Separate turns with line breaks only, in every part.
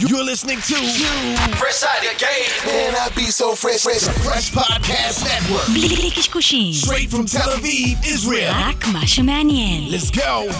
You're listening to
Fresh out the gate.
Man, I be so fresh, fresh,
Fresh Podcast Network,
בלי קשקושים,
straight from Tel Aviv, Israel.
רק מה שמעניין.
Let's go.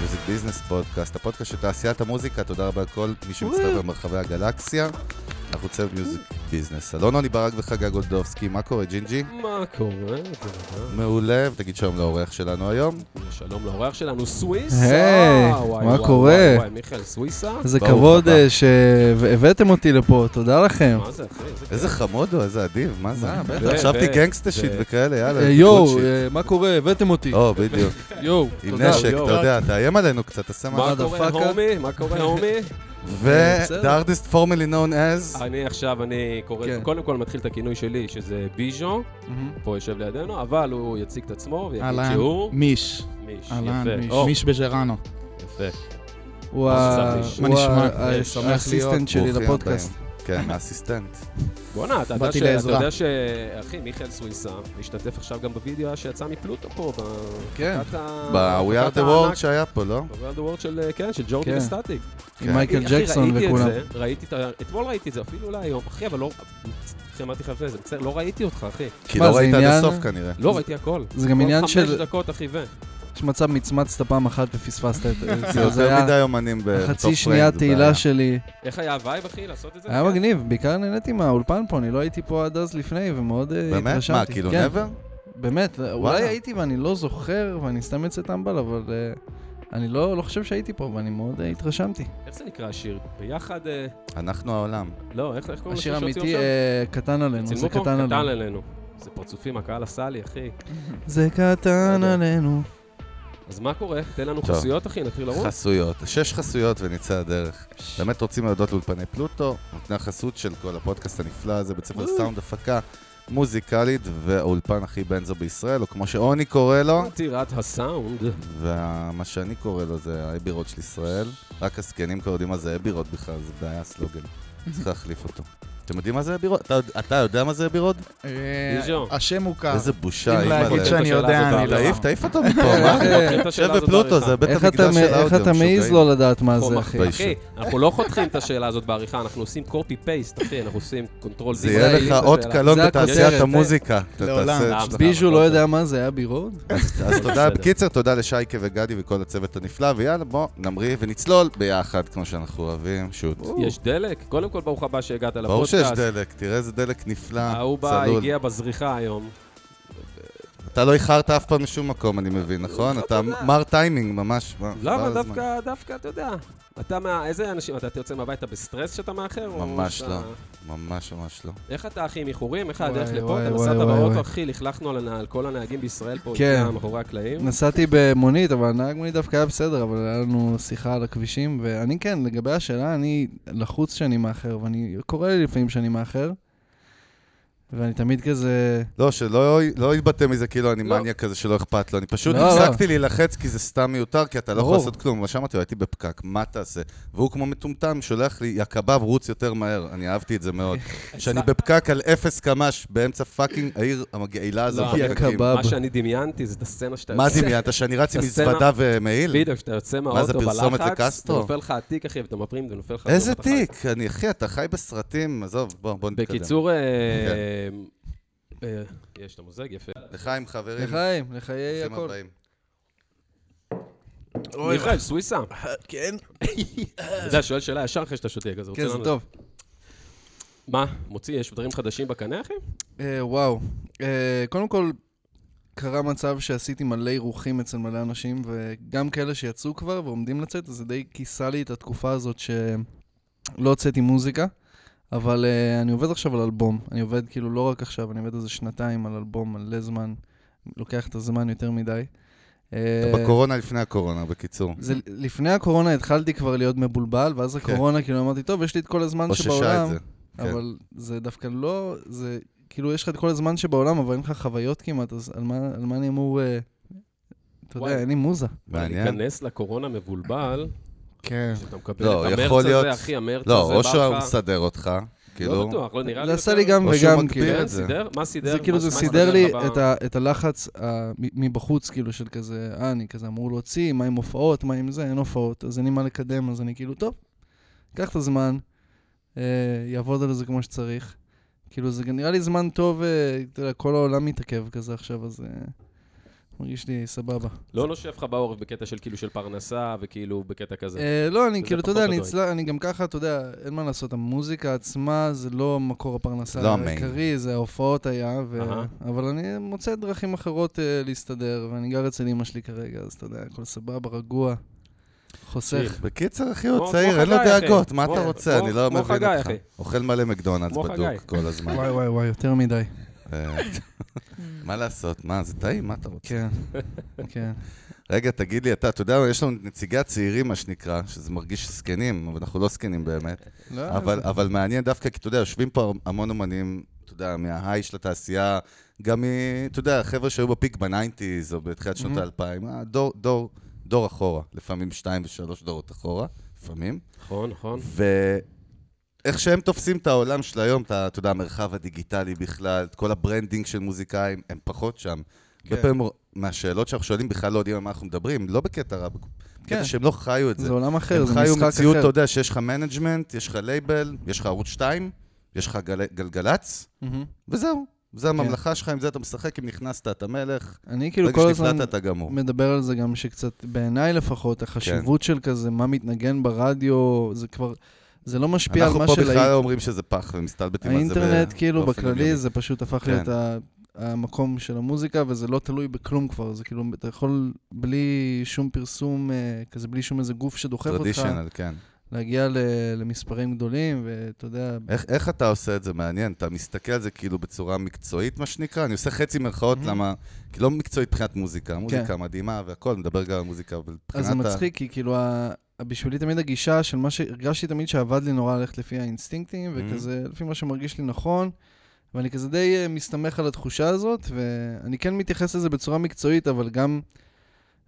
מיוזיק ביזנס פודקאסט, הפודקאסט של תעשיית המוזיקה, תודה רבה לכל מי שמצטרף במרחבי הגלקסיה. אנחנו צוות מיוזיק ביזנס. אלון עוני ברק וחגג גולדובסקי, מה קורה ג'ינג'י?
מה קורה? זה נורא.
מעולה, ותגיד שלום לאורח שלנו היום.
שלום לאורח שלנו, סוויסה!
היי,
וואי,
מה
וואי,
קורה?
וואי, וואי, מיכאל, סוויסה?
זה
ברוך
כבוד
הבא.
אה, שהבאתם אותי לפה, תודה לכם.
מה זה, אחי? איזה
איזה חמוד הוא, איזה אדיב, מה זה?
מה, בטח.
אתה חשבתי
ו-
גנגסטה שיט
ו-
וכאלה, יאללה.
אה,
good
יואו,
shit.
אה, מה קורה? הבאתם אותי.
או, בדיוק.
יואו,
עם
תודה.
נשק,
יואו.
אתה יודע, תאיים עלינו קצת, תעשה
מה
מה.
קורה,
motherfucker.
הומי? מה קורה, הומי?
ו-The
אה, בסדר. אה,
artist formerly known as...
אני עכשיו, אני קורא,
כן.
קודם כל מתחיל את הכינוי שלי, שזה ביז'ו,
מהמם.
פה יושב לידינו, אבל הוא יציג את עצמו ויגיד
אהלן,
שהוא...
מיש.
מיש.
אהלן,
יפה.
מיש.
או,
מיש בז'רנו.
יפה.
הוא
מה
ה-
נשמע?
הוא
מה נשמע?
ה- ה-
שמח
האסיסטנט שלי
ברוכים
לפודקאסט.
הבאים. כן, האסיסטנט.
בואנה, אתה יודע
באתי
ש... אתה
לעזרה.
יודע ש... אחי, מיכאל סוויסה משתתף עכשיו גם בווידאו שהיה מפלוטו פה, ב...
כן.
ב-We are the world שהיה פה, לא?
ב-We are the world של, כן, של ג'ורדין
כן.
אסטטיק.
עם מייקל ג'קסון
אחי,
וכולם.
ראיתי את זה, ראיתי את ה... אתמול ראיתי את זה, אפילו אולי היום. אחי, אבל לא... אחי, אמרתי לך לפני זה, מצטער, לא ראיתי אותך, אחי.
כי
מה,
לא
זה
ראית עד
עניין-
הסוף כנראה.
לא ראיתי הכל.
זה גם
כל
עניין
חמש
של-
דקות, אחי, ו...
יש מצב מצמצת פעם אחת ופספסת את זה.
זה
כאילו, זה
יותר
היה
מדי אומנים בתור
חצי
פרנד,
שנייה
זה
תהילה
בעיה.
שלי.
איך היה הווייב, אחי, לעשות את זה?
היה
כן.
מגניב, בעיקר נהניתי מהאולפן פה, אני לא הייתי פה עד אז לפני, ומאוד אה, התרשמתי.
באמת? מה, כאילו
כן,
נבר?
באמת, אולי
וואלה.
הייתי ואני לא זוכר, ואני סתם יוצא טמבל, אבל אה, אני לא לא חושב שהייתי פה, ואני מאוד אה, התרשמתי.
איך זה נקרא השיר? ביחד... אה,
אנחנו העולם.
לא, איך איך קוראים
השיר
לשיר שהוציאו
אמיתי
עכשיו?
אה, קטן עלינו, זה
צילמו פה?
קטן עלינו.
עלינו. זה פרצופים, הקהל עשה לי, אחי.
זה קטן עלינו.
אז מה קורה? תן לנו
טוב.
חסויות, אחי, נתחיל לרוץ.
חסויות. שש חסויות ונצא הדרך. באמת רוצים להודות לאולפני פלוטו, נותני החסות של כל הפודקאסט הנפלא הזה, בית ספר סאונד הפקה מוזיקלית, והאולפן הכי בנזו בישראל, או כמו שעוני קורא לו,
טירת הסאונד.
ומה שאני קורא לו זה האבירות של ישראל. רק הזקנים כבר יודעים מה זה אבירות בכלל, זה בעיה סלוגן. צריך להחליף אותו. אתם יודעים מה זה אבירות? אתה יודע- אתה יודע מה זה אבירות?
אה,
ביז'ו.
השם מוכר.
איזה בושה,
אם
אימא.
להגיד
ל-
שאני
השאלה
יודע,
הזאת,
אני לא.
תעיף, תעיף אותו מפה, מה?
לוקחים את השאלה
שב
הזאת
בפלוטו,
בעריכה.
זה בית
איך אתה
המקדש של
מ- איך
האודיו,
אתה מעז
משוגעים.
לא לדעת מה זה, אחי?
ביי.
אחי, אנחנו לא חותכים את השאלה הזאת בעריכה, אנחנו עושים קופי פייסט, אחי, אנחנו עושים קונטרול
זה יהיה לך אות קלון
זה
בתעשיית
הכותרת,
המוזיקה. אתה
לעולם.
תעשה את
סתם.
שלך.
ביז'ו לא יודע מה זה, היה בירוד?
אז תודה,
בסדר.
בקיצר, תודה לשייקה וגדי וכל הצוות הנפלא, ויאללה, בוא נמריא ונצלול ביחד, כמו שאנחנו אוהבים, שוט.
יש דלק? קודם כל, ברוך הבא שהגעת לפודקאסט.
ברור שיש דלק, תראה איזה דלק נפלא,
ההוא בא,
צלול.
הגיע בזריחה היום.
אתה לא איחרת אף פעם לשום מקום, אני מבין, נכון? אתה מר טיימינג ממש. מה, חבל
לא, למה
על הזמן.
דווקא, דווקא, אתה יודע. אתה מה... איזה אנשים, אתה אתה יוצא מהביתה בסטרס שאתה מאחר? או
ממש
שאתה-
לא, ממש ממש לא.
איך אתה, אחי, עם איחורים? איך הדרך
וואי,
לפה?
וואי,
אתה
וואי,
נסעת
וואי,
באוטו,
וואי.
אחי, לכלכנו על ה- על כל הנהגים בישראל פה,
כן.
איתם, מאחורי הקלעים.
נסעתי במונית, אבל הנהג מונית דווקא היה בסדר, אבל היה לנו שיחה על הכבישים, ואני כן, לגבי השאלה, אני לחוץ שאני מאחר, ואני, קורה לי לפעמים שאני מאחר, ואני תמיד כזה...
לא, שלא לא יתבטא מזה כאילו אני
לא.
מניאק כזה שלא אכפת לו. אני פשוט
לא, לא.
הפסקתי להילחץ כי זה סתם מיותר, כי אתה לא יכול
ברור.
לעשות כלום. מה שאמרתי, לו, הייתי בפקק, מה תעשה? והוא כמו מטומטם, שולח לי, יא קבב, רוץ יותר מהר. אני אהבתי את זה מאוד. שאני בפקק על אפס קמ"ש באמצע פאקינג העיר המגעילה הזו.
לא,
יא
בפקקים.
קבב.
מה שאני דמיינתי זה את הסצנה שאתה
מה
יוצא-
דמיינת? שאני רץ עם
את הסצנה-
מזוודה ומעיל?
בדיוק, שאתה יוצא
מה זה,
מהאוטו בלחץ,
פרסומת לקסטרו?
ונופל לך התיק, אחי, ואתה מפרים, ונופל לך...
איזה
ונופל לך
תיק? אני, אחי, אתה חי בסרטים. עזוב, בוא, בוא נתקדם.
בקיצור, אה, אה, יש את המוזג, יפה.
לחיים, חברים.
לחיים, לחיי
ברוכים
הכל.
הבאים.
מיכאל, סוויסה. כן. אתה יודע, שואל שאלה ישר אחרי שאתה שותק, אז רוצה
אה, כן, זה
לנו...
טוב.
מה, מוציא, יש דברים חדשים בקנה, אחי?
אה, וואו. אה, קודם כל, קרה מצב שעשיתי מלא אירוחים אצל מלא אנשים, וגם כאלה שיצאו כבר ועומדים לצאת, אז זה די כיסה לי את התקופה הזאת שלא הוצאתי מוזיקה. אבל uh, אני עובד עכשיו על אלבום. אני עובד כאילו לא רק עכשיו, אני עובד איזה שנתיים על אלבום, מלא זמן. לוקח את הזמן יותר מדי. אה,
אתה בקורונה לפני הקורונה, בקיצור.
זה, לפני הקורונה התחלתי כבר להיות מבולבל, ואז הקורונה, כאילו אמרתי, טוב, יש לי את כל הזמן
אוששה
שבעולם.
את זה. כן.
אבל זה דווקא לא, זה כאילו, יש לך את כל הזמן שבעולם, אבל אין לך חוויות כמעט, אז על מה, על מה אני אמור... אה, אתה
וואי.
יודע, אין לי מוזה.
מעניין.
להיכנס לקורונה מבולבל,
כן.
שאתה מקבל
לא,
את המרץ
יכול להיות-
הזה, אחי, המרץ הזה בא לך.
לא, או שהוא מסדר אותך,
לא
כאילו,
בטוח, לא נראה לי.
זה עשה
בכלל.
לי גם
או שהוא
וגם,
מגביר
כאילו.
את זה.
סידר? מה סידר?
זה כאילו,
מה-
זה
מה
סידר לי
לך ב-
את ה- את הלחץ ה- מ- מבחוץ, כאילו, של כזה, אה, אני כזה אמור להוציא, מה עם הופעות, מה עם זה, אין הופעות, אז אין לי מה לקדם, אז אני כאילו, טוב, קח את הזמן, אה, יעבוד על זה כמו שצריך. כאילו, זה גם נראה לי זמן טוב, אה, אתה יודע, כל העולם מתעכב כזה עכשיו, אז אה, מרגיש לי סבבה.
לא נושב לך בעורף בקטע של כאילו של פרנסה, וכאילו בקטע כזה.
אה, לא, אני
וזה
כאילו, אתה
פחות
יודע, אני
הדואג.
אצלה- אני גם ככה, אתה יודע, אין מה לעשות, המוזיקה עצמה זה לא מקור
לא
הפרנסה
המיין.
העיקרי, זה ההופעות היה, ו-
אהה.
אבל אני מוצא דרכים אחרות אה, להסתדר, ואני גר אצל אמא שלי כרגע, אז אתה יודע, הכל סבבה, רגוע, חוסך.
איך?
בקיצר, אחי,
כמו-
הוא צעיר,
כמו
אין לו
חגי, אחי.
דאגות, מה אתה
כמו-
רוצה?
כמו-
אני לא
כמו
מבין
חגי,
אותך.
אחי.
אוכל מלא מקדונלדס
כמו חגי.
בדוק כל הזמן.
וואי וואי וואי, יותר מדי.
אה, מה לעשות? מה, זה טעים, מה אתה רוצה?
כן, כן.
רגע, תגיד לי אתה, אתה יודע, יש לנו נציגי הצעירים, מה שנקרא, שזה מרגיש זקנים, אבל אנחנו לא זקנים באמת.
לא,
אבל,
זה-
אבל מעניין דווקא, כי אתה יודע, יושבים פה המון אומנים, אתה יודע, מההיי של התעשייה, גם, מ- אתה יודע, חבר'ה שהיו בפיק בניינטיז או בתחילת שנות
Mhm.
האלפיים, אה, דור, דור, דור אחורה, לפעמים שתיים ושלוש דורות אחורה, לפעמים.
נכון, נכון.
ואיך שהם תופסים את העולם של היום, את ה- אתה יודע, המרחב הדיגיטלי בכלל, את כל הברנדינג של מוזיקאים, הם פחות שם. הרבה
כן.
פעמים מהשאלות שאנחנו שואלים בכלל לא יודעים על מה אנחנו מדברים, לא בקטע רע, בקטע
כן.
שהם לא חיו את זה.
זה עולם אחר,
הם
זה משחק אחר.
חיו מציאות, אתה יודע, שיש לך מנג'מנט, יש לך לייבל, יש לך ערוץ 2, יש לך גל- גלגלצ,
מהמם.
וזהו. זה הממלכה שלך, עם זה אתה משחק, אם נכנסת אתה מלך,
אני כן. כאילו כל
ברגע
הזמן...
שנפלטת אתה גמור.
מדבר על זה גם שקצת, בעיניי לפחות,
כן.
החשיבות של כזה, מה מתנגן ברדיו, זה כבר, זה לא משפיע על
אנחנו
מה
פה
של
בכלל
האינ-
אומרים שזה פח, ומסתלבטים על זה
האינטרנט,
ב-
כאילו,
באופן
בכללי,
יומי.
זה פשוט הפך
כן.
להיות ה- המקום של המוזיקה, וזה לא תלוי בכלום כבר, זה כאילו, אתה יכול בלי שום פרסום, אה, כזה בלי שום איזה גוף שדוחף אותך,
טרדישיונל, כן.
להגיע ל- למספרים גדולים, ואתה יודע,
איך, איך אתה עושה את זה מעניין? אתה מסתכל על זה כאילו בצורה מקצועית, מה שנקרא? אני עושה חצי מירכאות,
Mhm.
למה... כי לא מקצועית מבחינת מוזיקה, מוזיקה מדהימה והכל, נדבר גם על מוזיקה, אבל מבחינת...
כן. אז זה
ה-
מצחיק, כי כאילו, ה- בשבילי תמיד הגישה של מה שהרגשתי תמיד שעבד לי נורא ללכת לפי האינסטינקטים,
Mhm.
וכזה, לפי מה שמרגיש לי נכון, ואני כזה די אה, מסתמך על התחושה הזאת, ואני כן מתייחס לזה בצורה מקצועית, אבל גם...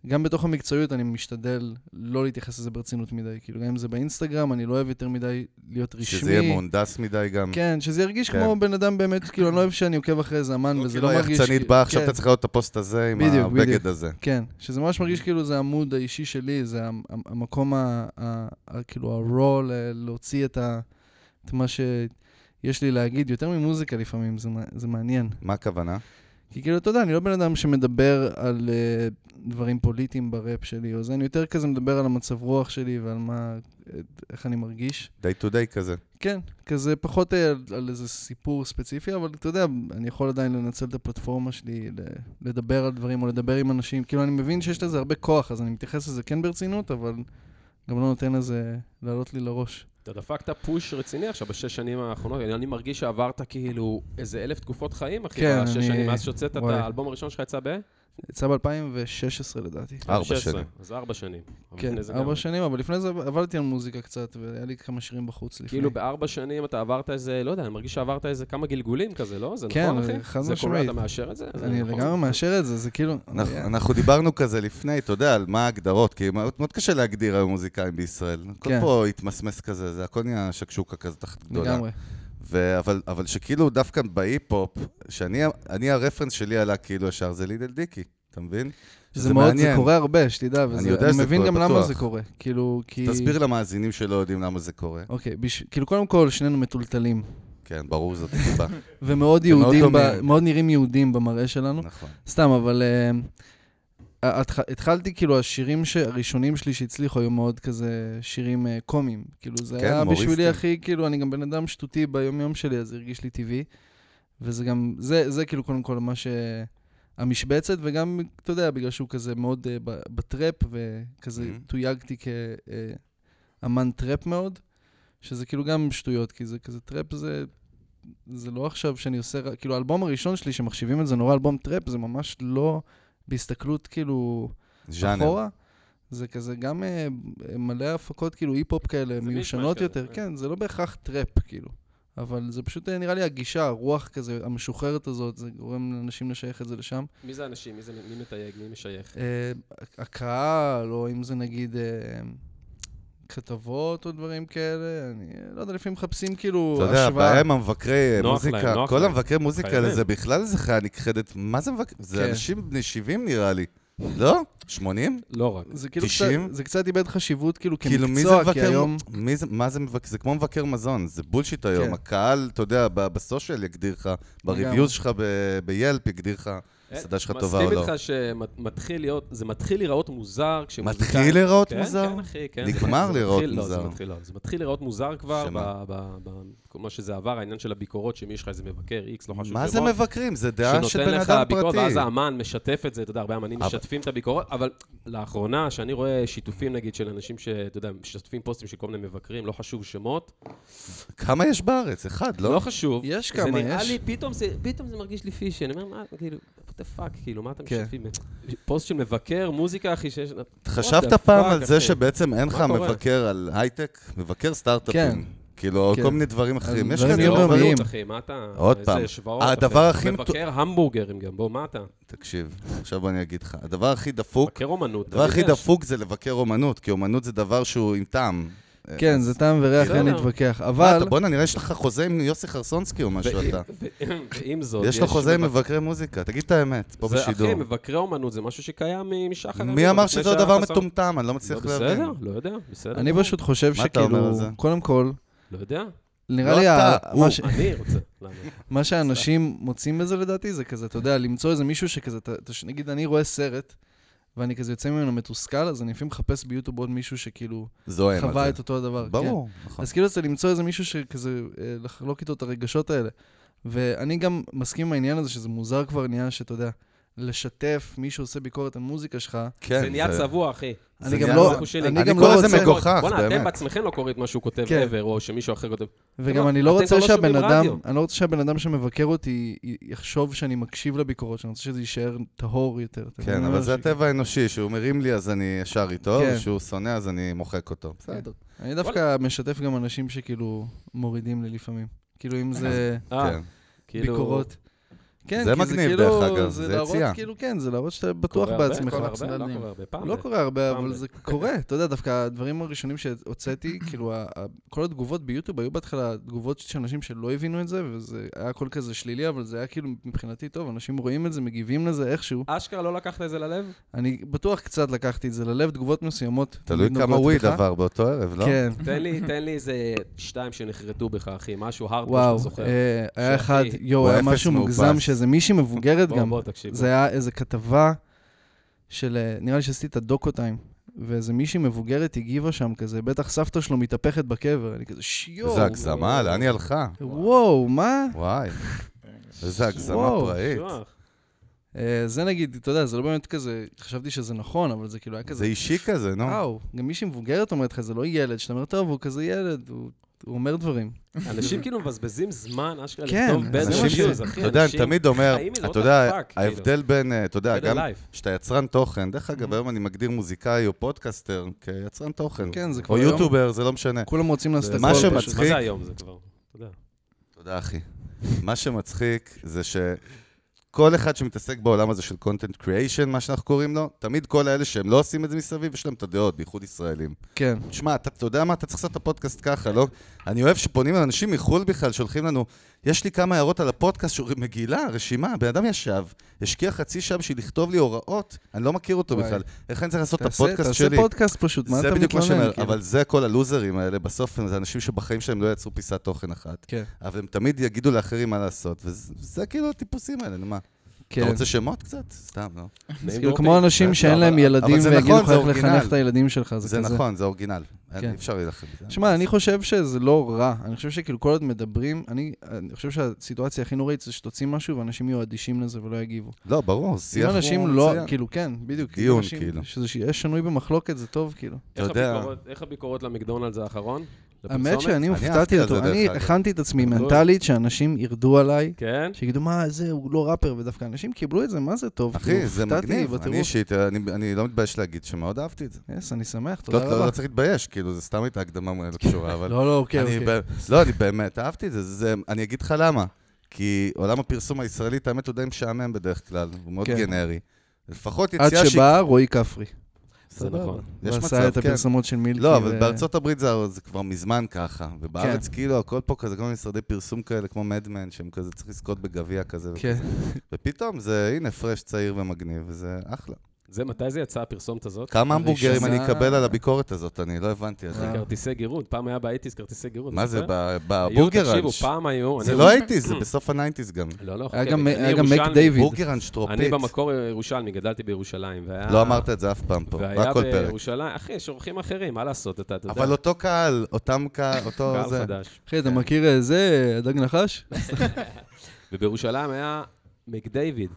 גם בתוך המקצועיות אני משתדל לא להתייחס לזה ברצינות מדי. כאילו, גם אם זה באינסטגרם, אני לא אוהב יותר מדי להיות רשמי.
שזה יהיה מהונדס מדי גם.
כן, שזה ירגיש
כן.
כמו בן אדם באמת, כאילו, אני לא אוהב שאני עוקב אחרי זמן,
לא,
וזה
כאילו
לא מרגיש...
היחצנית
כאילו-
באה, עכשיו
כן.
אתה צריך לראות את הפוסט הזה עם
בדיוק, בדיוק.
הבגד הזה.
כן, שזה ממש מרגיש כאילו זה העמוד האישי שלי, זה המ- המ- המקום, ה- ה- ה- כאילו ה-raw, ל- להוציא את ה- את מה שיש לי להגיד, יותר ממוזיקה לפעמים, זה מע- זה מעניין.
מה הכוונה?
כי כאילו, אתה יודע, אני לא בן אדם שמדבר על אה, דברים פוליטיים בראפ שלי, או זה, אני יותר כזה מדבר על המצב רוח שלי ועל מה, את- איך אני מרגיש.
day to day כזה.
כן, כזה פחות אה, על, על איזה סיפור ספציפי, אבל אתה יודע, אני יכול עדיין לנצל את הפלטפורמה שלי, ל- לדבר על דברים או לדבר עם אנשים. כאילו, אני מבין שיש לזה הרבה כוח, אז אני מתייחס לזה כן ברצינות, אבל גם לא נותן לזה לעלות לי לראש.
אתה דפקת פוש רציני עכשיו בשש שנים האחרונות, אני אני מרגיש שעברת כאילו איזה אלף תקופות חיים, אחי,
כן,
בשש
אני-
שנים, מאז שהוצאת את
וואי.
האלבום הראשון שלך יצא ב?
יצא ב-2016 לדעתי.
ארבע
16.
שנים.
אז ארבע שנים. אבל
כן,
לפני זה גם-
ארבע שנים, אבל לפני זה עבדתי על מוזיקה קצת, והיה לי כמה שירים בחוץ לפני.
כאילו בארבע שנים אתה עברת איזה, לא יודע, אני מרגיש שעברת איזה כמה גלגולים כזה, לא? זה
כן,
נכון, אחי?
חד
זה קורה,
משמעית.
אתה מאשר את זה? זה
אני
נכון?
לגמרי מאשר את זה, זה כאילו...
אנחנו-
אה,
אנחנו דיברנו כזה לפני, אתה יודע, על מה ההגדרות, כי מאוד מאוד קשה להגדיר היום מוזיקאים בישראל. הכל
כן.
פה התמסמס כזה, זה הכל נהיה שקשוקה כזה תחת גדולה.
לגמרי.
ו- אבל, אבל שכאילו דווקא בהיפ-הופ, שאני, אני הרפרנס שלי עלה כאילו ישר, זה לידל דיקי, אתה מבין?
זה
שזה
מאוד, זה
מעניין.
קורה הרבה, שתדע,
אני
וזה-
יודע
אני
שזה
מבין
קורה,
גם למה
בטוח.
זה קורה. כאילו, כי...
תסביר למאזינים שלא יודעים למה זה קורה.
אוקיי, בש... כאילו קודם כל שנינו מטולטלים,
כן, ברור, זאת הסיבה.
ומאוד
מאוד
יהודים, ב...
דומים.
מאוד נראים יהודים במראה שלנו.
נכון.
סתם, אבל uh, התחלתי, כאילו, השירים ש... הראשונים שלי שהצליחו היו מאוד כזה שירים uh, קומיים. כאילו, זה
כן,
היה
הומוריסטי.
בשבילי הכי, כאילו, אני גם בן אדם שטותי ביום-יום שלי, אז זה הרגיש לי טבעי. וזה גם, זה, זה כאילו, קודם כל, מה ש... המשבצת, וגם, אתה יודע, בגלל שהוא כזה מאוד uh, בטראפ, וכזה
Mhm.
תויגתי כאמן טראפ מאוד, שזה כאילו גם שטויות, כי זה כזה טראפ זה... זה לא עכשיו שאני עושה, ר- כאילו האלבום הראשון שלי שמחשיבים את זה נורא אלבום טראפ, זה ממש לא בהסתכלות כאילו
ז'אנר.
אחורה. זה כזה גם אה, מלא הפקות כאילו היפ-הופ כאלה,
מישמש
מיושנות
כזה,
יותר.
כן.
כן, זה לא בהכרח טראפ כאילו. אבל זה פשוט אה, נראה לי הגישה, הרוח כזה, המשוחררת הזאת, זה גורם לאנשים לשייך את זה לשם.
מי זה האנשים? מי זה- מי מתייג? מי משייך?
אה, הקהל, או אם זה נגיד אה, כתבות או דברים כאלה, אני לא יודע, לפעמים מחפשים כאילו
אתה יודע,
השוואה.
הבעיה עם המבקרי אה,
נוח להם,
מוזיקה,
נוח
כל
להם.
המבקרי מוזיקה
חייבים.
האלה, זה בכלל איזה חיה נכחדת. מה זה מבקר? זה
כן.
אנשים בני 70 נראה לי. לא? 80?
לא רק.
זה כאילו
90?
קצת, זה קצת איבד חשיבות כאילו
כאילו, מי זה
כמקצוע, כי
מבקר?
היום...
מי זה- מה זה מבקר? זה כמו מבקר מזון, זה בולשיט היום.
כן.
הקהל, אתה יודע, ב- בסושיאל יגדיר לך, בריוויוז שלך ב- ביילפ יגדיר לך, המסעדה שלך טובה או
אה, מסכים
לא.
איתך שמתחיל להיות, זה מתחיל להיראות מוזר כשמוזיקאי...
מתחיל להיראות
כן,
מוזר?
כן, אחי, כן.
נגמר
זה
להיראות
מתחיל- לא,
מוזר.
זה מתחיל, לא, זה מתחיל להיראות מוזר כבר,
שמה?
ב- ב- ב- כל מה שזה עבר, העניין של הביקורות, שמי יש לך איזה מבקר, איקס, לא חשוב.
מה זה
שמות,
מבקרים? זה דעה של בן
שנותן לך
אדם
ביקורת, ואז
פרטי.
האמן משתף את זה, אתה יודע, הרבה אמנים
אבל-
משתפים את הביקורות, אבל לאחרונה, שאני רואה שיתופים, נגיד, של אנשים שאתה יודע, משתפים פוסטים של כל מיני מבקרים, לא חשוב שמות,
כמה יש בארץ? אחד,
לא
לא?
חשוב.
יש
זה
כמה,
נראה
יש.
לי, פתאום זה, פתאום זה מרגיש לי פישי, אני אומר, מה, כאילו, what the fuck, כאילו, מה אתם
כן.
משתפים? פוסט של מבקר, מוזיקה, אחי, שיש...
חשבת
What the
פעם
fuck,
על זה
אחי?
שבעצם אין לך
מה קורה?
מבקר על הייטק? מבקר
כן.
סטארט-אפים. כאילו, או
כן.
כל מיני דברים אחרים. יש
דברים
כזה
זה לא
לא
יומיומיים.
עוברים.
עובדות, אחי, מה אתה...
עוד
איזה
פעם,
שבועות,
הדבר
אחי.
הכי מטו-
מבקר המבורגרים גם, בוא, מה אתה?
תקשיב, עכשיו אני אגיד לך. הדבר הכי דפוק,
מבקר אומנות.
הדבר הכי
אתה יודע,
דפוק זה לבקר אומנות, כי אומנות זה דבר שהוא עם טעם.
כן, זה טעם וריח,
בסדר.
אין להתווכח.
מה,
אבל
אתה- בואנה, נראה שיש לך חוזה עם יוסי חרסונסקי או משהו
ו-
אתה.
ו- ועם זאת,
יש לו חוזה עם
מבקר-
מבקרי מוזיקה, תגיד את האמת, פה
זה, אחי,
בשידור.
מבקרי אומנות זה משהו שקיים מ- משחר...
מי
המדינה,
אמר
לפני
שזה
שהיה
דבר
חסון?
מטומטם? אני לא מצליח
לא,
להבין.
בסדר, לא יודע, בסדר.
אני פשוט חושב
מה אתה אומר על
שכאילו,
זה?
קודם כל,
לא יודע,
נראה
לא
לי,
אתה,
ה-
הוא.
מה ש-
אני רוצה. למה?
מה שאנשים מוצאים בזה לדעתי, זה כזה, אתה יודע, למצוא איזה מישהו שכזה, אתה- אתה- נגיד, אני רואה סרט, ואני כזה יוצא ממנו מתוסכל, אז אני לפעמים מחפש ביוטיוב עוד מישהו שכאילו
זוהם
חווה
על
את
זה.
אותו הדבר. כן.
ברור, נכון.
אז כאילו זה למצוא איזה מישהו שכזה, אה, לחלוק איתו את הרגשות האלה. ואני גם מסכים עם העניין הזה שזה מוזר כבר נהיה שאתה יודע, לשתף מי שעושה ביקורת על מוזיקה שלך.
כן,
זה נהיה צבוע, אחי.
זה
אני גם
נהיה
לא,
משהו
שלי.
אני
אני
גם
קורא
לא
לזה
רוצה,
מגוחך.
בואנה, אתם
באמת.
בעצמכם לא קוראים את מה שהוא כותב
כן.
ever, או שמישהו אחר כותב.
וגם
לא,
אני לא
אתם כבר
רוצה
לא
שהבן
שומעים
אדם,
רדיו.
אני לא רוצה שהבן אדם שמבקר אותי י- יחשוב שאני מקשיב לביקורות, שאני רוצה שזה יישאר טהור יותר. אתה מבין
כן,
מה
אבל
אני לא
זה
אומר?
הטבע האנושי, שהוא מרים לי אז אני ישר איתו,
כן.
וכשהוא שונא אז אני מוחק אותו. בסדר.
אני דווקא משתף גם אנשים שכאילו מורידים לי לפעמים. כאילו אם זה
אה,
כן.
כאילו-
ביקורות. כן,
זה
כי
מגניב,
כאילו-
דרך אגב, זה
להראות
יציאה.
כאילו, כן, זה להראות שאתה
קורה
בטוח
הרבה,
בעצמך.
קורה הרבה, לא
בצדדים.
קורה הרבה, פעם
לא
ב-
קורה הרבה,
פעם
אבל
ב-
זה קורה. אתה יודע, דווקא הדברים הראשונים שהוצאתי, כאילו, ה- ה- כל התגובות ביוטיוב היו בהתחלה תגובות של אנשים שלא הבינו את זה, וזה היה הכל כזה שלילי, אבל זה היה כאילו מבחינתי טוב, אנשים רואים את זה, מגיבים לזה איכשהו.
אשכרה לא לקחת את זה ללב?
אני בטוח קצת לקחתי את זה ללב, תגובות מסוימות.
תלוי
תמיד
כמה
נוגעות
וויד
בך.
עבר באותו ערב, לא?
כן.
תן לי, תן לי איזה שתיים שנחרטו בך, אחי, משהו הארד כמו
וואו,
שאתה לא זוכר.
אה, היה
שאחי,
אחד,
הוא
יואו, היה
אפס
משהו
מאופס.
מוגזם, שאיזה מישהי מבוגרת
בוא,
גם.
בוא, תקשיב.
זה היה איזה כתבה של, אה, נראה לי שעשיתי את הדוקו-טיים, ואיזה מישהי מבוגרת הגיבה שם כזה, בטח סבתא שלו מתהפכת בקבר, אני כזה, שיואו,
איזה הגזמה, לאן היא הלכה?
וואו, מה?
וואי. איזה הגזמה
וואו,
פראית.
שוח.
אה, זה נגיד, אתה יודע, זה לא באמת כזה, חשבתי שזה נכון, אבל זה כאילו היה
זה
כזה,
אישי כזה, נו.
וואו, גם מישהי מבוגרת אומרת לך, זה לא ילד, שאתה אומר, טוב, הוא כזה ילד, הוא... הוא אומר דברים.
אנשים כאילו מבזבזים זמן, אשכרה,
כן,
לכתוב
זה
bad
מה ש-
reviews, אחי,
אתה יודע, אני
אנשים-
תמיד אומר,
חיים מזה,
אתה
what
יודע,
the fuck, כאילו.
ההבדל בין, אה, אתה יודע,
Better
גם
life. Mm-hmm.
כשאתה יצרן תוכן, דרך אגב, היום אני מגדיר מוזיקאי או פודקאסטר כיצרן תוכן.
כן, זה כבר
או
היום.
יוטיובר, זה לא משנה.
כולם רוצים לעשות
מה
הכל.
שמצ-
פשוט.
מה
מצחיק.
זה היום זה כבר? אתה יודע.
תודה, אחי. מה שמצחיק זה שכל אחד שמתעסק בעולם הזה של content creation, מה שאנחנו קוראים לו, תמיד כל האלה שהם לא עושים את זה מסביב, יש להם את הדעות, בייחוד ישראלים.
כן.
תשמע, אתה, אתה יודע מה, אתה צריך לעשות את הפודקאסט ככה, לא? אני אוהב שפונים לאנשים מחו"ל בכלל, שולחים לנו, יש לי כמה הערות על הפודקאסט, שהוא- מגילה, רשימה, בן אדם ישב, השקיע חצי שעה בשביל לכתוב לי הוראות, אני לא מכיר אותו
וואי.
בכלל. איך אני צריך לעשות את
תעשה-
הפודקאסט
תעשה
שלי?
פודקאסט פשוט, מה אתה
זה
מתלונן?
בדיוק מה שאני אומר,
כאילו?
אבל זה כל הלוזרים האלה, בסוף הם- זה אנשים שבחיים שלהם לא יצרו פיסת תוכן אחת.
כן,
אבל הם תמיד יגידו לאחרים מה לעשות, וזה זה כאילו הטיפוסים האלה, נו מה?
כן.
אתה רוצה שמות קצת? סתם, לא.
נעים
כאילו
דרופינג.
כמו אנשים שאין
אבל-
להם ילדים
אבל זה
ויגידו
נכון,
לך
זה
איך לחנך
אורגינל.
את הילדים שלך, זה
זה
כזה.
נכון, זה אורגינל. אין-
כן.
אי אפשר להילחם. בזה.
שמע, אני חושב שזה לא רע. אני חושב שכאילו כל עוד מדברים, אני אני חושב שהסיטואציה הכי נוראית זה שתוציא משהו ואנשים יהיו אדישים לזה ולא יגיבו.
לא, ברור,
אם
שיח הוא
אנשים לא,
מצוין.
כאילו, כן, בדיוק.
דיון,
אנשים-
כאילו.
שזה שיש שינוי במחלוקת, זה טוב, כאילו.
אתה
איך
יודע.
הביקורות- איך הביקורות למקדונלדס האחרון?
האמת
לפרסומת?
שאני
אהבתי
הופתעתי
על זה,
אותו.
דרך
אני
אגב. לא-
הכנתי את עצמי
גדול.
מנטלית שאנשים ירדו עליי,
כן?
שיגידו, מה, זה, הוא לא ראפר, ודווקא אנשים קיבלו את זה, מה זה טוב.
אחי,
כאילו,
זה
הופתעתי
מגניב. אני
בטירוף.
אישית, אני אני לא מתבייש להגיד שמאוד אהבתי את זה.
יס, אני שמח,
לא
תודה
לא-
רבה.
לא צריך להתבייש, כאילו, זה סתם הייתה הקדמה מאוד קשורה, אבל...
לא, לא, אוקיי,
אני
אוקיי.
ב- לא, אני באמת אהבתי את זה, זה, אני אגיד לך למה. כי עולם הפרסום הישראלי, את האמת, הוא די משעמם בדרך כלל, הוא מאוד
כן.
גנרי. לפחות
עד
יציאה
שבא רועי כפרי.
זה נכון.
יש
ועשה
מצב,
את
כן.
הפרסומות של מילקי.
לא, אבל
ו-
בארצות הברית זה, זה כבר מזמן ככה, ובארץ
כן.
כאילו הכל פה כזה, כל מיני משרדי פרסום כאלה, כמו מדמן, שהם כזה צריך לזכות בגביע כזה,
כן.
ופתאום זה, הנה, פרש צעיר ומגניב, וזה אחלה.
זה מתי זה יצא הפרסומת הזאת?
כמה המבורגרים אני
הראשונה-
אקבל על הביקורת הזאת? אני לא הבנתי את זה.
זה כרטיסי גירוד, פעם היה באייטיז כרטיסי גירוד.
מה
אתה
זה,
זוכר?
ב-
היו,
בבורגראנץ'?
תקשיבו, פעם היו...
זה
אני-
לא הייתי, זה בסוף הניינטיז גם.
לא, לא,
היה
חכה,
גם-
אני
היה גם מק
ירושלמי.
דיוויד.
בורגראנץ'
אני
טרופית.
במקור ירושלמי, גדלתי בירושלים. והיה-
לא אמרת את זה אף פעם פה, רק כל
והיה
פרק.
בירושלים, אחי, יש אורחים אחרים, מה לעשות, אתה אתה יודע.
אבל אותו קהל, אותם קהל, אותו
קהל
זה.
חדש.
אחי, אתה מכיר אה, זה, הדג נחש?
ובירושלים היה מקדייוויד.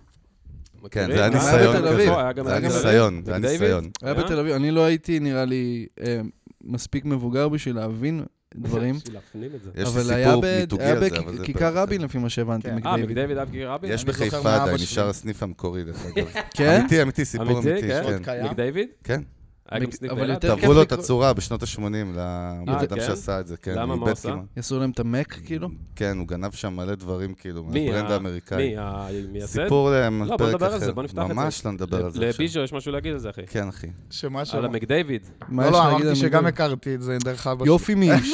כן,
מכירים?
זה היה
גם
ניסיון
היה בתל אביב.
כזה.
היה גם-
זה היה
היה גם-
ניסיון, זה היה
מקדייוויד?
ניסיון.
היה
היה?
בתל אביב, אני לא הייתי, נראה לי, אה, מספיק מבוגר בשביל להבין דברים.
בשביל להפנים אה? את זה.
יש לי
אבל היה
סיפור
ב-
מיתוגי
היה
על זה, אבל זה...
בכיכר
פרק
רבין,
אחר.
לפי מה שהבנתי,
כן.
אה,
מקדייוויד.
מקדייוויד אבגי רבין? אה?
יש
אני זוכר
בחיפה
מאבא
עדיין,
שלי.
נשאר הסניף המקורי, דרך אגב.
כן?
אמיתי, אמיתי, סיפור
אמיתי,
אמיתי,
כן?
כן.
אוקיי.
עוד קיים?
מקדייוויד?
כן.
היה גם סניף אה,
אבל
באילת?
יותר כיף
תבעו לו את
לקרוא-
הצורה בשנות ה-80 לבן אדם
כן?
שעשה את זה, כן.
למה,
הוא
מה
איבד
עשה?
כמעט.
יעשו להם את המק, כאילו?
כן, הוא גנב שם מלא דברים, כאילו,
מי?
מהברנד
ה-
האמריקאי.
מי? המייסד?
סיפור להם על
לא, בוא
פרק
נדבר על
אחר.
זה, בוא נפתח את זה.
ממש לא נדבר על זה עכשיו.
לביז'ו יש משהו להגיד על זה, אחי.
כן, אחי.
שמה שם?
על המקדייוויד.
מה
לא,
יש
לא,
להגיד
אמרתי
על
שגם
מקדייוויד?
הכרתי את זה דרך אבא שלי.
יופי מאיש.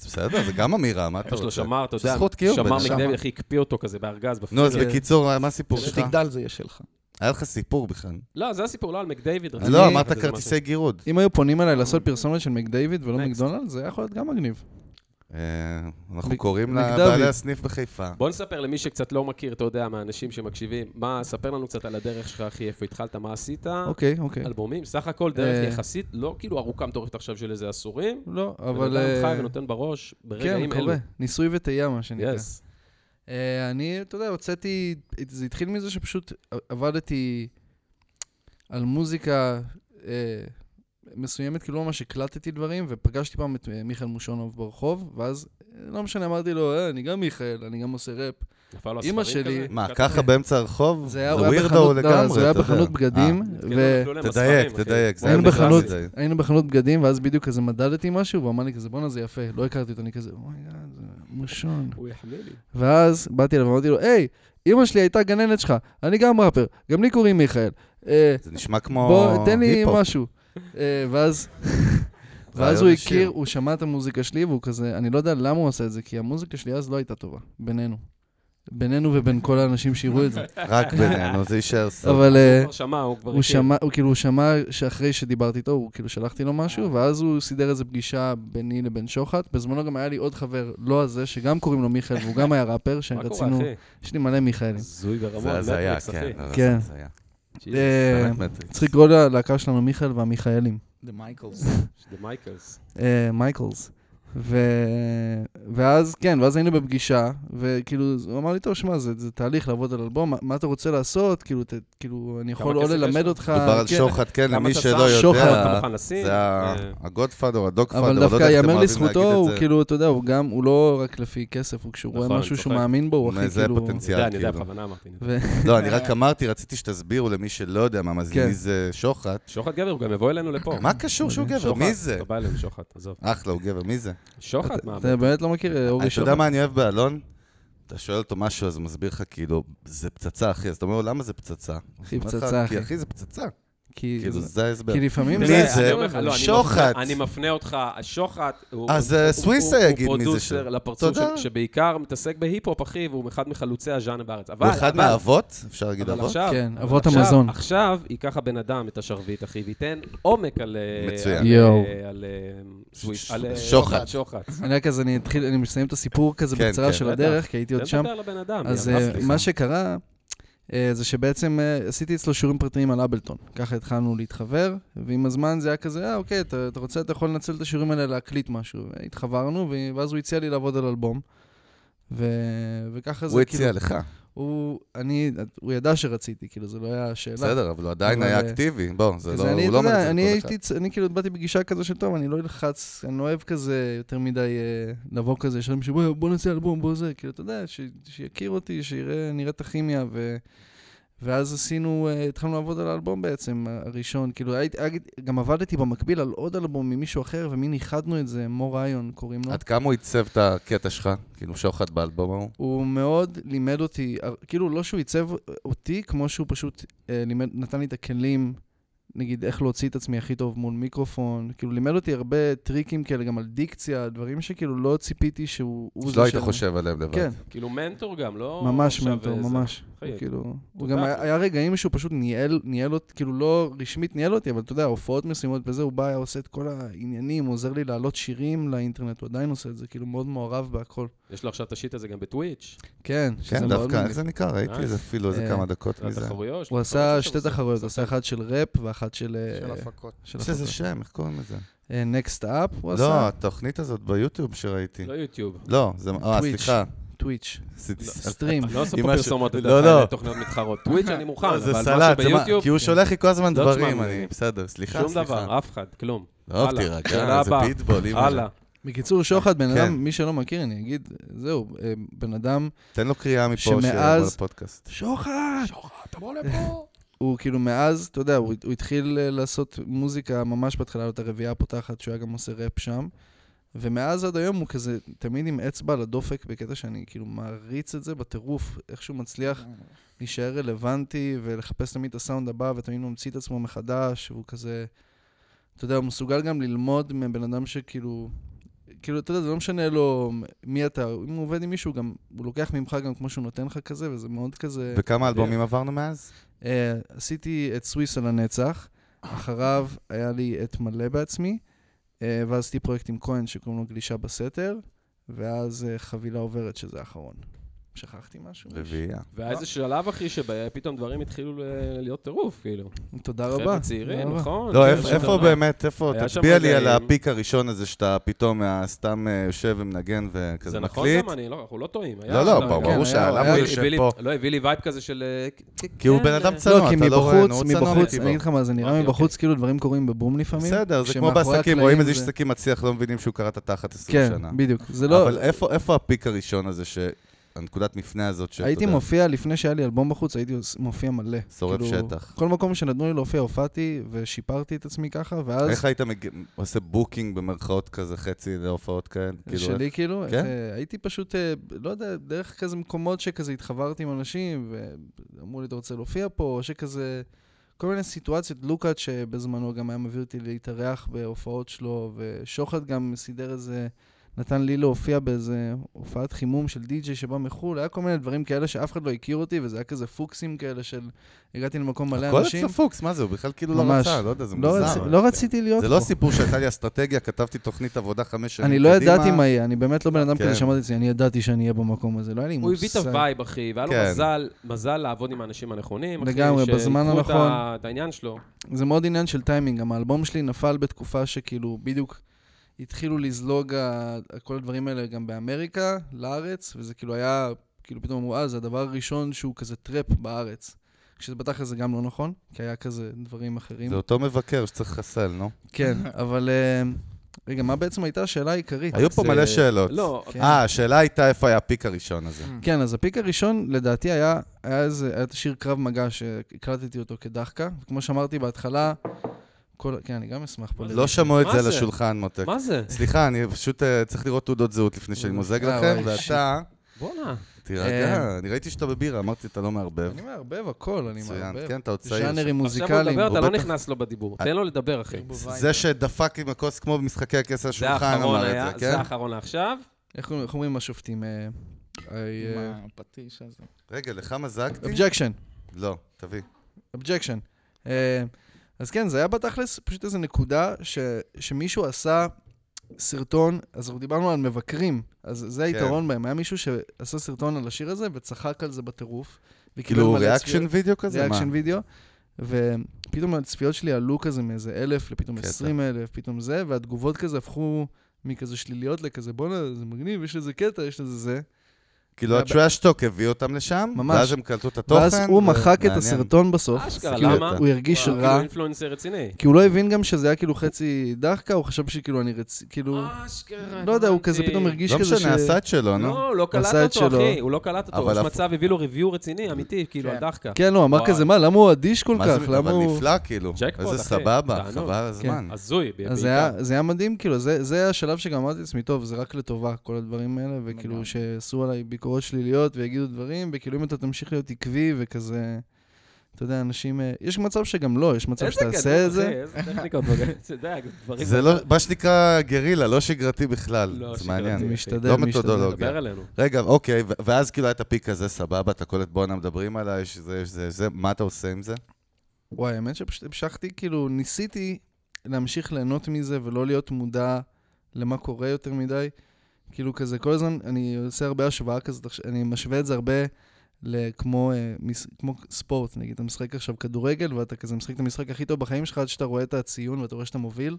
בסדר, זה גם אמירה, מה אתה
יש לו
רוצה?
שמר, לא אתה יודע,
זכות קיום, בן
שמר
אדם.
מקדייוויד, אחי, הקפיא אותו כזה בארגז,
נו,
בפנים.
אז בקיצור, אה, מה הסיפור שלך?
כשתגדל זה יהיה שלך.
היה לך סיפור בכלל.
לא, זה הסיפור, לא על מקדייוויד. רציתי
לא,
להגיד
אמרת
לך איזה
כרטיסי גירוד.
אם היו פונים אליי לעשות פרסומת של מקדייוויד ולא
Next.
מקדונלד, זה היה יכול להיות גם מגניב.
אה,
מק-
אנחנו קוראים
מקדבי.
לבעלי הסניף בחיפה.
משהו. בוא נספר למי שקצת לא מכיר, אתה יודע, מהאנשים שמקשיבים, מה, ספר לנו קצת על הדרך שלך, אחי, איפה התחלת, מה עשית,
אוקיי, אוקיי.
אלבומים, סך הכל דרך
אה.
יחסית, לא כאילו ארוכה מטורפת עכשיו של איזה עשורים,
לא,
אבל...
אבל... אה,
בן אדם חי ונותן בראש ברגעים
כן,
אלו.
קורה. ניסוי וטעייה, מה שנקרא.
יס.
אה, אני, אתה יודע, הוצאתי, זה התחיל מזה שפשוט עבדתי על מוזיקה אה, מסוימת, כאילו ממש הקלטתי דברים, ופגשתי פעם את אה, מיכאל מושונוב ברחוב, ואז, אה, לא משנה, אמרתי לו, אה, אני גם מיכאל, אני גם עושה ראפ.
נפל לו
אמא
הספרים
שלי-
כזה?
מה,
כתב-
ככה באמצע הרחוב?
זה היה,
זה
הוא היה
ווירדו
בחנות- לא,
לגמרי,
זה היה
אתה יודע. אה,
בחנות בגדים,
כן,
ו...
נפלו להם הספרים,
תדייק,
אחי.
תדייק. זה
היינו
היה מזעזע.
בחנות,
זה-
היינו בחנות בגדים, ואז בדיוק כזה מדדתי משהו, והוא אמר לי כזה, בואנה זה יפה, לא הכרתי אותו, אני כזה, אוי, אה, זה מושון.
הוא יחמיא לי.
ואז באתי אליו ואמרתי לו, היי, אמא שלי הייתה גננת שלך, אני גם ראפר, גם לי קוראים מיכאל. אה,
זה נשמע כמו
בוא, תן לי
היפ-הופ.
משהו. אה, ואז... ואז
רעיון
הוא
לשיר.
הכיר, הוא שמע את המוזיקה שלי והוא כזה, אני לא יודע למה הוא עשה את זה, כי המוזיקה שלי אז לא הייתה טובה, בינינו. בינינו ובין כל האנשים שיראו את זה.
רק בינינו, זה יישאר סוף.
אבל אה,
הוא כבר שמע, הוא כבר...
הוא
הכיר.
שמע, הוא כאילו שמע שאחרי שדיברתי איתו, הוא כאילו שלחתי לו משהו, ואז הוא סידר איזה פגישה ביני לבין שוחט. בזמנו גם היה לי עוד חבר, לא הזה, שגם קוראים לו מיכאל, והוא גם היה ראפר,
מה קורה,
שרצינו,
אחי?
יש לי מלא מיכאלים.
זוי ברמות,
כן. זה הזיה,
מטריקס, אחי.
כן. אבל
כן.
זה הזיה.
ג'יזוס,
אה,
באמת מטריקס.
צריך לקרוא ללהקה שלנו מיכאל והמיכאלים.
The מייקלס.
The מייקלס.
כן,
אה, מייקלס. ו... ואז, כן, ואז היינו בפגישה, וכאילו, אז הוא אמר לי, טוב, שמע, זה, זה תהליך לעבוד על אלבום, מה, מה אתה רוצה לעשות? כאילו, ת, כאילו אני יכול או
כסף יש
ללמד
לו?
אותך...
דובר על
כן,
שוחד, כן,
כמה
למי
אתה
שלא
שם?
יודע,
שוחד,
אתה מוכן לשים?
זה ה-
אה.
הגודפאדר, הדוגפאדר,
אבל
לא יודע איך
דווקא
אתם
ייאמר
אוהבים
לזכותו,
להגיד
הוא
את זה.
כאילו, אתה יודע, הוא גם, הוא לא רק לפי כסף, הוא כשהוא רואה
נכון,
משהו שהוא
צוחק.
מאמין בו, הוא הכי
מזהה
כאילו...
אתה יודע,
פוטנציאל,
אני יודע,
כאילו.
בכוונה אמרתי. אני יודע.
ו-
לא, אני רק אמרתי, רציתי שתסבירו למי שלא יודע מה
כן.
מזמין מי זה שוחט.
שוחט גבר, הוא גם יבוא אלינו לפה.
מה קשור שהוא גבר?
שוחט,
מי זה?
אתה בא אלינו, שוחט, עזוב.
אחלה, הוא גבר, מי זה?
שוחט, מה?
אתה באמת לא מכיר, אה, אורי
אתה
שוב.
יודע מה אני אוהב באלון? אתה שואל אותו משהו, אז הוא מסביר לך, כאילו, זה פצצה, אחי. אז אתה אומר לו, למה זה פצצה?
אחי,
הוא אומר לך,
פצצה,
כי
אחי.
אחי, זה פצצה.
כי
כאילו, זה ההסבר.
כי לפעמים
בלי
תראה,
זה-
אני אומר לך, לא, אני מפנה-
שוחט.
אני מפנה אותך, השוחט, הוא-
אז,
הוא-
אה,
הוא-
סוויסה
הוא-
יגיד מי זה
הוא פרודוסר
ש-
לפרצוף,
תודה.
ש- שבעיקר מתעסק בהיפ-הופ, אחי, והוא אחד מחלוצי הז'אנר בארץ. אבל-
הוא אחד
אבל-
מהאבות, אפשר להגיד
אבל
אבות?
עכשיו,
כן,
אבל
אבות
עכשיו-
המזון.
עכשיו ייקח הבן אדם את השרביט, אחי, וייתן עומק על... אה,
מצוין.
על,
יואו.
אה, על אה, סוויס-
ש-
על, אה,
שוחט.
שוחט.
אני רק אז אני אתחיל, אני מסיים את הסיפור כזה
כן,
בקצרה
כן.
של
בטח.
הדרך, כי הייתי
תן
עוד שם.
לדבר לבן אדם.
אז
יא
אה,
רפי.
מה שקרה, אה, זה שבעצם אה, עשיתי אצלו שיעורים פרטיים על אבלטון. ככה התחלנו להתחבר, ועם הזמן זה היה כזה, אה, אוקיי, אתה, אתה רוצה, אתה יכול לנצל את השיעורים האלה להקליט משהו. התחברנו, ו- ואז הוא הציע לי לעבוד על אלבום. ו... וככה זה
הוא
כאילו...
הציע לך.
הוא, אני, הוא ידע שרציתי, כאילו, זה לא היה שאלה.
בסדר, אבל הוא עדיין
אבל,
היה
אה,
אקטיבי. בוא, זה
אז
לא,
אני,
הוא
אתה
לא אומר את
יודע,
זה
אני
לכל אחד.
הייתי, צ- אני כאילו באתי בגישה כזה של טוב, אני לא אלחץ, אני לא אוהב כזה יותר מדי אה, לבוא כזה, שאומרים שבוא בוא נעשה אלבום, בוא זה, כאילו, אתה יודע, ש- שיכיר אותי, שיראה, נראה את הכימיה, ו... ואז עשינו, אה, התחלנו לעבוד על האלבום בעצם, הראשון. כאילו, הייתי, הייתי- גם עבדתי במקביל על עוד אלבום ממישהו אחר, ומין איחדנו את זה, מור איון קוראים לו.
עד כמה הוא עיצב את הקטע שלך? כאילו שוחד באלבום ההוא?
הוא מאוד לימד אותי, אה, כאילו לא שהוא עיצב אותי, כמו שהוא פשוט אה, לימד, נתן לי את הכלים, נגיד איך להוציא את עצמי הכי טוב מול מיקרופון, כאילו לימד אותי הרבה טריקים כאלה, גם על דיקציה, דברים שכאילו לא ציפיתי שהוא הוא
לא היית
ש-
חושב עליהם לבד.
כן,
כאילו מנטור גם, לא...
ממש
עכשיו
מנטור,
איזה-
ממש.
אחי,
הוא כאילו, הוא
תודה.
גם היה היה רגעים שהוא פשוט ניהל, ניהל אותי, כאילו לא רשמית ניהל אותי, אבל אתה יודע, הופעות מסוימות וזה, הוא בא, היה עושה את כל העניינים, הוא עוזר לי להעלות שירים לאינטרנט, הוא עדיין עושה את זה, כאילו מאוד מעורב בהכל.
יש לו עכשיו את השיט הזה גם בטוויץ'.
כן, שזה
כן,
מאוד
דווקא,
מגניב.
איך זה נקרא? ראיתי
Nice.
איזה אפילו איזה
אה,
כמה דקות מזה.
התחרויות. לא
הוא
שאתה עושה
עשה
שם
שתי
בסוף.
תחרויות, הוא עשה אחת של ראפ ואחת של... אה,
של הפקות.
של
יש איזה שם, איך קוראים לזה?
נקסט אפ, הוא
לא,
עשה
התוכנית הזאת ביוטיוב שראיתי.
לא יוטיוב.
לא, זה... אה,
טוויץ'.
סליחה.
טוויץ',
עשיתי סלט.
סטרים.
לא עשו
עם
פה
משהו-
פרסומות
לא,
לדעתי,
לא.
לתוכניות מתחרות. טוויץ' אני מוכן,
לא, זה
אבל מה
סלט, זה מה-
אה, שביוטיוב,
כן.
כי הוא שולח לי כל הזמן
לא תשמע
דברים,
ממני.
אני
אה,
בסדר, סליחה,
שום
סליחה.
דבר, אף אחד, כלום.
לא,
הלאה.
תירגע,
שאלה
זה
הבאה.
פיטבול, אימא.
הלאה.
בקיצור, שוחד, בן
כן.
אדם, מי שלא מכיר, אני אגיד, זהו, אה, בן אדם,
תן לו קריאה מפה
שמאז-
שיעבור לפודקאסט.
שוחד! שוחד, תבוא לפה! הוא כאילו מאז, אתה יודע, הוא הוא התחיל אה, לעשות מוזיקה ממש בהתחלה, הייתה הרביעייה הפותחת, שהוא היה גם עושה ראפ שם. ומאז עד היום הוא כזה תמיד עם אצבע על הדופק בקטע שאני כאילו מעריץ את זה בטירוף, איך שהוא מצליח להישאר רלוונטי ולחפש תמיד את הסאונד הבא ותמיד ממציא את עצמו מחדש, והוא כזה, אתה יודע, הוא מסוגל גם ללמוד מבן אדם שכאילו, כאילו, אתה יודע, זה לא משנה לו מי אתה, אם הוא עובד עם מישהו, גם הוא לוקח ממך גם כמו שהוא נותן לך כזה, וזה מאוד כזה...
וכמה אלבומים עברנו מאז?
אה, עשיתי את סוויס על הנצח, אחריו היה לי את מלא בעצמי, אה, ואז עשיתי פרויקט עם כהן שקוראים לו גלישה בסתר, ואז אה, חבילה עוברת שזה האחרון. שכחתי משהו?
רביעייה.
אה,
והיה איזה שלב, אחי, שפתאום דברים התחילו ל- להיות טירוף, כאילו.
תודה רבה.
חבר'ה
תודה
צעירים,
רבה.
נכון?
לא,
כן,
איפ-
שאתה
איפה
אומר,
באמת, איפה?
היה שם
תצביע לי על
רגעים.
הפיק הראשון הזה שאתה פתאום אה, סתם אה, יושב ומנגן וכזה
זה נכון
מקליט.
גם, אני לא, אנחנו לא טועים. היה
לא, לא,
שם,
ברור,
כן,
ברור
היה-
שהלמה
היה-
הוא
הוא
יושב
הביא לי-
פה.
לא, הביא לי וייב כזה של... אה,
כי הוא
כן,
בן אדם
אה,
צנוע,
כי
אתה לא רואה, נו,
מבחוץ,
הוא צנוע
מבחוץ,
מטבעו.
אני אגיד לך מה, זה נראה
אוקיי,
מבחוץ כאילו דברים קורים בבום לפעמים.
בסדר, זה כמו
כשמאחורי
בעסקים,
הקלעים
רואים איזה
זה-
איש עסקים מצליח, לא מבינים שהוא קרע את התחת 20
כן,
שנה.
בדיוק. זה לא...
אבל איפה- איפה הפיק הראשון הזה, ש- הנקודת מפנה הזאת שאתה
הייתי
יודע,
מופיע, לפני שהיה לי אלבום בחוץ, הייתי עוש- מופיע מלא.
שורף
כאילו,
שטח.
כל מקום שנתנו לי להופיע, הופעתי ושיפרתי את עצמי ככה, ואז...
איך היית מג- עושה בוקינג במרכאות כזה חצי להופעות כאלה? כאילו,
שלי כאילו,
כן?
כן? הייתי פשוט, אה, לא יודע, דרך כזה מקומות שכזה התחברתי עם אנשים, ואמרו לי, אתה רוצה להופיע פה, או שכזה, כל מיני סיטואציות, לוקאט שבזמנו גם היה מביא אותי להתארח בהופעות שלו, ושוחד גם סידר איזה, נתן לי להופיע באיזה הופעת חימום של די-ג'יי שבא מחו"ל, היה כל מיני דברים כאלה שאף אחד לא הכיר אותי, וזה היה כזה פוקסים כאלה של, הגעתי למקום מלא
הכל
אנשים.
צפוקס, מה זה, הוא בכלל כאילו לא
ממש.
רצה, לא יודע, זה
לא, רצ...
מוזר.
לא רציתי להיות
זה
פה.
לא סיפור שהייתה לי אסטרטגיה, כתבתי תוכנית עבודה חמש שנים
אני לא
קדימה.
ידעתי מה יהיה, אני באמת לא בן אדם
כן.
כזה שאמרתי את זה, אני ידעתי שאני אהיה במקום הזה, לא היה לי
הוא
מושג.
הביא את הווייב, אחי, והיה לו
כן.
מזל, מזל לעבוד עם האנשים הנכונים. אחי,
לגמרי,
שיקחו
בזמן
את
הנכון.
ה- את העניין שלו.
זה מאוד עניין של טיימינג, גם האלבום שלי נפל בתקופה שכאילו בדיוק התחילו לזלוג ה- כל הדברים האלה גם באמריקה, לארץ, וזה כאילו היה, כאילו פתאום אמרו, אה, זה הדבר הראשון שהוא כזה טראפ בארץ. כשזה בטח זה גם לא נכון, כי היה כזה דברים אחרים.
זה אותו מבקר שצריך לחסל, נו.
כן, אבל... אה, רגע, מה בעצם הייתה השאלה העיקרית?
היו פה
זה-
מלא שאלות.
לא,
כן.
אה, השאלה הייתה איפה היה הפיק הראשון הזה.
כן, אז הפיק הראשון, לדעתי, היה, היה איזה, היה את השיר קרב מגע שהקלטתי אותו כדחקה. וכמו שאמרתי בהתחלה, כל... כן, אני גם אשמח פה.
לא שמעו את
מה
זה
זה?
לשולחן, מותק.
מה זה?
סליחה, אני פשוט אה, צריך לראות תעודות זהות לפני שאני מוזג
אה,
לכם,
וואי,
ואתה...
בואנה.
תירגע, אני ראיתי שאתה בבירה, אמרתי, אתה לא מערבב.
אני מערבב הכל, אני
מצוין,
מערבב.
כן, אתה עוד צעיר.
ז'אנרים
עכשיו הוא
מוזיקליים.
מדבר, אתה לא
בטח-
נכנס לו בדיבור. תן לו לדבר, אחי.
זה שדפק עם הכוס כמו במשחקי הכס על
זה
השולחן
האחרון
אמר
היה,
את זה,
זה
כן?
האחרון לעכשיו.
איך קוראים- איך אומרים השופטים? אה, אה, אה,
עם הפטיש הזה.
רגע, לך מזגתי?
Objection,
לא, תביא.
objection. אה, אז כן, זה היה בתכלס פשוט איזו נקודה ש- שמישהו עשה סרטון, אז דיברנו על מבקרים, אז זה
כן.
היתרון בהם. היה מישהו שעשה סרטון על השיר הזה וצחק על זה בטירוף. וקיבל
כאילו
מלא
ריאקשן
צפיות.
וידאו כזה? מה?
ריאקשן וידאו, ופתאום הצפיות שלי עלו כזה מאיזה אלף לפתאום
קטע.
עשרים אלף, פתאום זה, והתגובות כזה הפכו מכזה שליליות לכזה, בואנה, זה מגניב, יש לזה קטע, יש לזה זה.
כאילו הטרשטוק הביא אותם לשם,
ממש.
ואז הם קלטו את התוכן.
ואז הוא
ו-
מחק את
מעניין.
הסרטון בסוף,
אשכרה,
כי הוא-
למה?
הוא הרגיש
וואו,
רע,
כאילו אינפלואנסר רציני.
כי הוא לא הבין גם שזה היה כאילו חצי דחקה, הוא חשב שכאילו אני רצ... כאילו,
אשכרה,
לא יודע, הוא
אה, הבנתי.
כזה פתאום הרגיש
לא
כזה
משנה,
ש...
עשה את שלו, נו.
לא, הוא לא קלט
עשה את
אותו,
שלו.
אחי, הוא לא קלט אותו.
אבל
יש
אף-
מצב, הביא לו ריוויו רציני, אמיתי, כאילו, על דחקה.
כן, לא, אמר
וואי.
כזה, מה, למה הוא אדיש כל
מה זה-
כך? למה
אבל
הוא...
נפלא, כאילו.
ג'קפוט,
איזה
אחי.
סבבה,
תענוג.
חבל
כן.
הזמן.
הזוי, ב-
אז זה
בעיקר.
היה- זה היה מדהים, כאילו, זה זה השלב שגם אמרתי לעצמי, טוב, זה רק לטובה, כל הדברים האלה, וכאילו, שיעשו עליי ביקורות שליליות ויגידו דברים, וכאילו, אם אתה תמשיך להיות עקבי וכזה, אתה יודע, אנשים... אה, יש מצב שגם לא, יש מצב
איזה
שתעשה
גדול,
את
אחי,
זה.
איזה טכניקות, בגלל- אתה יודע, דברים...
זה לא, מה שנקרא גרילה, לא שגרתי בכלל.
לא
זה
שגרתי.
מעניין.
כן, משתדל,
לא
משתדל.
מתודולוג.
דבר אלינו.
רגע, אוקיי, ו- ואז כאילו היה את הפיק הזה, סבבה, אתה קולט בואנה, מדברים עליי, שזה, שזה, זה, מה אתה עושה עם זה?
וואי, האמת שפשוט המשכתי, כאילו, ניסיתי להמשיך ליהנות מזה ולא להיות מודע למה קורה יותר מדי. כאילו כזה, כל הזמן, אני עושה הרבה השוואה כזאת, עכשיו- אני משווה את זה הרבה לכמו אה, מס, כמו ספורט, נגיד, אתה משחק עכשיו כדורגל, ואתה כזה משחק את המשחק הכי טוב בחיים שלך, עד שאתה רואה את הציון ואתה רואה שאתה מוביל,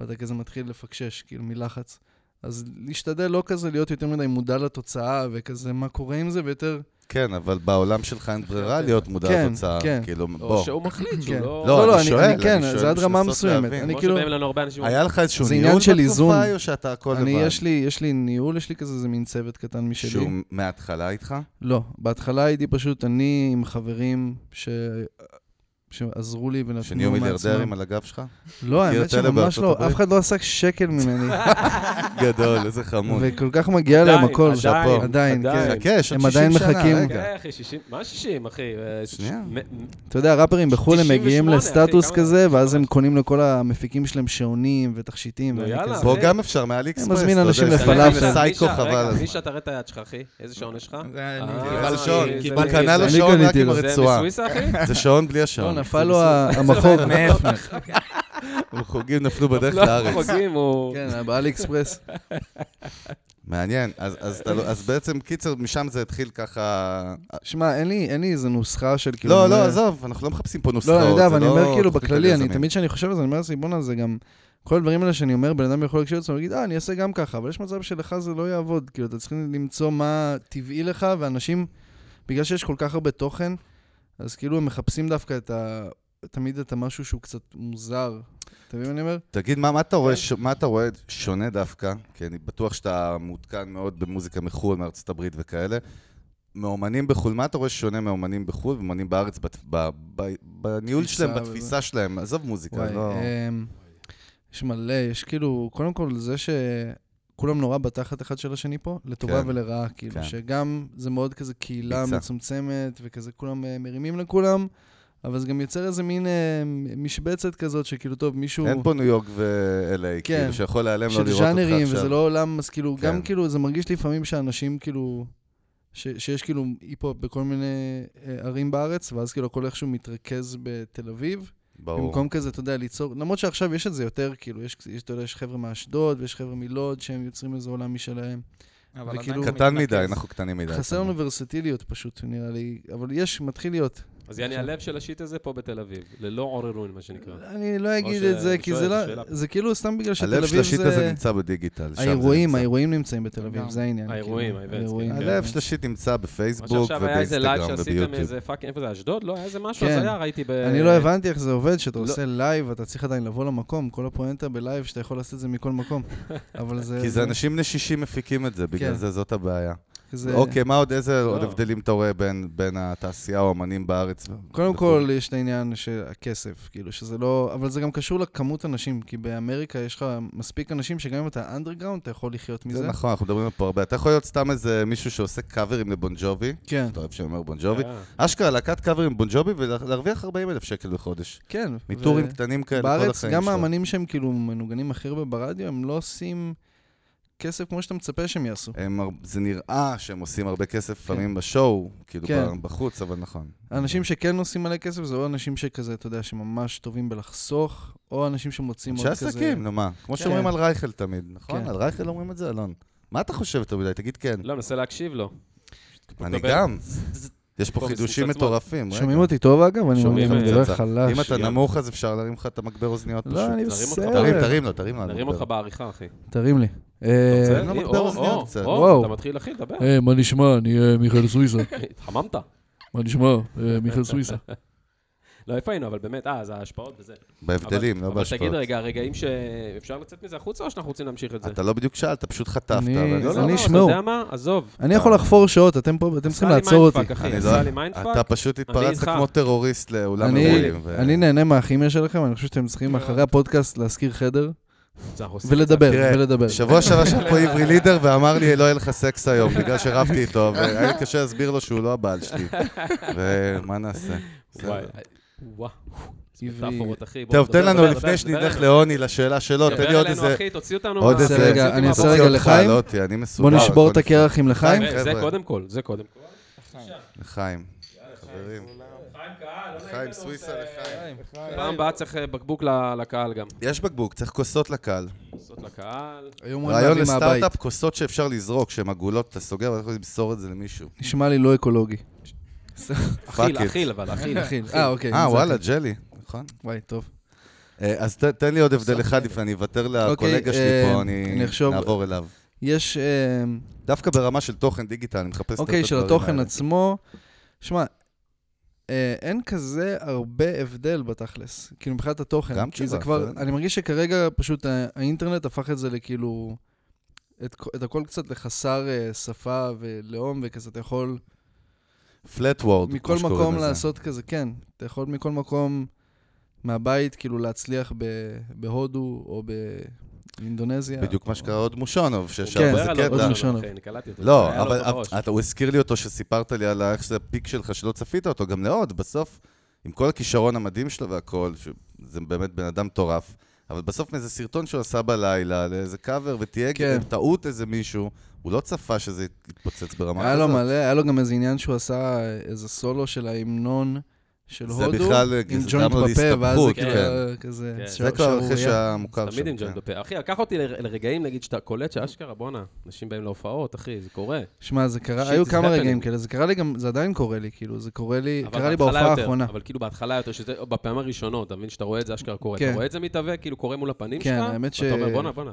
ואתה כזה מתחיל לפקשש, כאילו, מלחץ. אז להשתדל לא כזה להיות יותר מדי מודע לתוצאה, וכזה מה קורה עם זה, ויותר...
כן, אבל בעולם שלך אין ברירה להיות מודע
כן,
לתוצאה.
כן.
כאילו, בוא.
או שהוא מחליט שהוא
כן.
לא...
לא, אני
אני
שואל,
אני
אני
כן,
שואל
זה עד
בשביל
רמה
לנסות
מסוימת.
להבין.
אני
כמו
כאילו...
שבאים לנו הרבה אנשים...
היה לך איזשהו
זה
ניהול
עניין של
בתקופה,
איזון.
או שאתה הכל לבד?
אני, יש לי, יש לי ניהול, יש לי כזה איזה מין צוות קטן משלי.
שהוא מההתחלה איתך?
לא, בהתחלה הייתי פשוט אני עם חברים ש... שעזרו לי ונתנו
שנהיו מיליארדרים על הגב שלך?
לא,
מכיר
האמת
את אלה
שממש
בארצות
לא,
הברית?
אף אחד לא עסק שקל ממני,
גדול, איזה חמוד.
וכל כך מגיע להם הכל.
שאפו.
עדיין, כן.
חכה, יש עוד
הם
60
עדיין
שנה,
מחכים.
רגע.
כן, אחי, 60, מה 60, אחי? אה,
שנייה.
מ- מ-
כן. אתה יודע, ראפרים בחו"ל הם
98,
מגיעים
אחי,
לסטטוס
כמה-
כזה, ואז הם קונים לכל המפיקים שלהם שעונים ותכשיטים.
נו,
ואני
יאללה.
כזה-
פה
אחי.
גם אפשר, מעלי אקספרס.
מזמין
אתה יודע,
אנשים
יש
לפלאפל.
אנשים
רגע,
סייקו
מישה,
חבל.
כן. רגע,
הזמן.
מישה, תראה את היד שלך, אחי. איזה שעון יש לך?
אני-
אה,
קיבל
זה-
שעון,
זה-
קיבל-
זה-
קנה לו
אני
שעון רק
קניתי
עם
לו.
זה
הרצועה.
מסוויסה, אחי?
זה שעון בלי
לא,
השעון.
נפל לו ה- המחוג.
מאיפה?
חוגים נפלו בדרך
לא,
לארץ.
חוגים, הוא...
כן, באלי אקספרס.
מעניין. אז- אז אתה לא- אז בעצם, קיצר, משם זה התחיל ככה...
שמע, אין לי- אין לי איזה נוסחה של כאילו...
לא,
מה-
לא, עזוב, אנחנו לא מחפשים פה נוסחאות.
לא, אני יודע,
זה
אבל אני
לא
אומר כאילו
תוכנית
בכללי, אני
ליזמים.
תמיד כשאני חושב על זה, אני אומר לעצמי, בואנה, זה גם... כל הדברים האלה שאני אומר, בן אדם יכול להקשיב לעצמו ולהגיד, אה, אני אעשה גם ככה, אבל יש מצב שלך זה לא יעבוד. כאילו, אתה צריך למצוא מה טבעי לך, ואנשים, בגלל שיש כל כך הרבה תוכן, אז כאילו הם מחפשים דווקא את ה... תמיד את המשהו שהוא קצת מוזר. אתה מבין מה אני אומר?
תגיד, מה, מה, אתה רואה,
כן.
ש... מה אתה רואה שונה דווקא, כי אני בטוח שאתה מעודכן מאוד במוזיקה מחו"ל, מארצות הברית וכאלה, מאומנים בחו"ל, מה אתה רואה שונה מאומנים בחו"ל ומאומנים בארץ בת... ב... ב... בניהול
תפיסה
שלהם,
וזה.
בתפיסה שלהם? עזוב מוזיקה,
וואי,
לא...
אמ, יש מלא, יש כאילו, קודם כל זה שכולם נורא בתחת אחד של השני פה, לטובה
כן.
ולרעה, כאילו,
כן.
שגם זה מאוד כזה קהילה
ביצה.
מצומצמת, וכזה כולם אה, מרימים לכולם, אבל זה גם יוצר איזה מין אה, משבצת כזאת, שכאילו, טוב, מישהו...
אין פה ניו יורק ו-LA,
כן.
כאילו, שיכול להיעלם לא לראות
של
אותך עכשיו.
ז'אנרים, וזה לא עולם, אז כאילו,
כן.
גם כאילו, זה מרגיש לפעמים שאנשים כאילו, ש, שיש כאילו היפ-הופ בכל מיני אה, ערים בארץ, ואז כאילו הכל איכשהו מתרכז בתל אביב,
ברור.
במקום כזה, אתה יודע, ליצור, למרות שעכשיו יש את זה יותר, כאילו, יש, יש, אתה יודע, יש חבר'ה מאשדוד ויש חבר'ה מלוד שהם יוצרים איזה עולם משלהם. וכאילו-
קטן מדי, אנחנו קטנים מדי.
חסר לנו ורסטיליות פשוט, נראה לי, אבל יש, מתחיל להיות.
אז יעני הלב של השיט הזה פה בתל אביב, ללא עוררון, מה שנקרא.
אני לא אגיד
ש-
את זה,
אני
כי
שואל,
זה
זו
לא,
שאלה.
זה כאילו סתם בגלל שתל
הלב
אביב זה...
של השיט הזה נמצא בדיגיטל. שם זה
האירועים,
נמצא.
האירועים נמצאים בתל אביב, זה העניין.
האירועים,
כאילו,
האירועים, כן.
הלב
כן.
של השיט נמצא
מה
בפייסבוק
שעכשיו היה איזה לייב
ובאינסטגרם
שעשיתם
וביוטיוב.
איזה פאקינג, איפה זה, אשדוד? לא, היה איזה משהו?
כן.
אז היה, ראיתי ב...
אני לא הבנתי איך זה עובד, שאתה
לא.
עושה לייב, אתה צריך עדיין לבוא למקום, כל הפואנטה בלייב, שאתה יכול לעשות את זה מכל מקום. אבל זה...
כי זה אנשים בני 60 מפיקים את זה, בגלל
כן.
זה זאת הבעיה.
זה-
אוקיי, מה עוד, איזה עוד
לא.
הבדלים אתה רואה בין, בין התעשייה או האמנים בארץ? ו-
קודם
בחו"ל?
כל, יש את העניין של הכסף, כאילו, שזה לא... אבל זה גם קשור לכמות אנשים, כי באמריקה יש לך מספיק אנשים שגם אם אתה אנדרגראונד, אתה יכול לחיות מזה.
זה נכון, אנחנו מדברים פה הרבה. אתה יכול להיות סתם איזה מישהו שעושה קאברים לבונג'ובי,
כן,
אתה אוהב שאומר בונג'ובי,
אה,
אשכרה להקת קאברים בונג'ובי ולהרוויח 40 אלף שקל בחודש.
כן.
מטורים
ו-
קטנים כאלה כל
בארץ,
החיים
גם
שלו.
האמנים שהם כאילו מנוגנים הכי הרבה ברדיו, הם לא עושים כסף כמו שאתה מצפה שהם יעשו.
הם הר- זה נראה שהם עושים הרבה כסף
כן.
לפעמים בשואו, כאילו
כן.
ב- בחוץ, אבל נכון.
האנשים שכן עושים מלא כסף זה או אנשים שכזה, אתה יודע, שממש טובים בלחסוך, או אנשים שמוצאים עוד
אנשי
כזה...
עסקים, נו מה? כמו
כן.
שאומרים על רייכל תמיד, נכון?
כן.
על רייכל אומרים את זה, אלון? מה אתה חושב יותר מדי? תגיד כן.
לא, מנסה להקשיב לו.
אני
מדבר.
גם. יש פה
פה
חידושים
מסוס עצמו.
מטורפים. רגע.
שומעים אותי טוב, אגב? אני
שומעים,
מרגיש שאני
אה,
מדבר
צצה.
חלש.
אם אתה
שנייה.
נמוך אז אפשר להרים לך את המגבר אוזניות פשוט.
לא, אני
תרים אותך,
בסדר.
תרים, תרים לו, תרים לו.
נרים
המגבר.
אותך בעריכה, אחי.
תרים לי. אה,
רוצה?
אין לו
אה,
מטבע
או,
אוזניות
או,
קצת.
או,
וואו.
אתה מתחיל, אחי, לדבר.
היי, מה נשמע? אני אה, מיכאל סוויסה.
התחממת.
מה נשמע? אה, מיכאל סוויסה.
לא, איפה היינו, אבל באמת, אה, זה ההשפעות וזה.
בהבדלים,
אבל-
לא
אבל
בהשפעות.
תגיד רגע, הרגעים שאפשר לצאת מזה החוצה, או שאנחנו רוצים להמשיך את זה?
אתה לא בדיוק שאלת, פשוט חטפת.
אני-
אבל-
לא,
אז
לא, לא, אתה
אשמעו.
יודע מה? עזוב.
אני יכול לחפור שעות, אתם פה, אתם צריכים לעצור אותי.
אני
אחי,
לא-
עשה לי מיינדפאק.
אתה פשוט התפרצת
איתך.
כמו טרוריסט לאולם
אני-
אירועים. ו-
אני נהנה מהכימיה שלכם, אני חושב שאתם
לא.
צריכים אחרי הפודקאסט להשכיר חדר
זה אנחנו עושים
ולדבר,
תראה,
ולדבר.
שבוע שעבר שם פה עברי לידר ואמר לי, לא יהיה לך סקס היום, בגלל שרבתי איתו, והיה לי קשה להסביר לו שהוא לא הבעל שלי. ומה נעשה?
את זה. וואי,
בסדר.
וואו. זה
עברי.
מטאפורות, אחי. בוא, כן,
טוב, תן
דבר,
לנו,
דבר,
לפני
דבר,
שנלך
דבר.
לעוני, לשאלה שלו, תן לי עוד
דבר
איזה...
אלינו, אחי, תוציא אותנו.
עוד
מה-
איזה...
רגע,
תוציא אותי
אני אעשה רגע
מהבוץ.
אותך,
לחיים.
לא אותי, אני מסודר.
בוא נשבור
הכל
את הקרח עם לחיים.
לחיים,
זה
חבר'ה.
קודם כל, זה קודם כל.
לחיים. חברים. לחיים סוויסה, לחיים.
פעם הבאה צריך אה, בקבוק ל- לקהל גם.
יש בקבוק, צריך כוסות לקהל.
לעשות לקהל.
היום הוא
רעיון
להביא מהבית.
לסטארט-אפ, כוסות שאפשר לזרוק, שהן עגולות, אתה סוגר, ואתה יכול למסור את זה למישהו.
נשמע לי לא אקולוגי.
אכיל,
it.
אכיל, אבל אכיל.
אכיל. אה, אוקיי.
אה,
זה
וואלה,
אכיל.
ג'לי, נכון.
וואי, טוב.
אה, אז ת- תן לי עוד הבדל אחד לפני, אני אוותר לקולגה שלי
אה,
פה, אני
אני אחשוב-
נעבור אליו.
יש... אמ,
דווקא ברמה של תוכן דיגיטל, אני מחפש את הדברים
אוקיי,
האלה.
של התוכן עצמו. שמע, אה, אין כזה הרבה הבדל בתכלס, כאילו מבחינת התוכן.
גם
כי זה
תשובה,
כבר,
בסדר.
אני מרגיש שכרגע פשוט ה- האינטרנט הפך את זה לכאילו, את, כ- את הכל קצת לחסר אה, שפה ולאום, וכזה אתה יכול
פלט וורד,
מכל מקום לעשות כזה, כן, אתה יכול מכל מקום מהבית כאילו להצליח ב, בהודו או באינדונזיה.
בדיוק מה שקרה עוד מושונוב, שיש
כן,
שם
דבר
איזה
על
עוד
קטע.
הראש,
משהו.
אחי, אני קלטתי אותו. זה
לא,
היה לו
אבל
בראש.
אתה- הוא הזכיר לי אותו שסיפרת לי על איך שזה הפיק שלך שלא צפית אותו, גם לעוד, בסוף, עם כל הכישרון המדהים שלו והכל, שזה באמת בן אדם מטורף, אבל בסוף מאיזה סרטון שהוא עשה בלילה, לאיזה קאבר, ותהיה
כן.
טעות איזה מישהו, הוא לא צפה שזה יתפוצץ ברמה
היה לו
כזאת.
מלא, היה לו גם איזה עניין שהוא עשה אה, איזה סולו של ההמנון של
זה
הודו.
בכלל,
עם
זה גם
ג'וינט
עוד
בפה, ואז זה
הסתבכות,
כאילו
כן.
היה כזה...
כן.
זה
שער-
כבר אחרי
שערורייה.
שהמוכר
תמיד עם
כן.
ג'ון בפה. אחי, לקח אותי ל- לרגעים, נגיד, שאתה קולט שאשכרה, בואנה, אנשים באים להופעות, אחי, זה קורה.
שמע, זה קרה,
Shit
היו
is
כמה
happening.
רגעים כאלה, זה קרה לי גם, זה עדיין קורה לי, כאילו, זה קורה לי,
אבל
קרה לי
בהתחלה
בהופעה
יותר,
האחרונה.
אבל כאילו בהתחלה יותר, שזה או בפעמים הראשונות, אתה מבין שאתה רואה את זה אשכרה קורה.
כן.
אתה רואה את זה מתהווה, כאילו קורה מול הפנים
כן,
שלך,
האמת ש-
ואתה אומר, בואנה, בואנה,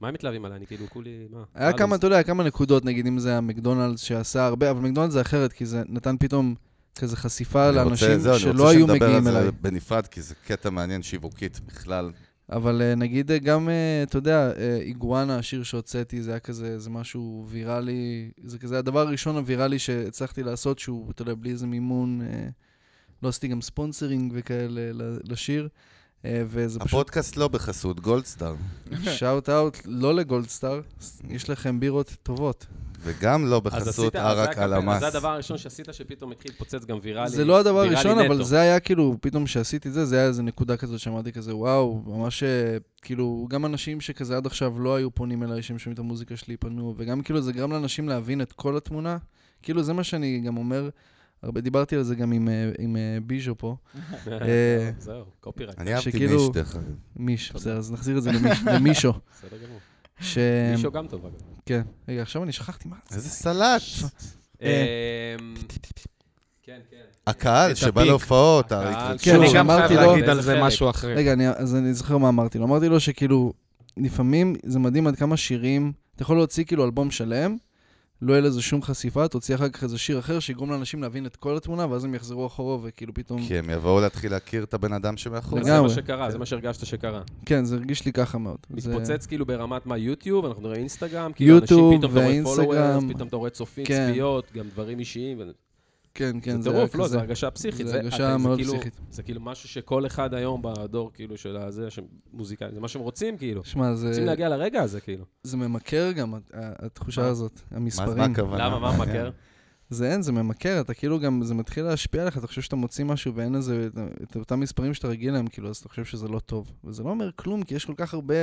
מה הם מתלהבים עליי? אני כאילו, כולי, מה?
היה כמה, אתה יודע, היה כמה נקודות, נגיד אם זה המקדונלדס שעשה הרבה, אבל מקדונלדס זה אחרת, כי זה נתן פתאום כזה חשיפה
אני רוצה-
לא, לאנשים
זהו, אני
שלא
רוצה
היו
שנדבר
מגיעים
על זה
אליי.
בנפרד, כי זה קטע מעניין שיווקית בכלל.
אבל אה, נגיד אה, גם, אה, אתה יודע, אה, איגואנה, השיר שהוצאתי, זה היה כזה, זה משהו ויראלי, זה כזה הדבר הראשון הוויראלי שהצלחתי לעשות, שהוא, אתה יודע, בלי איזה מימון, אה, לא עשיתי גם ספונסרינג וכאלה ל- לשיר, אה, וזה פשוט
הפודקאסט לא בחסות גולדסטאר,
שאוט אאוט, לא לגולדסטאר, יש לכם בירות טובות.
וגם לא בחסות ערק על המס.
זה הדבר הראשון שעשית, שפתאום התחיל להתפוצץ גם ויראלי.
זה לא הדבר
ויראלי
הראשון,
נטו.
אבל זה היה כאילו, פתאום כשעשיתי את זה, זה היה איזה נקודה כזאת שאמרתי כזה, וואו, ממש אה, כאילו, גם אנשים שכזה עד עכשיו לא היו פונים אליי, שהם שומעים את המוזיקה שלי, פנו, וגם כאילו זה גרם לאנשים להבין את כל התמונה. כאילו, זה מה שאני גם אומר, הרבה דיברתי על זה גם עם, אה, עם אה, ביז'ו פה, אה,
זהו, קופירייט,
אני אהבתי
שכאילו-
מיש, דרך אגב.
מיש, בסדר, אז נחזיר את זה למיש, למישו.
בסדר גמור.
ש...
מישהו גם טוב, אגב.
כן. רגע, עכשיו אני שכחתי מה זה.
איזה סלט.
אמ, כן, כן.
הקהל
את
שבא
הפיק.
להופעות,
הקהל
האריק
שבא.
כן,
אני גם
שאמרתי
חייב
לו-
להגיד על
באיזה
זה
חלק.
משהו אחר.
רגע, אני, אז אני זוכר מה אמרתי לו. אמרתי לו שכאילו, לפעמים זה מדהים עד כמה שירים, אתה יכול להוציא כאילו אלבום שלם, לא יהיה לזה שום חשיפה, תוציא אחר כך איזה שיר אחר שיגרום לאנשים להבין את כל התמונה, ואז הם יחזרו אחורה וכאילו פתאום...
כן.
כי הם יבואו להתחיל להכיר את הבן אדם שמאחורי.
זה מה
לגמרי.
שקרה, זה מה שהרגשת שקרה.
כן, זה הרגיש לי ככה מאוד. זה-
מתפוצץ כאילו ברמת מה, יוטיוב, אנחנו נראה אינסטגרם, כאילו אנשים
יוטיוב
פתאום אתה רואה
והאינסטגרם.
followers, פתאום אתה רואה צופים,
כן.
צפיות, גם דברים אישיים. ו-
כן, כן,
זה
זה היה
טירוף, לא,
כזה.
זה הרגשה פסיכית.
זה
זה-
הרגשה
אתה- זה
מאוד
כאילו-
פסיכית.
זה כאילו משהו שכל אחד היום בדור, כאילו, של הזה, מוזיקאים, זה מה שהם רוצים, כאילו.
שמע, זה-
רוצים להגיע לרגע הזה, כאילו.
זה ממכר גם, ה- ה- התחושה
מה?
הזאת,
מה מה
המספרים.
הכוונה?
למה, מה
כן.
כן?
מעניין.
מכר?
זה אין, זה ממכר, אתה כאילו גם, זה מתחיל להשפיע עליך, אתה חושב שאתה מוציא משהו ואין איזה, את אותם מספרים שאתה רגיל להם, כאילו, אז אתה חושב שזה לא טוב. וזה לא אומר כלום, כי יש כל כך הרבה,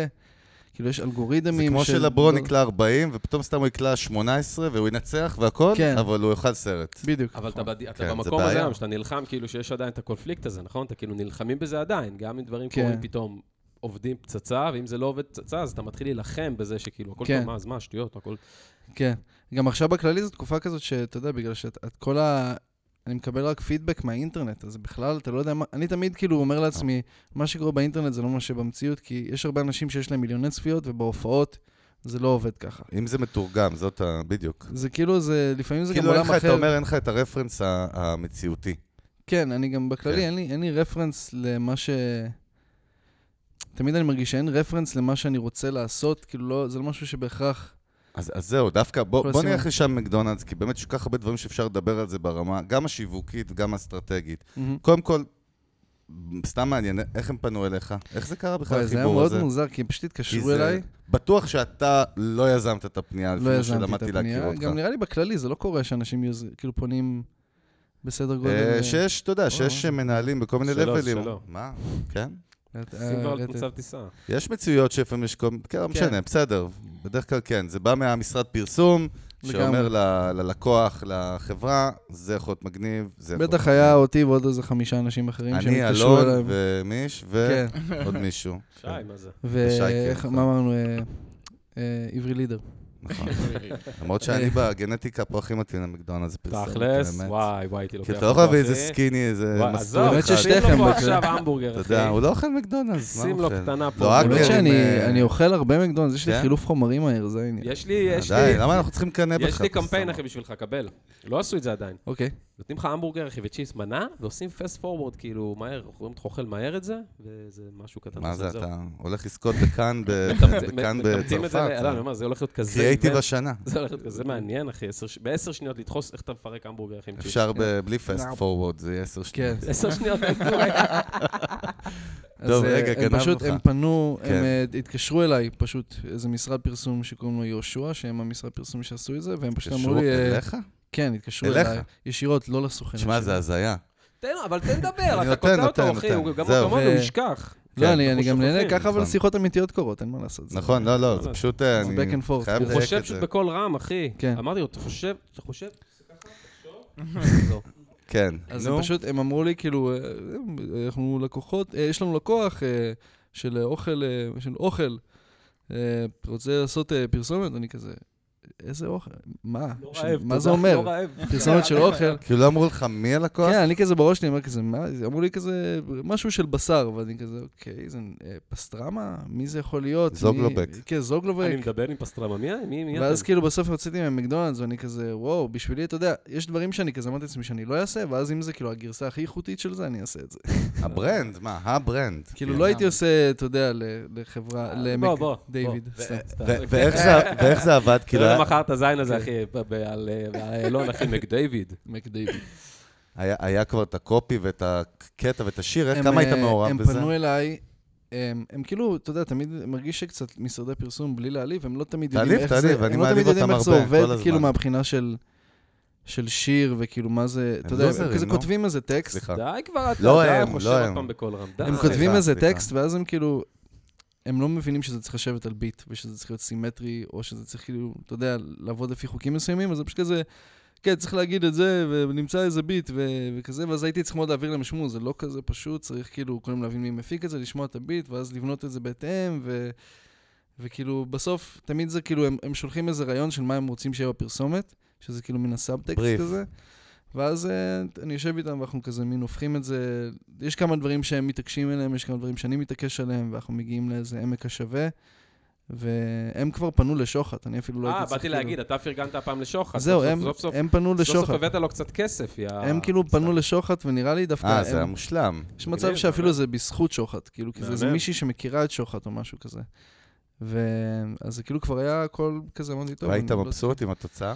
כאילו, יש אלגוריתמים
זה כמו
של-
שלברון
לא-
יקלע 40, ופתאום סתם הוא יקלע 18, והוא ינצח והכל,
כן.
אבל הוא יאכל סרט.
בדיוק.
אבל אתה בד-
כן,
אתה
זה
במקום הזה
בעיה.
היום, שאתה נלחם, כאילו, שיש עדיין את הקונפליקט הזה, נכון? אתה כאילו נלחמים בזה עדיין, גם אם דברים
כן.
קורים פתאום. עובדים פצצה, ואם זה לא עובד פצצה, אז אתה מתחיל להילחם בזה שכאילו, הכל
כן.
טוב, מה, אז מה, שטויות, הכל...
כן. גם עכשיו בכללי זו תקופה כזאת שאתה יודע, בגלל שאת את כל ה... אני מקבל רק פידבק מהאינטרנט, אז בכלל, אתה לא יודע מה... אני תמיד כאילו אומר לעצמי, מה שקורה באינטרנט זה לא מה שבמציאות, כי יש הרבה אנשים שיש להם מיליוני צפיות, ובהופעות זה לא עובד ככה.
אם זה מתורגם, זאת ה... בדיוק.
זה כאילו, זה, לפעמים זה גם
כאילו אין
עולם
לך, אתה
אחר.
אומר, אין לך את הרפרנס ה- המציאותי.
כן, אני גם בכללי,
כן.
אין לי- אין לי רפרנס למה ש... תמיד אני מרגיש שאין רפרנס למה שאני רוצה לעשות, כאילו לא, זה לא משהו שבהכרח...
אז, אז זהו, דווקא בוא,
כל
בוא
הסימן.
נלך לשם מקדונלדס, כי באמת יש כל כך הרבה דברים שאפשר לדבר על זה ברמה, גם השיווקית, גם האסטרטגית.
מהמם.
קודם כל, סתם מעניין, איך הם פנו אליך? איך זה קרה בכלל,
וואי, זה היה
החיבור
מאוד
הזה?
מוזר, כי הם פשוט
כי
התקשרו
זה-
אליי,
בטוח שאתה לא יזמת את הפנייה,
לא
לפני
יזמתי את
שלמדתי להכיר
הפנייה.
אותך.
גם נראה לי בכללי, זה לא קורה שאנשים יוז- כאילו פונים בסדר גודל...
אה,
אה,
שיש, אתה יודע, שיש מנהלים בכל מיני
שלא,
לבלים.
שלא.
מה? כן?
אה,
שים כבר על
רטט.
מצב טיסה.
יש מציאויות שלפעמים יש כל... כן, לא
כן.
משנה, בסדר. בדרך כלל כן. זה בא מהמשרד פרסום, שאומר
לגמרי.
ל- ללקוח, לחברה, זה יכול להיות מגניב, זה יכול להיות
בטח היה אותי ועוד איזה חמישה אנשים אחרים
מגניב.
שהם
אני,
התקשרו אליי.
אלון ומיש,
כן,
ועוד מישהו.
שי, מה זה?
ושייקה,
ואיך,
נכון.
מה אמרנו? אה, אה, עברי לידר.
נכון. למרות שאני בגנטיקה פה הכי מתאים למקדונלדס פרסום.
תכלס,
באמת.
וואי, וואי, הייתי לוקח
כי אתה לא יכול להביא
אחי.
איזה סקיני, איזה
וואי,
מסלול
עזוב,
באמת
אחד.
ששתיכם
שים לו פה
בכלל.
עכשיו המבורגר,
אתה
אחי.
יודע, הוא לא אוכל מקדונלדס. מה
שים
הוא
לו
אוכל?
קטנה פה.
לא,
הוא
האקרים,
האמת
לא-
שאני
אה,
אני אוכל הרבה מקדונלדס, יש
כן?
לי חילוף חומרים מהר, זה העניין.
יש לי, יש לי,
די, למה אנחנו צריכים לקנא בך?
יש לי קמפיין,
בסדר.
אחי, בשבילך, קבל. לא עשו את זה עדיין.
אוקיי.
נותנים לך המבורגר, אחי, וצ'יפס מנה, ועושים פסט פורוורד, כאילו, מהר, רואים אותך אוכל מהר את זה, וזה משהו קטן.
מה זה,
שעושה, זהו.
אתה הולך לזכות בכאן ב-
מתמצ-
בכאן
מתמצים את זה ל-
בצרפת?
לא, אני אומר, זה הולך להיות כזה...
קריאייטיב
איבנט.
השנה.
זה הולך להיות כזה מעניין, אחי. עשר ש- בעשר שניות לדחוס איך אתה מפרק המבורגר, אחי, עם צ'יפס.
אפשר ב- בלי פסט פורוורד, זה יהיה עשר
כן.
שניות.
עשר שניות.
אז,
טוב,
אה,
רגע,
הם
גנבנו
פשוט,
לך.
הם פנו,
כן.
הם אה, התקשרו אליי, פשוט, איזה משרד פרסום שקוראים לו יהושע, שהם המשרד פרסום שעשו את זה, והם פשוט אמרו
התקשרו
לי... אה,
אליך?
כן, התקשרו
אליך?
אליי. ישירות, לא לסוכן.
תשמע,
שלי.
זה הזיה.
תן לו, אבל תן לדבר,
אני
אתה
נותן,
קוטע אותו,
נותן,
אחי, הוא
נותן.
גם
זהו.
כמונו,
ו-
הוא ישכח.
כן,
לא, אני אני
אנחנו
גם נהנה
שוכחים,
ככה, אבל
נכון.
שיחות אמיתיות קורות, אין מה לעשות. זה-
נכון, לא, לא,
מה
זה
זה?
פשוט... אה,
זה
אני
back and forth.
חייב
הוא
לדייק
חושב
את
פשוט
זה.
בקול רם, אחי.
כן.
אמרתי לו, אתה חושב, אתה חושב?
כן.
אז
נו.
הם פשוט, הם אמרו לי, כאילו, אה, אה, אנחנו לקוחות, אה, יש לנו לקוח אה, של אה, אוכל, אה, של אוכל, אה, רוצה לעשות אה, פרסומת? אני כזה, איזה אוכל? מה?
לא
ש-
רעב,
מה זה
תודה,
אומר?
לא רעב.
פרסומת של אוכל?
כאילו לא אמרו לך מי הלקוח?
כן, אני כזה בראש שלי, אומר כזה, מה? זה?" אמרו לי כזה, משהו של בשר, ואני כזה, אוקיי, זה אה, פסטרמה? מי זה יכול להיות? מי-"
זוגלובק.
כן,
אני
זוגלובק.
מדבר עם פסטרמה, מי- מי מי
ואז
אתם?
כאילו בסוף יוצאתי ממקדונלדס, ואני כזה, וואו, בשבילי, אתה יודע, יש דברים שאני כזה אמרתי לעצמי שאני לא אעשה, ואז אם זה כאילו הגרסה הכי איכותית של זה, אני אעשה את זה.
הברנד, מה, הברנד.
כאילו,
כן.
לא הייתי עושה, אתה יודע, ל- לחברה,
אה, בוא, בוא,
כאילו,
אה,
למק... דיוויד,
בוא.
סתם.
ו-
כן.
ואיך זה- ואיך זה עבד? כאילו,
אה,
תראה
היה-
למחר את הזין הזה, אחי, ב- ב- על אה, על האלון, אחי, מקדייוויד.
מקדיוויד.
היה- היה כבר את הקופי ואת הקטע ואת השיר, איך- כמה היית מעורב
הם
בזה?
פנו אליי, הם, הם כאילו, אתה יודע, תמיד מרגיש שקצת משרדי פרסום, בלי להעליב, הם לא תמיד יודעים
תעליב,
איך
תעליב,
זה,
אני
הם לא
מעליב
תמיד יודעים
אותם
איך זה
הרבה, כל
עובד,
הזמן.
כאילו, מהבחינה של... של שיר, וכאילו, מה זה, אתה יודע,
לוזרים,
הם כזה
נו.
כותבים איזה טקסט,
סליחה.
די כבר, אתה
לא
די,
הם,
חושב
לא
עוד
הם.
פעם בקול רם. די.
הם כותבים איזה
אה, סליחה.
טקסט, ואז הם כאילו, הם לא מבינים שזה צריך לשבת על ביט, ושזה צריך להיות סימטרי, או שזה צריך כאילו, אתה יודע, לעבוד לפי חוקים מסוימים, אז זה פשוט כזה, כן, צריך להגיד את זה, ונמצא איזה ביט, ו- וכזה, ואז הייתי צריך מאוד להעביר להם, שמעו, זה לא כזה פשוט, צריך כאילו, קודם להבין מי מפיק את זה, לשמוע את הביט, ואז לבנות את זה בהתאם, ו... וכאילו, בסוף, תמיד זה כאילו, הם, הם שולחים איזה רעיון של מה הם רוצים שיהיה בפרסומת, שזה כאילו מן הסאבטקסט
בריף.
כזה. ואז אה, אני יושב איתם ואנחנו כזה מין הופכים את זה, יש כמה דברים שהם מתעקשים עליהם, יש כמה דברים שאני מתעקש עליהם, ואנחנו מגיעים לאיזה עמק השווה, והם כבר פנו לשוחט, אני אפילו לא
אה,
הייתי
באתי
כאילו-
להגיד, אתה פרגנת הפעם לשוחד.
זהו,
סוף
הם,
סוף- סוף-
הם פנו
סוף סוף
לשוחט.
הבאת לו קצת כסף, יא...
הם כאילו פנו לשוחט, ונראה לי דווקא...
אה, זה היה
הם-
מושלם.
יש מצב
מגניב,
שאפילו
באמת.
זה בזכות שוחט, כאילו, כי זה איזה
מהמם.
מישהי שמכירה את שוחט או משהו כזה. ואז זה כאילו כבר היה הכל כזה, אמרתי, טוב.
והיית
אני לא-
מבסוט עם התוצאה?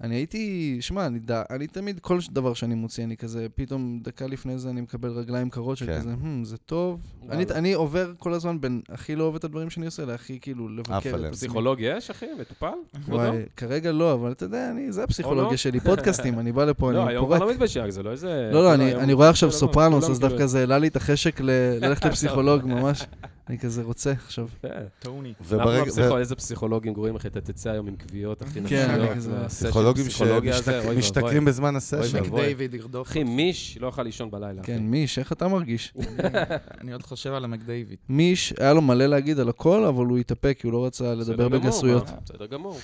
אני הייתי, שמע, אני, דע, אני תמיד, כל ש- דבר שאני מוציא, אני כזה, פתאום דקה לפני זה אני מקבל רגליים קרות של
כן.
כזה, "הם, זה טוב.
וואלה.
אני, אני עובר כל הזמן בין הכי לא אוהב את הדברים שאני עושה, להכי כאילו לבקר את
עליהם.
עצמי.
פסיכולוג יש, אחי? מטופל? כבודו?
וואי, כרגע לא, אבל אתה יודע, אני, זה
לא?
הפסיכולוגיה שלי, פודקאסטים, אני בא לפה,
לא,
אני
היום כבר
פורק.
לא מתבשק, זה לא איזה...
לא, לא, אני-
היום-
אני רואה עכשיו
כולם-
סופרנוס,
כולם
אז
כאילו-
דווקא זה העלה לי את החשק ל- ללכת לפסיכולוג ממש. אני כזה רוצה עכשיו.
כן.
טוני.
אנחנו
וברגע-
הפסיכו- איזה פסיכולוגים גרועים, אחי, אתה תצא היום עם קביעות, אחי,
כן,
נפשיות,
אני כזה-
והסשן
פסיכולוגים
פסיכולוגיה הזה, אוי
שמשתכרים
ואבוי.
בזמן הסשן.
אוי ואבוי.
מקדייוויד ירדוף.
אחי, מיש לא יכל לישון בלילה. אחי.
כן, מיש, איך אתה מרגיש?
אני עוד חושב על המקדייוויד.
מיש, היה לו מלא להגיד על הכל, אבל הוא התאפק, כי הוא לא רצה
בסדר
לדבר
גמור,
בגסויות.
מה? בסדר גמור.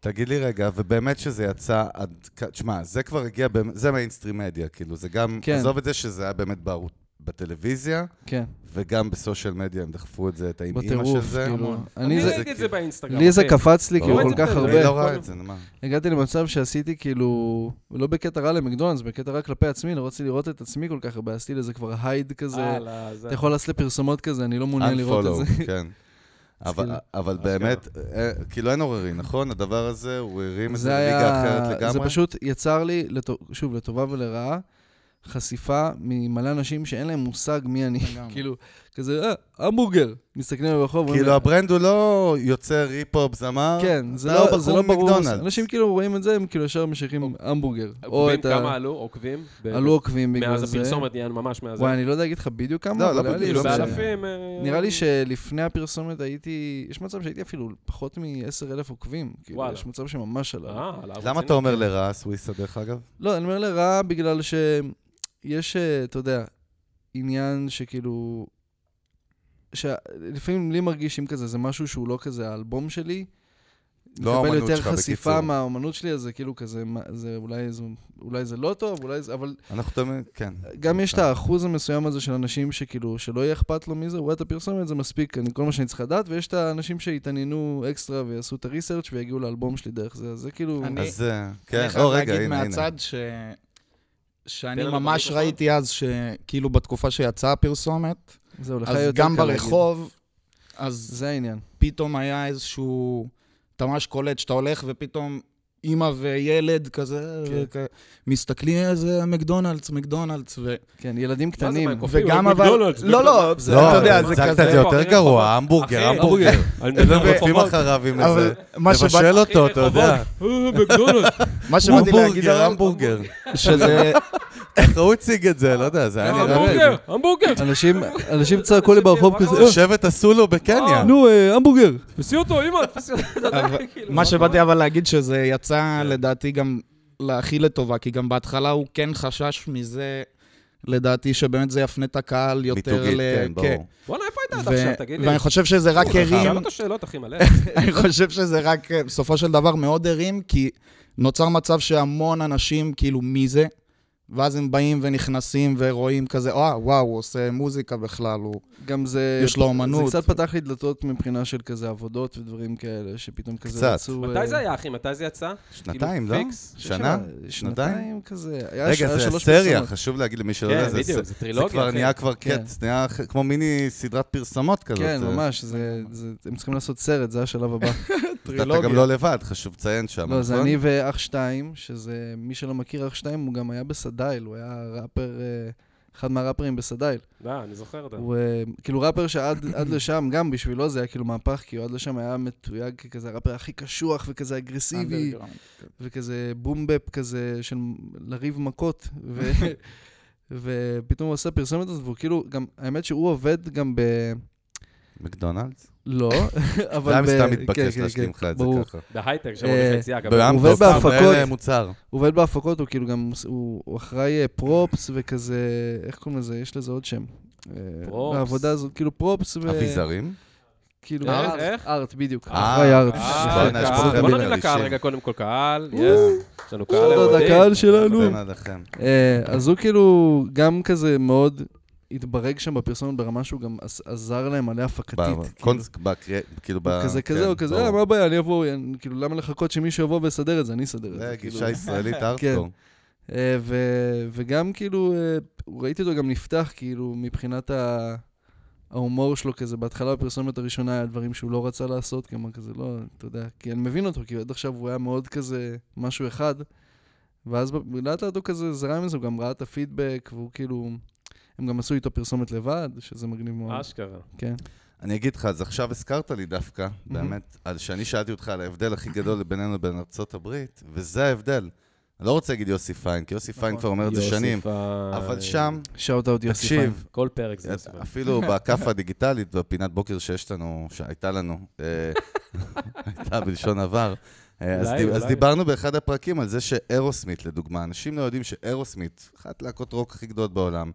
תגיד לי רגע, ובאמת שזה יצא עד... כ- תשמע, זה כבר הגיע, באמ- זה מיינסטרים מדיה, כאילו, זה גם...
כן.
עזוב את זה שזה היה באמת בערוץ- בטלוויזיה,
כן,
וגם בסושיאל מדיה הם דחפו את זה, את האם אימא של
בטירוף,
זה.
כאילו. אני
אני
זה-
ראיתי את זה באינסטגרם.
לי זה
כן.
קפץ לי כאילו
ברור.
כל כך הרבה.
אני לא רואה את זה, נו, מה?
הגעתי למצב שעשיתי כאילו, לא בקטע רע למקדונלדס, בקטע רע כלפי עצמי, לא רציתי לראות את עצמי כל כך הרבה, עשיתי לזה כבר הייד כזה.
אה, לא, זה-
אתה יכול לעשות לפרסומות כזה, אני לא מעוניין לראות את זה. כאילו-
Unfollow, כן. אבל, אבל באמת, אה, כאילו אין עוררין, נכון? הדבר הזה, הוא הרים את זה
זה
לליגה
היה,
אחרת לגמרי.
זה פשוט יצר לי, לטו- שוב, לטובה ולרעה, חשיפה ממלא אנשים שאין להם מושג מי אני. כאילו, כזה, אה, המבורגר. מסתכלים עליו ברחוב, אומרים,
כאילו הברנד הוא לא יוצר היפ-הופ זמר,
כן, זה
אתה
לא,
בחור
זה לא ברור.
מקדונלדס.
אנשים כאילו רואים את זה, הם כאילו ישר משייכים המבורגר. או
עוקבים,
את ה...
אוקיי. כמה עלו? עוקבים? ב-
אה, עלו עוקבים בגלל
מאז
זה.
הפרסומת, נהיה ממש מאז.
וואי, אני לא יודע להגיד לך בדיוק
לא,
כמה,
לא
אבל היה לי...
בדיוק,
איזה-
לא משנה.
באלפים. אה,
נראה לי שלפני הפרסומת הייתי, יש מצב שהייתי אפילו פחות מ-10,000 עוקבים. כאילו,
וואלה.
יש מצב שממש עלה.
אה, עלה
למה
רציני.
אתה אומר לרעה סוויסה דרך אגב?
לא, אני אומר לרע בגלל שיש, אה, אתה יודע, עניין שכאילו... שלפעמים לי מרגישים כזה, זה משהו שהוא לא כזה, האלבום שלי.
לא
מקבל
האמנות
יותר
שלך,
חשיפה
בקיצור.
מהאומנות שלי, אז זה כאילו כזה, מה- זה אולי, זה, אולי זה לא טוב, אולי זה, אבל
אנחנו תמיד, כן.
גם יש את האחוז המסוים הזה של אנשים שכאילו, שלא יהיה אכפת לו מזה, הוא רואה את הפרסומת, זה מספיק, אני, כל מה שאני צריך לדעת, ויש את האנשים שיתעניינו אקסטרה ויעשו את הריסרצ' ויגיעו לאלבום שלי דרך זה, אז זה כאילו...
אני-
אז אה, כן,
אני חייב
או רגע,
להגיד
הנה, הנה.
מהצד ש... שאני
תן לנו
ממש
במיקרופון.
ראיתי אז, שכאילו בתקופה שיצאה הפרסומת,
זהו, לך
אז
יותר קל
גם ברחוב, אז
זה העניין.
פתאום היה איזשהו... אתה ממש קולט שאתה הולך ופתאום אימא וילד כזה,
כן.
וכ- מסתכלים איזה מקדונלדס, מקדונלדס, ו...
כאילו,
כן, ילדים
מה זה,
קטנים.
מה, קופים?
וגם אבל...
מקדונלדס,
לא, לא, זה-
לא,
אתה יודע,
אבל
זה
הצגת
כזה...
את זה יותר
אחי,
גרוע,
אחי,
המבורגר,
אחי, אה,
המבורגר.
אני מדבר
הם רודפים
ברחובות.
אחריו עם
אבל
איזה.
מה שבא-
לבשל אותו, אתה יודע.
אה,
מה שבאתי להגיד
המבורגר,
עליו,
המבורגר.
שזה...
איך הוא הציג את זה, לא יודע, זה היה נראה...
המבורגר.
אה, המבורגר, המבורגר,
אנשים, אנשים צעקו לי ברחוב כזה, "אה,
שבט עשו לו בקניה.
נו, אה, המבורגר.
תפסי אותו, אמא, תפסי אותו.
אבל-
כאילו,
מה שבאתי אבל להגיד שזה יצא
כן.
לדעתי גם להכי לטובה, כי גם בהתחלה הוא כן חשש מזה, לדעתי שבאמת זה יפנה את הקהל יותר
מיתוגית,
ל-
כן, ברור.
בואנה, איפה היית עד
ו-
עכשיו, תגיד לי?
ואני חושב שזה רק
שאל
הרים,
אותו שאלות, אחי, מלא.
אני חושב שזה רק אה, בסופו של דבר מאוד הרים, כי נוצר מצב שהמון אנשים, כאילו, מי זה? ואז הם באים ונכנסים ורואים כזה, וואו, וואו, הוא עושה מוזיקה בכלל, הוא...
גם זה...
יש לו
זה
אומנות.
קצת פתח לי דלתות מבחינה של כזה עבודות ודברים כאלה, שפתאום כזה
קצת.
יצאו... אה,
מתי זה היה, אחי? מתי זה יצא?
שנתיים,
כאילו,
לא?
פיקס.
שנה? שנתיים?
שנתיים כזה. היה ש-
רגע,
היה
זה
שלוש
סריה,
פרסומות.
חשוב להגיד למי שלא
כן,
יודע, זה ס-
בדיוק, זה
זה
טרילוגיה.
כבר
אחי.
נהיה כבר
כן.
קץ, נהיה אח- כמו מיני סדרת פרסומות כזאת.
כן,
אה,
ממש, זה- זה- הם צריכים לעשות סרט, זה השלב הבא.
אתה- אתה גם לא לבד, חשוב לציין שם.
לא, זה
נכון?
אני ואח שתיים, שזה, מי שלא מכיר אח שתיים, הוא גם היה בסדייל, הוא היה ראפר, אה, אחד מהראפרים בסדייל.
לא, אני זוכר את זה.
הוא אה, כאילו ראפר שעד עד לשם, גם בשבילו זה היה כאילו מהפך, כי הוא עד לשם היה מתויג ככזה הראפר הכי קשוח וכזה אגרסיבי, וכזה בומבפ כזה של לריב מכות, ו... ופתאום הוא עושה פרסומת הזאת, והוא כאילו, גם, האמת שהוא עובד גם ב...
מקדונלדס?
לא, אבל...
למה
ב-
סתם
כן,
מתבקש
כן,
להשלים
כן,
לך את זה
ברור.
ככה?
בהייטק, שם
אה,
בחצי אגב.
באמפ
עובד
טוב, אתה
בהפקות.
מנהל מוצר.
הוא עובד בהפקות, הוא כאילו גם, הוא, הוא אחראי אה, פרופס וכזה, איך קוראים לזה? יש לזה עוד שם. אה,
פרופס.
בעבודה הזאת, כאילו פרופס ו...
אביזרים?
כאילו,
איך?
ארט,
איך?
ארט, בדיוק.
אה,
אחראי ארט.
אה, בואנה, יש פה
קהל.
חבר'ה
בוא נרים לקהל
מרגישים.
רגע, קודם כל קהל. יס. יש לנו
אה,
קהל.
עוד
אירופאי.
הקהל שלנו.
נו. עליכם.
אה, אז הוא כאילו גם כזה מאוד התברג שם בפרסומת ברמה שהוא גם עז- עזר להם עליה הפקתית. כאילו.
בקונס, בקרי- כאילו ב...
הוא כזה
כן,
כזה, הוא כזה,
ברור.
"אה, מה הבעיה, אני אבוא, אני- כאילו, למה לחכות שמישהו יבוא ויסדר את זה, אני אסדר את
זה
זה. כאילו.
גישה ישראלית ארטקור.
אה, ו- וגם כאילו, אה, ראיתי אותו גם נפתח, כאילו, מבחינת ה... ההומור שלו כזה, בהתחלה בפרסומת הראשונה היה דברים שהוא לא רצה לעשות, כלומר כזה, לא, אתה יודע, כי אני מבין אותו, כי עד עכשיו הוא היה מאוד כזה, משהו אחד, ואז ב- לאט לאט הוא כזה זרם עם זה, הוא גם ראה את הפידבק, והוא כאילו, הם גם עשו איתו פרסומת לבד, שזה מגניב מאוד.
אשכרה.
כן.
אני אגיד לך, אז עכשיו הזכרת לי דווקא, באמת, על שאני שאלתי אותך על ההבדל הכי גדול בינינו לבין ארצות הברית, וזה ההבדל. אני לא רוצה להגיד יוסי פיין, כי יוסי פיין כבר אומר את זה שנים,
יוסי פיין.
אבל שם,
שאוט אאוט יוסי פיין.
תקשיב,
כל פרק זה יוסי פיין.
אפילו בכאפה הדיגיטלית, בפינת בוקר שיש לנו, שהייתה לנו, אה, הייתה בלשון עבר. אה, אז
אולי,
דיב- אז
אולי.
דיברנו באחד הפרקים על זה שאירוסמית, לדוגמה, אנשים לא יודעים שאירוסמית, אחת להקות רוק הכי גדולות בעולם,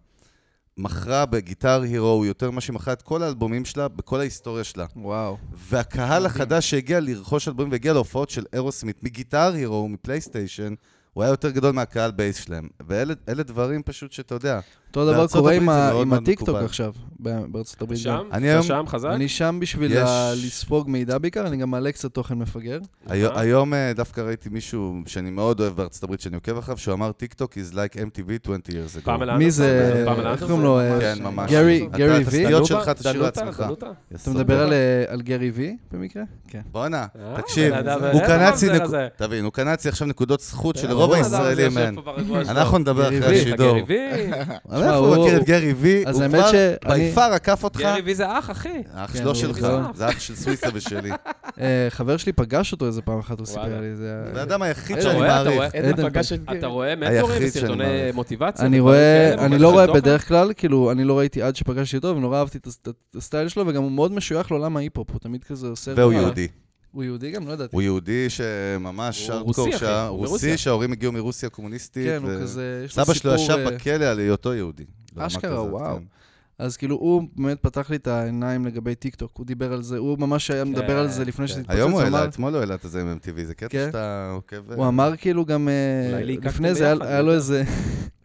מכרה בגיטר הירו יותר ממה שהיא מכרה את כל האלבומים שלה בכל ההיסטוריה שלה.
וואו.
והקהל החדש שהגיע לרכוש אלבומים והגיע להופעות של אירוסמית מגיטר הירו, מפלייסטיישן, הוא היה יותר גדול מהקהל בייס שלהם. ואלה אלה דברים פשוט שאתה יודע.
אותו דבר
בארצות
קורה
הברית
עם
זה
ה-
מאוד
עם
מאוד
הטיקטוק
מקובל.
עכשיו, ב- בארצות הברית. גם.
שם?
אני
אתה
היום-
שם חזק?
אני שם בשביל
יש-
ה- לספוג מידע בעיקר, אני גם מעלה קצת תוכן מפגר.
היום,
אה.
היום אה, דווקא ראיתי מישהו שאני מאוד אוהב בארצות הברית, שאני עוקב אחריו, שהוא אמר טיקטוק is like MTV 20 years ago.
פעם אל
מי זה,
פעם אל
איך קוראים לו? אה,
כן, ממש.
גרי-
אתה-
גרי
את
וי?
הסטיות שלך תשאיר לעצמך.
אתה מדבר על, אה, על גרי וי במקרה? כן.
בואנה,
אה,
תקשיב,
בן אדם,
הוא
אה,
קנה
אתה
אצלי
מזל
נקוד-
הזה.
תבין, הוא קנה אצלי עכשיו נקודות זכות שלרוב הישראלים אין. אנחנו
אנחנו
נדבר אחרי
גרי
השידור. אבל איפה הוא
הוא-
מכיר את גרי וי?
אז
הוא
האמת
כבר
שאני-
ביפר עקף אותך.
גרי וי זה אח, אחי.
האח
כן,
שלו
הוא
שלך,
גדול.
זה אח של סוויסה ושלי.
אה, חבר שלי פגש אותו איזה פעם אחת, הוא סיפר
וואלה.
לי. זה היה-
הבן אדם היחיד
אתה
שאני
רואה, אתה
מעריך.
רואה,
עדן פגש
אתה רואה
היחיד
מנטורים,
שאני
סרטוני
מעריך.
מוטיבציה.
אני
ודברים
רואה,
כאלה,
אני
אבל
לא
של
רואה
תוכן.
בדרך כלל, כאילו, אני לא ראיתי עד שפגשתי אותו, ונורא אהבתי את הס- את הסטייל שלו, וגם הוא מאוד משוייך לעולם ההיפ-הופ, הוא תמיד כזה עושה...
והוא
אה,
יהודי.
הוא יהודי גם? לא ידעתי.
הוא יהודי שממש
הוא
ארדקור,
רוסי, אחי,
שה-
הוא
רוסי,
מרוסיה.
שההורים הגיעו מרוסיה הקומוניסטית.
כן, הוא
ו-
כזה, יש לו
סבא שלו
סיפור...
ישב
אה,
בכלא על היותו יהודי. ברמה
אשכרה,
כזאת,
וואו.
כן.
אז כאילו, הוא באמת פתח לי את העיניים לגבי טיקטוק, הוא דיבר על זה, הוא ממש היה מדבר על זה לפני
כן.
שזה התפוצץ,
היום הוא
הוא אמר-
העלה, אתמול הוא העלה את זה עם MTV, זה קטע
כן.
שאתה עוקב...
הוא אמר כאילו גם, אה,
אולי ליקקתם
לפני זה היה-
ביחד,
היה
אני
לו
יודע.
איזה...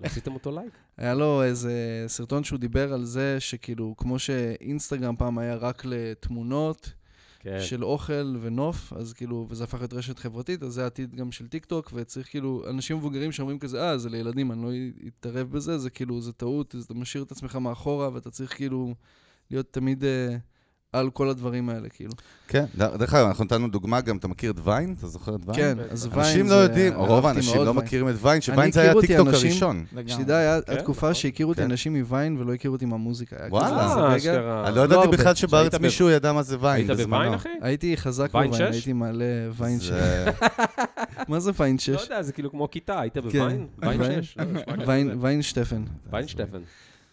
עשיתם אותו לייק.
היה לו איזה סרטון שהוא דיבר על זה שכאילו, כמו שאינסטגרם פעם היה רק לתמונות
כן.
של אוכל ונוף, אז כאילו, וזה הפך להיות רשת חברתית, אז זה העתיד גם של טיקטוק, וצריך כאילו, אנשים מבוגרים שאומרים כזה, אה, זה לילדים, אני לא אתערב בזה, זה כאילו, זה טעות, אז אתה משאיר את עצמך מאחורה, ואתה צריך כאילו להיות תמיד אה, על כל הדברים האלה, כאילו.
כן, ד- דרך אגב, אנחנו נתנו דוגמה גם, אתה מכיר את ויין? אתה זוכר את ויין?
כן, אז ויין זה...
אנשים לא יודעים,
אהבתי
רוב האנשים
מאוד
לא
ויין.
מכירים את ויין,
אני
שוויין זה היה
הכיר אותי
הטיקטוק
אנשים-
הראשון.
שתדע, היה
כן,
התקופה
נכון.
שהכירו אותי
כן.
אנשים מוויין ולא הכירו אותי מהמוזיקה. היה
וואלה.
כזה
אה,
רגע.
אשכרה.
אני לא ידעתי
הרבה.
בכלל שבארץ
שהיית ב-
מישהו ידע מה זה ויין
היית
בזמנו.
בוויין, אחי?
הייתי חזק
ויין
בוויין,
שש?
הייתי מעלה ויין 6.
זה-
מה זה ויין
לא
6?
יודע, זה כאילו כמו כיתה, היית
כן.
בווין? ויין
ויין?
לא, 6?
ויין שטפן.
ויין שטפן.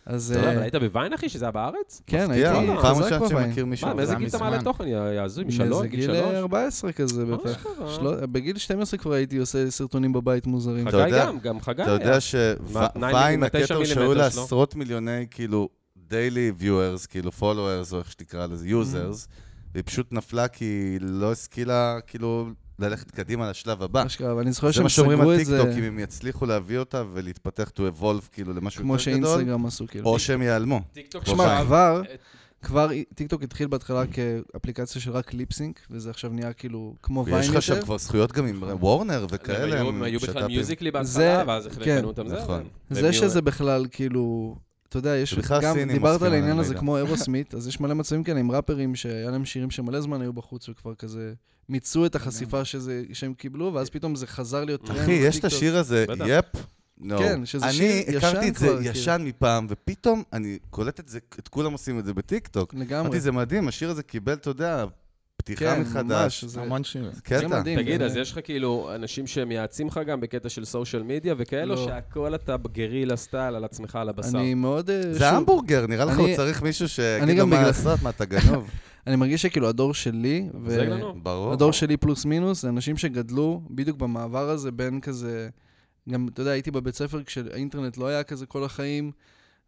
אז
אתה יודע,
אה,
אבל היית בווין, אחי, שזה היה בארץ?
כן,
מפתיע,
הייתי
פעם
חזק
ראשונה שאני
בווין.
מכיר מישהו.
מה, מאיזה
זה
גיל אתה
מזמן.
מעלה תוכן? יא- יזוי,
מאיזה
משלוש? גיל
גיל אה,
שלוש? אה.
14 כזה בטח.
אשכרה.
שלו- בגיל 12 כבר הייתי עושה סרטונים בבית מוזרים.
אתה
חגי
יודע-
גם, גם חגי.
אתה
היה.
יודע שוויין,
9
הקטע הוא שהיו לה
מילימטר שלו.
עשרות מיליוני, כאילו, דיילי viewers, כאילו, followers, או איך שתקרא לזה, users, והיא פשוט נפלה כי היא לא השכילה, כאילו, ללכת קדימה לשלב הבא.
אשכרה, ואני זוכר
זה
שהם
מה שאומרים
סגרו
על
את זה
טיקטוק, אם הם יצליחו להביא אותה ולהתפתח to evolve, כאילו, למשהו
כמו
יותר גדול,
שאינסטגרם עשו כאילו.
או שהם ייעלמו.
טיקטוק
שמע,
עכשיו-
תשמע, כבר,
אה,
כבר טיקטוק התחיל בהתחלה כאפליקציה של רק ליפסינק, וזה עכשיו נהיה כאילו כמו ויין
ויש
יותר.
לך שם כבר זכויות גם עם וורנר
הם
וכאלה.
היו-
הם
הם היו בכלל
שת"פים.
מיוזיקלי בהתחלה,
זה-
ואז
כן.
החלקנו אותם. זה,
נכון.
אבל-
זה
והם יהיו-
שזה בכלל כאילו, אתה יודע, יש
זה בכלל
גם,
סינים
דיברת
אוספים
על העניין
עלינו
הזה
מידע.
כמו אירוסמית, אז יש מלא מצבים כאלה עם ראפרים שהיה להם שירים שמלא זמן היו בחוץ וכבר כזה מיצו את החשיפה שזה, שהם קיבלו, ואז פתאום זה חזר להיות טרנד.
אחי, יש את
בטיקטוק.
השיר הזה,
בטח.
יפ. No.
כן, שזה שיר
אני
ישן
הכרתי את זה
כבר, כאילו.
ישן מפעם, ופתאום אני קולט את זה, את כולם עושים את זה בטיקטוק.
לגמרי.
אמרתי, זה מדהים, השיר הזה קיבל, אתה יודע, פתיחה
כן,
מחדש.
ממש, זה-
המון שירים.
קטע.
זה מדהים.
תגיד,
זה-
אז יש לך כאילו אנשים שמייעצים לך גם בקטע של סושיאל מדיה וכאלו,
לא.
שהכל אתה בגרילה סטייל על עצמך, על הבשר.
אני מאוד... אה,
זה
שוב,
המבורגר, נראה לך
אני-
הוא צריך מישהו שיגיד לו
גם
מה
בגלל-
לעשות, מה אתה גנוב.
אני מרגיש שכאילו הדור שלי, ו...
זה לנו.
ברור.
הדור שלי פלוס מינוס, זה אנשים שגדלו בדיוק במעבר הזה בין כזה... גם, אתה יודע, הייתי בבית ספר כשהאינטרנט לא היה כזה כל החיים,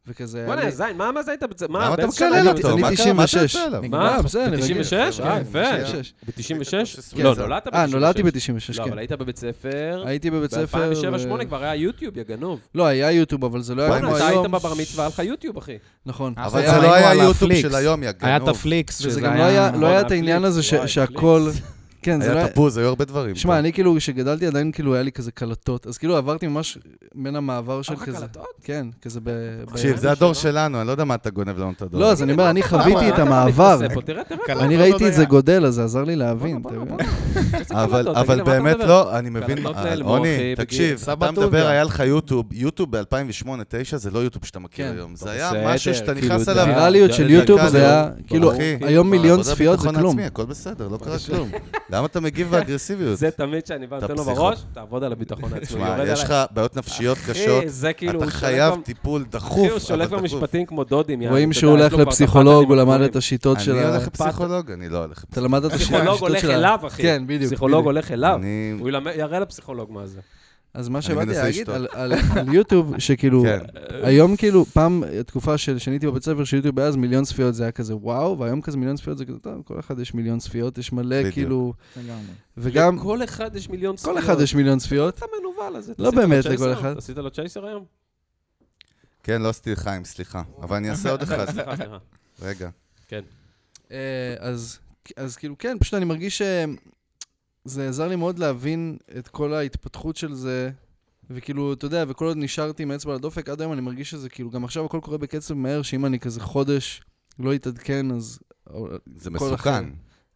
וכזה... היה
וואלה,
לי-
זין, מה מה זה היית? בצ- מה,
למה אתה
באיזה שנה
מקלל
היית
לא אותו?
בצ-
אני
מה קרה? מה אתה
96.
יוצא עליו?
מה?
בסדר, רגיל.
ב-96?
כן,
אה, יפה.
96.
ב-96?
כן.
לא, נולדת ב-96.
אה, נולדתי ב-96,
לא, אבל
כן.
היית בבית ספר.
הייתי בבית ספר...
ב-2007-2008
ו-
כבר היה יוטיוב, יא גנוב.
לא, היה יוטיוב, אבל זה לא היה
בואנה,
כמו
אתה היית
היום.
בבר מצווה, היה לך יוטיוב, אחי.
נכון.
אבל
היה-
זה לא
היינו
היה
על
יוטיוב
הפליקס.
של היום, יא
היה את
גנוב.
הפליקס,
וזה
שזה
גם לא היה- לא היה את
נכון,
העניין הזה ש-
הפליקס, וואי,
שהכל... כן, זה לא
היה
היה...
תפוז, היו הרבה דברים.
שמע, אני כאילו, כשגדלתי עדיין כאילו היה לי כזה קלטות, אז כאילו עברתי ממש בין המעבר של
לך
כזה...
אה, קלטות?
כן, כזה ב... ב-
תקשיב, זה הדור שלנו, אני לא יודע מה אתה גונב לנו את הדור.
לא, אז אני אומר, אני חוויתי
למה
את
אתה לא
המעבר.
מתנשא פה? תראה, תראה.
אני
לא
ראיתי את זה גודל, אז זה עזר לי להבין.
בואנה,
אתה
בואנה,
מבין?
אבל,
קלטות,
אבל
תגיד, על מה אתה
באמת
מדבר?
לא, אני מבין,
קלטות
מה-
לאלמוג,
עוני,
אחי,
תקשיב,
בגיל.
אתה מדבר, היה לך יוטיוב, יוטיוב ב-2008-2009 זה לא יוטיוב שאתה מכיר
כן.
היום, זה היה
בסדר,
משהו שאתה
כאילו,
נכנס
זה
אליו. אה,
הווירליות של
דקה
יוטיוב זה
ליום.
היה, כאילו,
אחי,
היום
מה,
מיליון
עבודה
צפיות זה
בביטחון
כלום.
עצמי, הכל בסדר, לא קרה כלום. למה אתה מגיב באגרסיביות?
זה תמיד שאני בא,
אתה
נותן לו
פסיכו.
בראש, תעבוד על הביטחון העצמי.
תשמע,
יורד
יש
עליי.
לך בעיות נפשיות קשות,
אחי, זה כאילו,
אתה
הוא שולף
חייב
לו-
טיפול
אחי, הוא
דחוף, אבל
שולף לו
דחוף.
משפטים כמו דודים, יאללה.
רואים
אתה
שהוא
יודע, יש
הולך
לו כבר
לפסיכולוג, הוא
פחד
למד
עם
את השיטות של
אני
ה...
הולך לפסיכולוג, אני לא הולך.
אתה למד את השיטות של ה...
פסיכולוג הולך אליו, אחי.
כן, בדיוק.
פסיכולוג
בדיוק.
הולך אליו.
אני-
הוא ילמד- יראה לפסיכולוג מה זה.
אז מה
אני
שבאתי
מנסה
להגיד
לשתוק.
על- על על יוטיוב, שכאילו,
כן.
היום כאילו, פעם, תקופה של- שהייתי בבית ספר של יוטיוב, אז מיליון צפיות זה היה כזה וואו, והיום כזה מיליון צפיות זה כזה, טוב, כל אחד יש מיליון צפיות, יש מלא,
בדיוק.
כאילו,
לגמרי.
וגם,
לכל אחד יש מיליון צפיות.
כל אחד יש מיליון צפיות.
אתה מנוול הזה.
לא
עשית לו
באמת
צ'ייסר?
לכל אחד.
עשית לו צ'ייסר היום?
כן, לא עשיתי חיים, סליחה. אבל אני אעשה עוד אחד.
סליחה, סליחה.
רגע.
אה, אז, אז כאילו, כן, פשוט אני מרגיש שזה עזר לי מאוד להבין את כל ההתפתחות של זה, וכאילו, אתה יודע, וכל עוד נשארתי עם האצבע על הדופק, עד היום אני מרגיש שזה כאילו, גם עכשיו הכל קורה בקצב מהר, שאם אני כזה חודש לא אתעדכן, אז...
זה
כל
מסוכן.
אחר.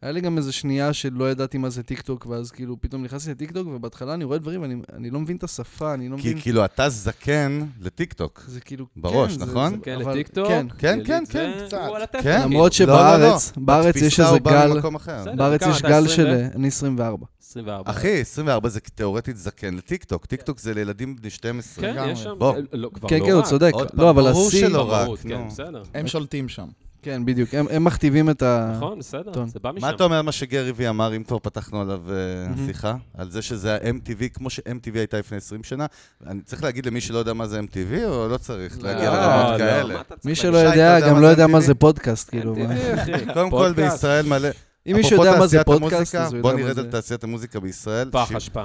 היה לי גם איזה שנייה שלא ידעתי מה זה טיקטוק, ואז כאילו פתאום נכנסתי לטיקטוק, ובהתחלה אני רואה דברים, אני, אני לא מבין את השפה, אני לא מבין...
כי כאילו, אתה זקן לטיקטוק.
זה כאילו...
בראש,
כן, זה-
נכון?
זה-
כן,
אבל-
לטיקטוק.
כן.
כן,
זה-
כן,
זה-
כן,
הוא
קצת.
על התפר,
כן.
כאילו.
למרות
לא, לא, לא.
שבארץ, בארץ יש
בתפיסה
איזה
הוא בא
גל,
ממקום אחר.
בסדר.
בארץ
כמה
יש
אתה,
גל
20
של...
ו-
אני 24.
24.
אחי, 24 זה תיאורטית זקן לטיקטוק. טיקטוק זה לילדים בני 12.
כן,
לגמרי.
יש שם...
בוא.
אה, לא, כבר
כן,
לא
כן, הוא
רק.
צודק.
עוד פעם,
לא, אה? אבל
ברור
השיא...
שלא רק,
ברור, כן,
נו.
בסדר.
הם שולטים שם.
כן, בדיוק. הם, הם מכתיבים את ה...
נכון, בסדר,
טוב.
זה בא משם.
מה אתה אומר על מה שגרי וי אמר, אם כבר פתחנו עליו אה,
Mhm.
שיחה? על זה שזה ה-MTV, כמו ש-MTV הייתה לפני 20 שנה? אני צריך להגיד למי שלא יודע מה זה MTV, או לא צריך
לא,
להגיע
לא,
לרמות
לא,
כאלה?
מה אתה צריך
אה, מי
להגיד?
שלא
שי, אתה
יודע,
יודע
גם
מה
לא
זה
יודע מה
MTV?
זה פודקאסט, כאילו. מה-
MTV, אחי.
קודם כל,
פודקאסט.
בישראל מלא...
אם מישהו
אפרופו
יודע מה זה
תעשיית
פודקאסט,
המוזיקה,
אז הוא
בוא
יודע מה
נרד
זה.
על תעשיית המוזיקה בישראל.
פח
ש-
אשפה.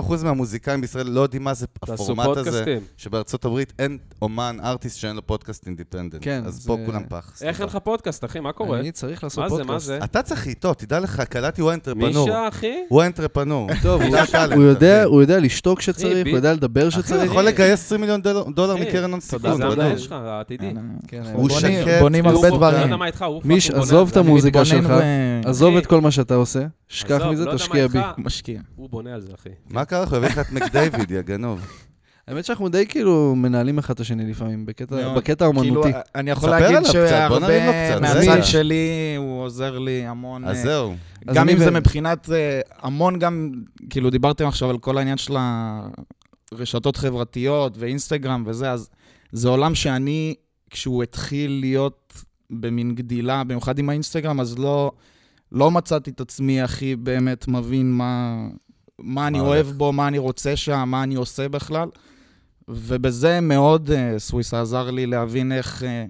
70% מהמוזיקאים בישראל לא יודעים מה זה
תעשו
הפורמט הזה,
פודקאסטים.
שבארצות הברית אין אומן, ארטיסט שאין לו פודקאסט אינדיפנדנט.
כן,
אז
זה-
פה כולם פח.
איך
סליחה.
אין לך פודקאסט, אחי? מה קורה?
אני צריך לעשות
מה זה,
פודקאסט.
מה זה?
אתה צריך איתו, תדע לך, קלעתי הוא אנטרפנור.
מישה, אחי?
הוא אנטרפנור.
טוב,
הוא
הוא-
טאלנט,
הוא יודע-
אחי.
הוא יודע לשתוק כשצריך,
בי-
הוא יודע לדבר
אחי, הוא
כשצריך.
יכול לגייס 20 מיליון דולר- דולר
אחי,
מקרן הון
תודה,
סיכון.
זה
בדוק.
המנהל שלך, העתידי.
כן,
אנחנו
הוא
ש-
בונים-
שקט,
בונים
הוא
הרבה
פופ,
לא
דברים.
יודע מה איתך, הוא
מיש,
פאקינג
עזוב
בונה
את
על זה.
המוזיקה
כאילו, מתבונן
שלך,
ו-
עזוב
אחי.
את כל מה שאתה עושה, שכח
אוקיי. עזוב,
מזה,
לא יודע
תשקיע
מה
בי.
איתך,
משקיע.
הוא בונה על זה, אחי.
מה קרה לך? הוא הביא לך את מקדייוויד, יא גנוב.
האמת שאנחנו די כאילו מנהלים אחד את השני לפעמים, בקטע-
מאוד.
בקטע האומנותי.
אה,
כאילו, אני יכול
ספר
להגיד
עליו קצת, בוא נרים לו
שהרבה
קצת,
מהצד
זה-
שלי, הוא עוזר לי המון.
אז
אה,
זהו.
אז
גם
אני
אם
ו-
זה מבחינת אה, המון גם, כאילו דיברתם עכשיו על כל העניין של הרשתות חברתיות ואינסטגרם וזה, אז זה עולם שאני, כשהוא התחיל להיות במין גדילה, במיוחד עם האינסטגרם, אז לא, לא מצאתי את עצמי הכי באמת מבין מה, מה אני
מה
אוהב
הולך.
בו, מה אני רוצה שם, מה אני עושה בכלל. ובזה מאוד אה, סוויסה עזר לי להבין איך... אה,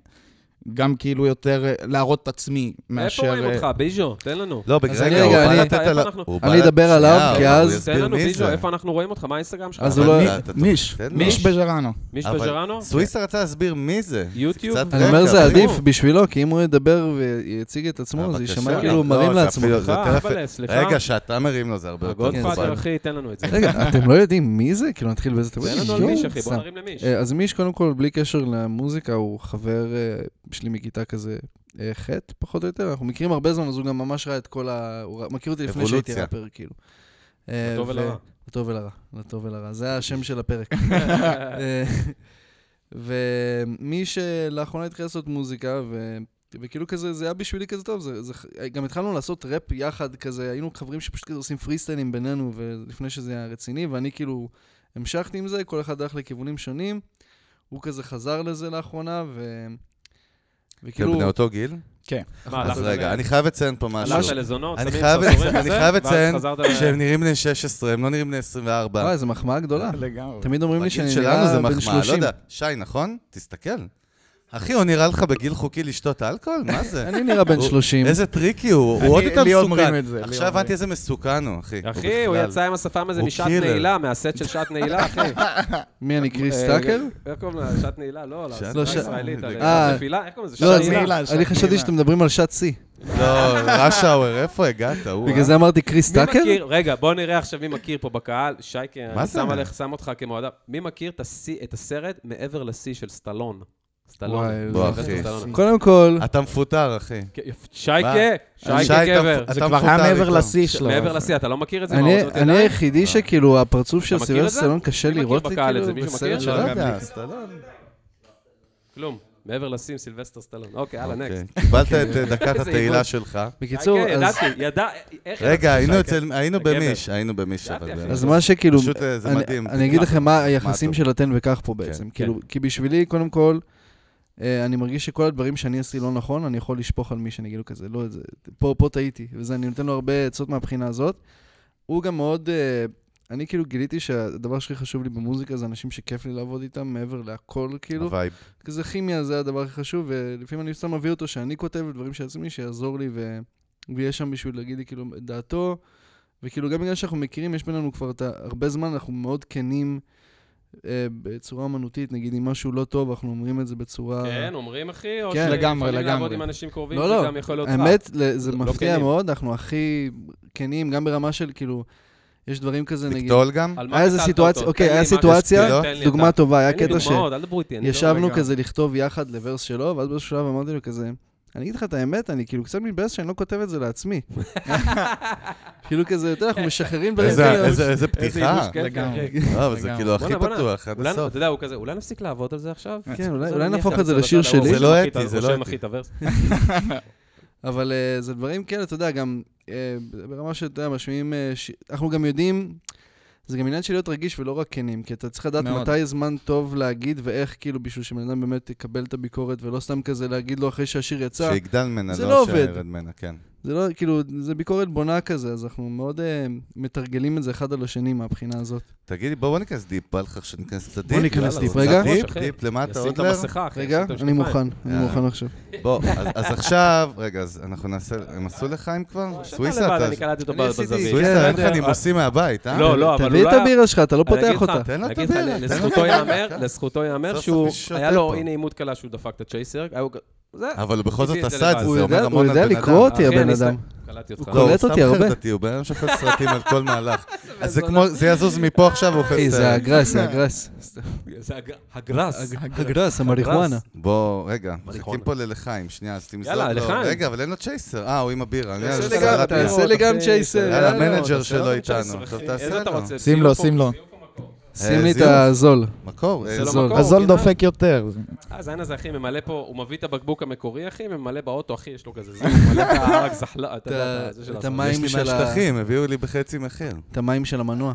גם כאילו יותר אה, להראות את עצמי מאשר...
איפה רואים
אה,
אותך, ביז'ו? תן לנו.
לא,
אז
רגע,
אני-
הוא
רגע,
בא
אני-
לתת
איפה
עליו...
אנחנו?
הוא בא
אני
לתת-
אדבר עליו,
שנייה,
כי
הוא
אז-
יסביר
תן לנו,
מי
ביז'ו,
זה.
איפה אנחנו רואים אותך? מה האינסטגרם שלך?
אז
אבל
הוא לא-
אתה- אתה-
מיש,
כן,
תן לו.
מיש בג'רנו.
מיש
אבל-
בג'רנו?
סוויסה רצה להסביר מי זה. זה
יוטיוב?
קצת
אני
רקע,
אומר, זה
אבל-
עדיף בשבילו, כי אם הוא ידבר ויציג את עצמו, זה
בבקשה.
יישמע כאילו
לא,
מרים
זה
לעצמו.
אפילו- זה יותר
סליחה,
יפה.
אבל, סליחה.
רגע, שאתה מרים לו זה הרבה יותר
הגודפאדר,
כן.
מכובד.
אחי, תן לנו את זה.
רגע, אתם לא יודעים מי זה? כאילו, נתחיל באיזה...
תן לנו על
יואו,
מיש, אחי, בוא
סתם.
נרים למיש.
אה, אז מיש, קודם כל, בלי קשר למוזיקה, הוא חבר אה, שלי מכיתה כזה אה, ח', פחות או יותר. אנחנו מכירים הרבה זמן, אז הוא גם ממש ראה את כל ה... הוא ראה- מכיר אותי לפני שהייתי
אבולוציה.
ראפר, כאילו. אה,
לטוב
ו-
ולרע.
לטוב ולרע, לטוב ולרע. זה השם של הפרק. אה, ומי שלאחרונה התחיל לעשות מוזיקה, ו... וכאילו כזה, זה היה בשבילי כזה טוב, זה, זה, גם התחלנו לעשות ראפ יחד כזה, היינו חברים שפשוט כזה עושים פריסטיילים בינינו, ולפני שזה היה רציני, ואני כאילו המשכתי עם זה, כל אחד הלך לכיוונים שונים, הוא כזה חזר לזה לאחרונה, ו...
אתם
וכאילו...
כן, בני אותו גיל?
מה,
אז
הלכת
רגע,
ל-
אני חייב לציין פה משהו.
הלכת לזונות,
אני
סמים,
חייב-
סרסורים
אני
וזה,
חייב
ואז
לציין
חזרת ל-
שהם נראים בני 16, הם לא נראים בני 24.
וואי, זו מחמאה גדולה.
לגמרי.
תמיד אומרים לי
בגיל
שאני
שלנו זה
נראה בן
מחמאה, לא
30.
יודע. שי, נכון? תסתכל. אחי, הוא נראה לך בגיל חוקי לשתות אלכוהול? מה זה?
אני נראה בן
הוא-
30.
איזה טריקי הוא,
אני-
הוא עוד יותר
לי אומרים
מסוכן.
את זה, לי
עכשיו הבנתי
אומרים.
איזה מסוכן הוא, אחי.
אחי, הוא
בכלל.
יצא עם השפם הזה
הוא
משעת
קילר.
נעילה, מהסט של שעת נעילה, אחי.
מי אני, קריס
אה,
טאקר?
איך קוראים לה? שעת נעילה? לא,
שעת
להסתה
נעילה.
הישראלית, הרי,
אה.
נפילה? איך קוראים לזה?
לא,
שעת
אז
נעילה.
נעילה, שעת
אני חשבתי
נעילה.
שאתם מדברים על שעת שיא.
לא, ראש האואר, איפה הגעת? הוא, אה?
בגלל זה אמרתי קריס
מי
טאקר?
מכיר- רגע, בוא נראה עכשיו מי מכיר פה בקהל. שייקה,
מה
אני
זה?
שם עליך, שם אותך כמועדף. מי מכיר את השיא- את הסרט מעבר לשיא של סטלון? סטלון.
וואי,
בוא,
זה-
אחי.
סטלון.
קודם כל,
לא-
אתה מפוטר, אחי.
כן, יפ- שייקה,
שי,
שייקה
אתה-
גבר.
אתה
זה כבר
מפוטר
היה מעבר
איתו.
לשיא שלו.
מעבר לשיא, אתה לא מכיר את זה?
אני-
מהעבודות
אני
ידיים?
אה.
היחידי שכאילו, הפרצוף של
מכיר
סילבר
את זה?
סלון קשה
מי מכיר
לראות לי
בקהל את
כאילו
זה? מישהו מכיר?
בסרט
לא
לא
שלו.
יודע, סטלון.
כלום. מעבר לשים סילבסטר סטלון. אוקיי, יאללה,
אוקיי.
נקסט.
קיבלת את אה, דקת
איזה
התהילה
עיבוד.
שלך.
בקיצור,
שייקה,
אז-
כן, ידעתי, ידע... איך
רגע,
ידעתי
היינו
שייקה?
אצל, היינו
הגבר.
במיש, היינו במיש, אבל...
ידעתי, אחי.
באמת.
אז מה שכאילו,
פשוט אה, זה
אני-
מדהים.
אני אגיד לכם מה היחסים
מה כן,
של אתן וכך פה בעצם. כאילו, כי בשבילי, קודם כל, אה, אני מרגיש שכל הדברים שאני עשיתי לא נכון, אני יכול לשפוך על מי שאני כאילו כזה, לא, זה- פה פה טעיתי, וזה, אני נותן לו הרבה עצות מהבחינה הזאת. הוא גם מאוד, אה, אני כאילו גיליתי שהדבר שהכי חשוב לי במוזיקה זה אנשים שכיף לי לעבוד איתם מעבר להכל, כאילו.
הווייב.
כזה כימיה זה הדבר הכי חשוב, ולפעמים אני סתם מביא אותו שאני כותב דברים של עצמי, שיעזור לי ו... ויהיה שם בשביל להגיד לי כאילו את דעתו, וכאילו גם בגלל שאנחנו מכירים, יש בינינו כבר את ה... הרבה זמן, אנחנו מאוד כנים אה, בצורה אמנותית, נגיד אם משהו לא טוב, אנחנו אומרים את זה בצורה...
כן, אומרים אחי, או
כן,
לגמרי,
שיכולים לעבוד
לגמרי.
עם אנשים קרובים,
לא,
זה
לא.
גם יכול להיות רע.
האמת, ל- זה
לא
מפתיע
כנים.
מאוד, אנחנו הכי כנים, גם ברמה של כאילו, יש דברים כזה, נגיד...
לקטול גם?
על מה
היה איזה
קטלת
סיטואציה,
אותו?
אוקיי,
תן לי
היה
משהו,
סיטואציה,
תן לי
דוגמה
אתה.
טובה, היה
תן לי
קטע ש...
דוגמאות, אל תדברו איתי, אני לא-
ישבנו
רגע.
כזה לכתוב יחד לוורס שלו, ואז באיזשהו שלב אמרתי לו כזה, אני אגיד לך את האמת, אני כאילו קצת מתבאס שאני לא כותב את זה לעצמי. כאילו כזה, אתה יודע,
כן.
אנחנו משחררים דברים
איזה-
כאלה.
איזה- איזה
איזה
פתיחה.
ייבוש כיף,
לגמרי.
אחי.
לא, אבל זה
לגמרי.
כאילו הכי
בואנה, בואנה.
פתוח, עד
אולי-
הסוף.
אתה יודע, הוא כזה, אולי נפסיק לעבוד על זה לא עכשיו?
כן, אולי-
אז
אולי
אני
נהפוך
אעשה
את זה
בצד
לשיר
ההוא,
שלי.
זה לא
שמכיר את
אתי, זה
ה-
לא
שם
אתי.
הכי את הוורס.
אבל אה, זה דברים כאלה, אתה יודע, גם אה, ברמה שאתה יודע, משמיעים, אה, ש- אנחנו גם יודעים, זה גם עניין של להיות רגיש ולא רק כנים, כי אתה צריך לדעת
מאוד.
מתי זמן טוב להגיד ואיך, כאילו, בשביל שבן אדם באמת יקבל את הביקורת, ולא סתם כזה להגיד לו אחרי שהשיר יצא.
שיגדל ממנה,
זה לא
לא
עובד.
שירד ממנה, כן.
זה לא, כאילו, זה ביקורת בונה כזה, אז אנחנו מאוד אה, מתרגלים את זה אחד על השני מהבחינה הזאת.
תגידי, בואו ניכנס דיפ, בא לך שניכנס קצת דיפ?
בוא ניכנס
יאללה,
דיפ,
רוצה
רגע?
דיפ,
אחי.
דיפ, למטה
ישים את
עוד
המסכה, אחי.
רגע,
ישים את
אני
המשקפיים.
מוכן, אני
יאללה.
מוכן עכשיו.
בוא, אז- אז עכשיו, רגע, אז אנחנו נעשה, הם עשו לחיים כבר?
שאתה
סוויסה,
לבד,
אתה...
אני קלטתי אותו
אני כן, עשיתי-
בזווית.
סוויסה, אין לך
בסדר,
נימוסים מהבית, אה?
לא, לא, אבל
תביא את
אולי-
הבירה שלך, אתה לא
אני אגיד לך,
פותח אותה.
תן לו
אני
את
אגיד לך,
הדרך, תן לו
לזכותו
את הדרך.
ייאמר, לזכותו ייאמר
סוף
שהוא,
סוף יש
היה
שוטה
לו,
פה.
הנה עימות קלה שהוא דפק את הצ'ייסר, הוא- זה,
אבל בכל זאת
הביא את זה
עשה את
לבד.
זה,
הוא
זה
יודע-
אומר
הוא
המון על
יודע
בן
לקרוא
אדם.
אותי,
אחי,
הבן
אני
אדם.
אה, כן, סתם- קלטתי אותך.
הוא קולט אותי הרבה.
לא, הוא סתם חרדתי, הוא בן אדם שאוכל סרטים על כל מהלך. אז זה כמו, זה יזוז מפה עכשיו, הוא אוכל
אחי, זה
סרט.
הגרס, זה הגרס.
לא, זה הג- אה, הגרס.
הגרס, המריחואנה.
בוא, רגע, מחכים
בדיחון.
פה ללחיים, שנייה, אז תמזוג
נכון. יאללה,
לו.
לחיים.
רגע, אבל אין לו צ'ייסר. אה, הוא עם הבירה. אני
תעשה
יודע,
לי
זה
גם-
סרט
תעשה
בירה.
לי גם צ'ייסר, אה, לא.
יאללה,
לא,
יאללה,
המנג'ר
תעשה לו
שלו
גם
איתנו.
צ'ייסר,
עכשיו
אחי.
תעשה
איזה אתה
לנו.
רוצה?
שים לו, שים לו.
שים לי את
זיוף.
הזול.
מקור,
זה
אה,
לא
זול.
מקור.
אז זול
כן, אה?
דופק יותר.
אז העניין אה, הזה, אחי, ממלא פה, הוא מביא את הבקבוק המקורי, אחי, ממלא באוטו, אחי, יש לו כזה, זה, הוא ממלא את הערק זחלה, אתה יודע, את זה של אה,
את
הזמן.
המים
יש
של
לי
ה-
מהשטחים, הביאו לי בחצי מחיר.
את המים של המנוע.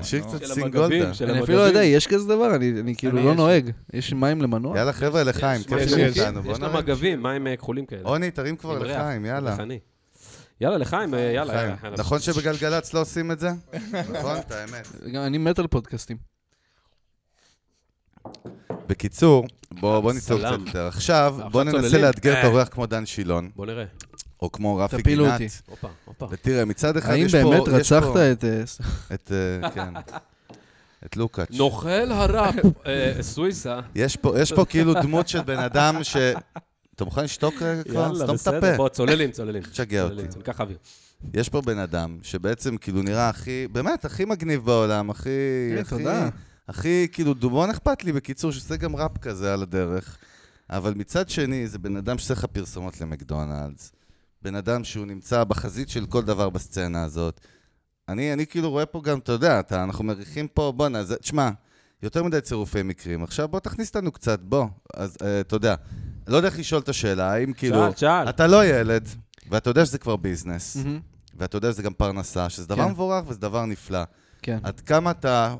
תשאיר קצת
של
סינגולדה.
המגבים, של
אני
המגבים.
אפילו לא יודע, יש כזה דבר, אני אני כאילו לא נוהג. יש מים למנוע?
יאללה, חבר'ה, לחיים, כיף
יש-
שאתם
יש-
איתנו. בוא
יש לה
נראה.
מגבים, מים אה, כחולים כאלה.
עוני, תרים כבר
עם ריח.
לחיים, יאללה.
לחני. יאללה, לחיים, אה, יאללה.
חיים.
יאללה.
נכון שבגלגלצ לא עושים את זה? נכון, את האמת.
גם אני מת על פודקאסטים.
בקיצור, בוא בוא נצטרך
סלאם.
קצת יותר. עכשיו, בוא
עכשיו
ננסה
צוללים?
לאתגר את
אה.
האורח כמו דן שילון,
בוא נראה.
או כמו רפי גינת.
תפילו אותי.
הופה, הופה.
ותראה, מצד אחד
האם
יש פה...
באמת
יש
רצחת
פה
את... אה, סליחה.
את... אה, כן. את לוקאץ'.
נוכל הראפ, אה, סוויסה.
יש פה- יש פה כאילו דמות של בן אדם ש... אתה מוכן לשתוק רגע כבר?
יאללה,
סתום את
בסדר,
הפה.
בוא, צוללים, צוללים.
תשגע אותי.
צוללים, ניקח אוויר.
יש פה בן אדם שבעצם כאילו נראה הכי, באמת, הכי מגניב בעולם, הכי...
כן,
הכי-
תודה.
הכי, כאילו, דובון אכפת לי, בקיצור, שעושה גם ראפ כזה על הדרך. אבל מצד שני, זה בן אדם שעושה לך פרסומות למקדונלדס. בן אדם שהוא נמצא בחזית של כל דבר בסצנה הזאת. אני, אני כאילו רואה פה גם, אתה יודע, אתה, אנחנו מריחים פה, בואנה, זה- תשמע, יותר מדי צירופי מקרים. עכשיו בוא תכניס אותנו קצת, בוא. אז אה, אתה יודע, לא יודע איך לשאול את השאלה, האם כאילו...
שאל, שאל.
אתה לא ילד, ואתה יודע שזה כבר ביזנס.
מהמם.
ואתה יודע שזה גם פרנסה, שזה דבר
כן.
מבורך וזה דבר נפלא.
כן.
עד כמה אתה,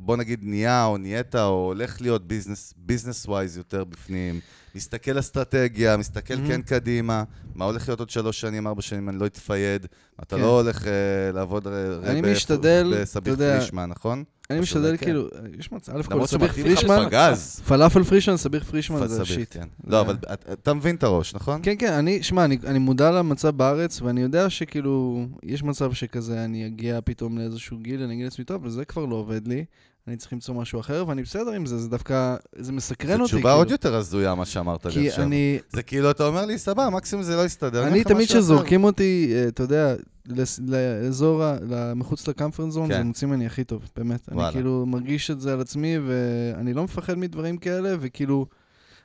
בוא נגיד, נהיה או נהיית או הולך להיות ביזנס, ביזנס ווייז יותר בפנים, מסתכל אסטרטגיה, מסתכל mm-hmm. כן קדימה, מה הולך להיות עוד שלוש שנים, ארבע שנים, אני לא אתפייד, אתה
כן.
לא הולך אה, לעבוד ר-
אני
ב-
משתדל,
בסביח
אתה יודע-
פרישמן, נכון?
אני
או
משתדל
שאולי כן.
כאילו, יש מצב, א' כל
למרות
סביר
שמתאים לך
פרישמן,
פגז.
פלאפל פרישמן, סביר פרישמן זה
סביר,
שיט.
כן. לא, אבל את- אתה מבין את הראש, נכון?
כן, כן, אני, שמע, אני, אני מודע למצב בארץ, ואני יודע שכאילו, יש מצב שכזה, אני אגיע פתאום לאיזשהו גיל, אני אגיד לעצמי, טוב, אבל זה כבר לא עובד לי, אני צריך למצוא משהו אחר, ואני בסדר עם זה, זה דווקא, זה מסקרן
זו
אותי. כאילו.
תשובה עוד יותר הזויה, מה שאמרת לי
כי
עכשיו.
אני,
זה כאילו, אתה אומר לי, סבבה, מקסימום זה לא יסתדר.
אני
אגיד לך
תמיד
משהו אחר."
כשזורקים אותי, אה, אתה יודע, לס- לאזור, ה- ל- מחוץ לקמפרנט זון,
כן.
זה מוציא ממני הכי טוב, באמת. אני
וואלה.
כאילו מרגיש את זה על עצמי, ואני לא מפחד מדברים כאלה, וכאילו,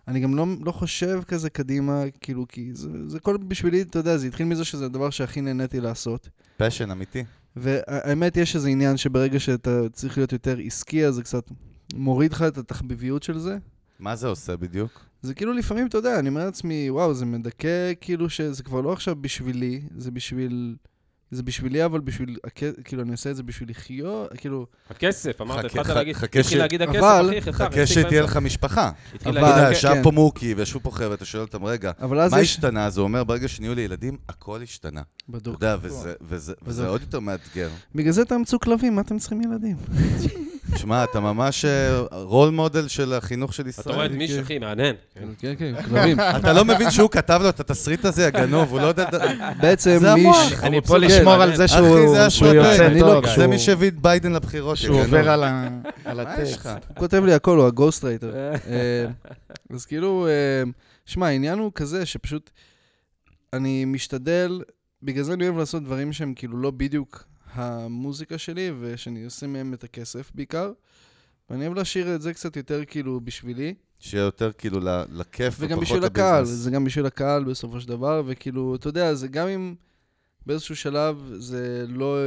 אני גם לא, לא חושב כזה קדימה, כאילו, כי זה, זה כל בשבילי, אתה יודע, זה התחיל מזה שזה הדבר שהכי נהניתי לעשות.
פשן אמיתי.
והאמת, יש איזה עניין שברגע שאתה צריך להיות יותר עסקי, אז זה קצת מוריד לך את התחביביות של זה.
מה זה עושה בדיוק?
זה כאילו לפעמים, אתה יודע, אני אומר לעצמי, וואו, זה מדכא, כאילו שזה כבר לא עכשיו בשבילי, זה בשביל זה בשבילי, אבל בשביל, הכ- כאילו, אני עושה את זה בשביל לחיות, כאילו,
הכסף, אמרת,
חכה,
התחלת
חכה,
להגיד,
חכה ש-
התחיל להגיד הכסף,
אבל-
אחי, חכה,
חכה שתהיה לך משפחה.
התחיל
אבל-
אתה יודע,
להגיד,
ישב
כן.
פה מוקי וישבו פה חבר'ה, אתה שואל אותם, רגע,
אבל אז
מה
יש...
השתנה? אז הוא אומר, ברגע שנהיו לי ילדים, הכל השתנה. אתה
בדוק.
יודע, וזה- וזה- וזה
בדוק.
עוד יותר מאתגר.
בגלל זה תאמצו כלבים, מה אתם צריכים ילדים?
שמע, אתה ממש אה, רול מודל של החינוך של
אתה רואה את
ישראל.
מישהו, אחי, מהנהן.
כן, כן, כלבים.
אתה לא מבין שהוא כתב לו את התסריט הזה, הגנוב, הוא לא יודע...
בעצם
זה
מי...
המוח.
ש-
אני
הוא
פה
צודק.
לשמור על
זה שהוא
אחי, זה
שהוא יוצא
אני
השמטה.
לא-
טוב,
זה
שהוא-
מי שהביא את ביידן לבחירות.
שהוא
כן,
יא גנוב.
לא.
עובר על ה- על
מה יש לך?
הטקסט.
הוא כותב לי הכל, הוא הגוסטרייטר.
אה.
אה, אז כאילו, אה, שמע, העניין הוא כזה שפשוט אני משתדל, בגלל זה אני אוהב לעשות דברים שהם כאילו לא בדיוק המוזיקה שלי, ושאני עושה מהם את הכסף בעיקר. ואני אוהב להשאיר את זה קצת יותר כאילו בשבילי,
שיהיה יותר כאילו ל- לכיף
וגם
ופחות
בשביל הקהל,
לביזנס.
זה גם בשביל הקהל בסופו של דבר, וכאילו, אתה יודע, זה גם אם באיזשהו שלב זה לא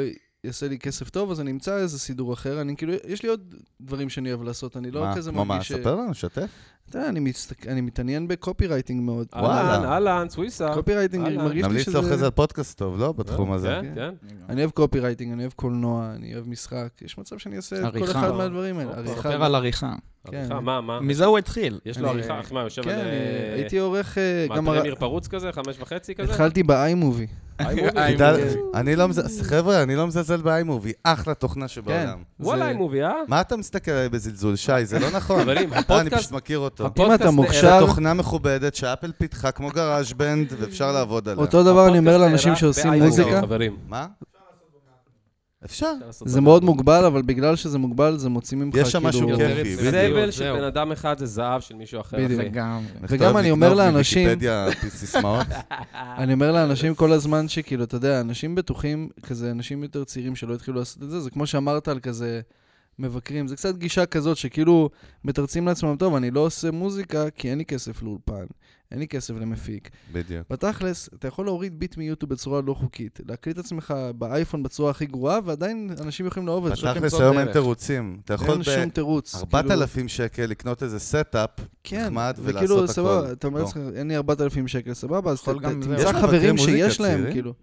יעשה לי כסף טוב, אז אני אמצא איזה סידור אחר, אני כאילו, יש לי עוד דברים שאני אוהב לעשות, אני לא
מה-
כזה
מה, מה,
מרגיש... ש-
ספר לנו, שתף.
אתה יודע, אני, מצט... אני מתעניין בקופי רייטינג מאוד.
וואלה.
אהלן, אהלן, אה, סוויסה.
קופי רייטינג, אני
אהלן.
מרגיש לי
נמליץ
שזה...
לו אחרי זה על פודקאסט טוב, לא? בתחום הזה.
כן, כן.
אני אוהב קופי רייטינג, אני אוהב קולנוע, אני אוהב משחק. יש מצב שאני אעשה את כל
עריכה.
אחד מהדברים האלה.
אופה.
ספר
עריכה.
על עריכה.
כן.
עריכה, מה, מה?
מזה הוא התחיל.
יש לו
אני-
עריכה, אחי, מה, הוא יושב על...
כן, אני-
אה,
הייתי עורך... אה, גם
מאתרי
ער-
ניר פרוץ כזה, חמש וחצי כזה?
התחלתי באיי-מובי.
איי-מובי.
תדע- אני לא מזלזל, חבר'ה, אני לא מזלזל באיימובי, אחלה תוכנה שבעולם.
וואלה, אה?
זה-
היא מוביאה.
מה אתה מסתכל עליי בזלזול, שי? זה לא נכון.
חברים,
אה, אני
הפודקאסט-
פשוט מכיר אותו.
אם אתה
זו
מוכשר,
תוכנה מכובדת שאפל פיתחה כמו גראז' בנד, ואפשר לעבוד עליה.
אותו דבר אני אומר לאנשים שעושים מוזיקה.
חברים.
מה? אפשר.
זה מאוד מוגבל, אבל בגלל שזה מוגבל, זה מוציא ממך כאילו...
יש שם משהו כיפי, בדיוק.
זבל
בדיוק,
של
זהו.
בן אדם אחד זה זהב של מישהו אחר,
בדיוק.
אחי.
לגמרי.
וגם אני אומר לאנשים-
ויקיפדיה, סיסמאות.
אני אומר לאנשים כל הזמן שכאילו, אתה יודע, אנשים בטוחים, כזה אנשים יותר צעירים שלא התחילו לעשות את זה, זה כמו שאמרת על כזה מבקרים, זה קצת גישה כזאת שכאילו מתרצים לעצמם, טוב, אני לא עושה מוזיקה כי אין לי כסף לאולפן, אין לי כסף למפיק.
בדיוק.
בתכלס, אתה יכול להוריד ביט מיוטיוב בצורה לא חוקית, להקליט את עצמך באייפון בצורה הכי גרועה, ועדיין אנשים יכולים לאהוב את זה.
בתכלס
למצוא
היום אין
דרך.
תירוצים. אתה יכול
אין שום תירוץ. כאילו-
ב-4,000 שקל לקנות איזה סטאפ,
כן,
נחמד
וכאילו,
ולעשות
סבבה,
הכל.
אתה אומר
בוא.
לעצמך, אין לי 4,000 שקל, סבבה, אז ת-
יכול גם-
תמצא
יש לך
חברים
מבקרי מוזיקה
שיש להם,
צעירים?
כאילו.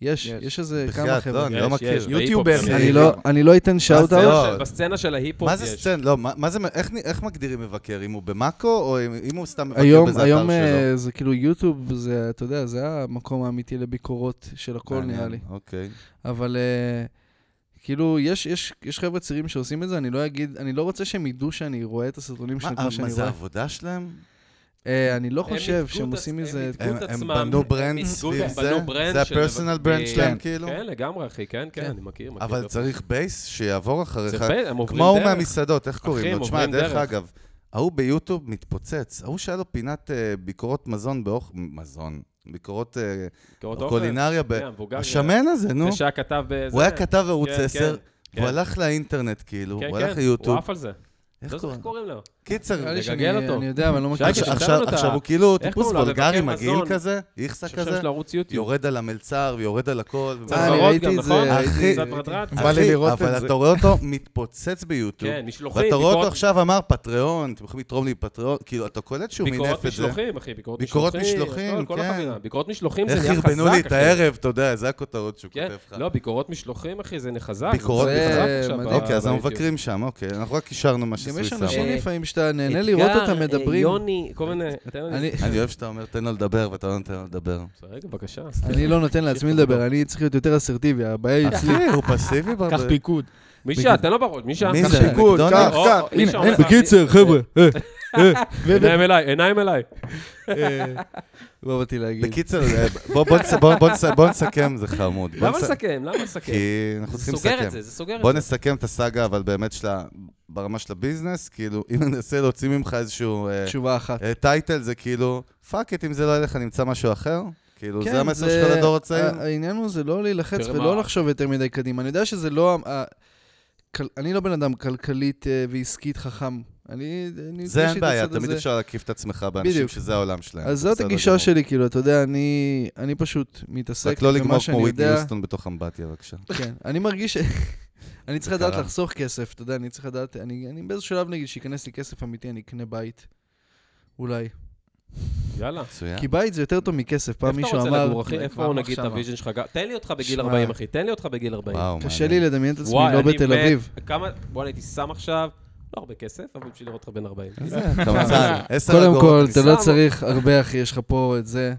יש,
יש.
יש איזה כמה
בחייאת, לא,
חבר'ה.
אני לא
יש,
מכיר.
יש, בהיפ-הופ
יוטיובר.
גם יש.
אני לא- אני לא אתן שאוט
בסצנה
אאוט.
לא.
בסצנה של ההיפ-הופ
מה
יש.
זה סצן? לא, מה מה זה, איך נ- איך מגדירים מבקר? אם הוא במאקו, או אם אם הוא סתם מבקר
היום,
באיזה אתר
היום
שלו?
אה, זה כאילו יוטיוב, זה, אתה יודע, זה המקום האמיתי לביקורות של הכל נראה
מעניין,
לי.
אוקיי.
אבל אה, כאילו, יש- יש יש חבר'ה צעירים שעושים את זה, אני לא אגיד, אני לא רוצה שהם ידעו שאני רואה את הסרטונים
מה,
שלהם
אה,
כמו
מה
שאני
זה
רואה.
העבודה שלהם?
אה, אני לא
הם
חושב
ייצגו
שהם
את
עושים
עצ-
מזה...
הם
הם
ייצגו את
הם
עצמם.
בנו ברנד
ייצגו-
סביב
הם
זה?
בנו ברנד
זה
של-
הפרסונל ברנד
כן,
שלהם, כאילו?
כן, לגמרי, אחי, כן, כן, אני מכיר, מכיר.
אבל צריך בייס שיעבור אחריך.
צריך ב- הם עוברים
כמו ההוא
דרך.
מהמסעדות, איך קוראים
הם
לו? תשמע,
עוברים
דרך
דרך.
אגב, ההוא ביוטיוב מתפוצץ. ההוא שהיה לו פינת אה, ביקורות מזון באוכל... מזון. ביקורות אה,
מכיר אותו?
קולינריה ב...
כן, המבוגר,
השמן הזה, נו.
זה שהיה כתב באיזה...
הוא היה כתב ערוץ
כן,
10,
כן.
והוא הלך לאינטרנט, כאילו,
כן,
הוא
כן,
הלך
הוא
ליוטיוב.
עף על זה.
איך
לא זוכר
קוראים?
איך קוראים לו.
קיצר,
נראה לי שאני-
לגגל אותו.
אני יודע, אבל אני לא מכיר.
שייקה,
עכשיו-
שכתב
עכשיו
לו את ה-
עכשיו הוא כאילו
איך
טיפוס
קוראים לו?
וולגרי
המבקר
מגעיל
מזון.
כזה, איכסה
עכשיו
כזה,
יש לו ערוץ יוטיוב.
יורד על המלצר ויורד על הכל.
זה
אה, אני
ורוד
ראיתי
גם,
את זה,
נכון?
ראיתי-
אחי,
קצת רדרן.
בא לי
אחי,
לראות את
אבל
זה.
אתה רואה אותו מתפוצץ ביוטיוב.
כן, משלוחים.
ואתה רואה אותו
ביקורות-
עכשיו אמר פטריון, אתם יכולים לתרום לי פטריון, כאילו, אתה קולט שהוא מינף
ביקורות
את זה.
משלוחים, אחי, ביקורות משלוחים.
ביקורות משלוחים,
הכל, כל
כן.
החבילה. ביקורות משלוחים זה
איך
נהיה חזק,
חרבנו לי את
אחי.
הערב, אתה יודע, זה הכותרות שהוא
כן,
כותב לך.
לא, ביקורות משלוחים, אחי, זה נחזק.
ביקורות
זה
משלוחים.
חזק עכשיו
אה, מדהים.
ב-
אוקיי, אז
ביוטיוב.
המבקרים שם, אוקיי, אנחנו רק אישרנו מה
גם יש
שסוויסה אמר.
אנשים
אה,
לפעמים שאתה נהנה
אתגר,
לראות אותם
אה,
מדברים.
יוני, כל מיני... תן לנו-
אני-
אני אוהב שאתה אומר, תן לו לדבר, ואתה לא נותן לו לדבר.
רגע, בבקשה.
אני לא נותן לעצמי לדבר, אני צריך להיות יותר אסרטיבי, הבעיה היא אצלי.
אחי, הוא פסיבי
קח
בהרבה.
פיקוד.
מישה, תן לו בראש, מישה.
מי
קח
זה?
שיקול.
פיקוד,
אה,
קח.
או,
קח,
מישה
הנה,
אומר לך,
אין,
בקיצר, חבר'ה, אה,
עיניים אליי, עיניים אליי.
אה, לא באתי להגיד.
בקיצר, אה, בוא- בוא נס- בוא- בוא נס- בוא נסכם, זה חמוד. בוא
למה
נס-
לסכם? למה לסכם?
כי אנחנו
כן. זה
צריכים
סוגר את
לסכם.
זה, זה סוגר
בוא
את זה.
נסכם את הסאגה, אבל באמת של ה- ברמה של הביזנס, כאילו, אם ננסה להוציא ממך איזשהו אה,
תשובה אחת.
אה, טייטל, זה כאילו, פאק איט, אם זה לא ילך, אני אמצא משהו אחר? כאילו,
כן,
זה המסר שלך לדור
אה,
הצעיר?
ה- העניין הוא זה לא להילחץ
תראה
ולא
מה-
לחשוב יותר מדי קדימה. אני יודע שזה לא... ה- ה- כל- אני לא בן אדם כלכלית אה, ועסקית חכם. אני... אני-
זה
יש
אין
לי את
בעיה,
הצד
תמיד
הזה.
אפשר להקיף את עצמך באנשים
בדיוק.
שזה העולם שלהם.
אז זאת
בסדר
הגישה
גמור.
שלי, כאילו, אתה יודע, אני אני פשוט מתעסק
רק לא לגמור
במה
כמו
שאני
וויטני
יודע.
יוסטון בתוך אמבטיה, בבקשה.
כן, אני מרגיש ש... אני צריך
קרה.
לדעת לחסוך כסף, אתה יודע, אני צריך לדעת,
כן.
אני, אני באיזשהו שלב נגיד, שייכנס לי כסף אמיתי, אני אקנה בית, אולי.
יאללה.
מצוין.
כי בית זה יותר טוב מכסף.
איפה
פעם
אתה
מישהו
רוצה
אמר,
לגור, אחי? איפה
כבר
נגיד את
מחשבה.
הוויז'ן שלך? ג- תן לי אותך בגיל
שמע.
40, אחי. תן לי אותך בגיל 40.
וואו,
קשה
מעניין.
לי לדמיין את עצמי
וואי,
לא
אני
בתל
מת.
אביב.
כמה, וואלה, הייתי שם עכשיו, לא הרבה כסף, אבל בשביל לראות אותך בן 40.
אתה מצא,
כן.
עשר
קודם כל,
אגורות.
אתה
אני
לא
שם.
צריך הרבה, אחי, יש לך פה את זה.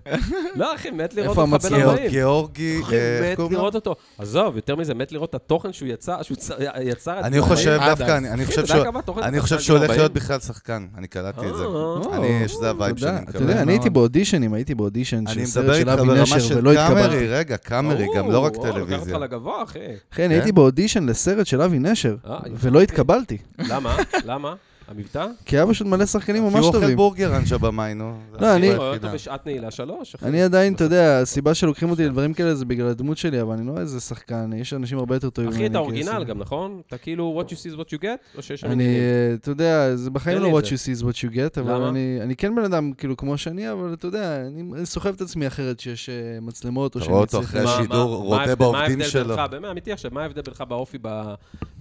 לא, אחי, מת לראות
איפה
אותך בן
המצלמה?
גיאור-
40.
גיאורגי,
אחי,
אה, איך
מת
קוראים לו?
לראות אותו. עזוב, יותר מזה, מת לראות את התוכן שהוא יצר, שהוא צ- יצר.
אני חושב דווקא, אני- אני
אחי,
חושב
אתה יודע
שהוא-
כמה תוכן
אני
אתה
חושב
עושה
שהוא הולך
גיל
להיות
40?
בכלל שחקן, אני קלטתי את זה.
אה.
אני, שזה הווייב
תודה.
שאני
אתה
מקבל.
יודע, אני הייתי
מאוד.
באודישן, אם הייתי באודישן
אני
של
מדבר
סרט של
איתך
אבי
ברמה
נשר
של
ולא
קאמרי,
התקבלתי.
רגע, קאמרי, גם לא רק
או, לקח
טלוויזיה.
אותך לגבוה, אחי.
כן, הייתי באודישן לסרט של אבי נשר
אה,
ולא התקבלתי.
למה? למה? המבטא?
כי היה פשוט מלא שחקנים
כי
ממש
הוא אוכל
טובים.
בורגר אנשי במאי, נו. זה
לא, אני-
הסיבה
אני רואה אותו
היחידה.
בשעת נעילה שלוש, אחי.
אני עדיין, אתה יודע, הסיבה שלוקחים אותי לדברים כאלה זה בגלל הדמות שלי, אבל אני לא איזה שחקן, יש אנשים הרבה יותר טובים.
אחי,
ממני
אתה אורגינל
כעשר.
גם, נכון? אתה כאילו, what you see is what you get, או שיש שם...
אני,
עניינים?
אה, אתה יודע, זה בחיים
תן לי
לא
את
what you
זה.
see is what you get, אבל
למה?
אני- אני כן בן אדם כאילו כמו שאני, אבל אתה יודע, אני אני סוחב את עצמי אחרת שיש אה, מצלמות או
אתה
שאני
רואה אותו
צריך...
אחרי
מה-
לה-
השיר. השידור
מה-
רואה
מה ההבדל-
בעובדים
מה ההבדל
שלו.
בינך, באמת, אמיתי עכשיו, מה ההבדל בינך באופי, ב-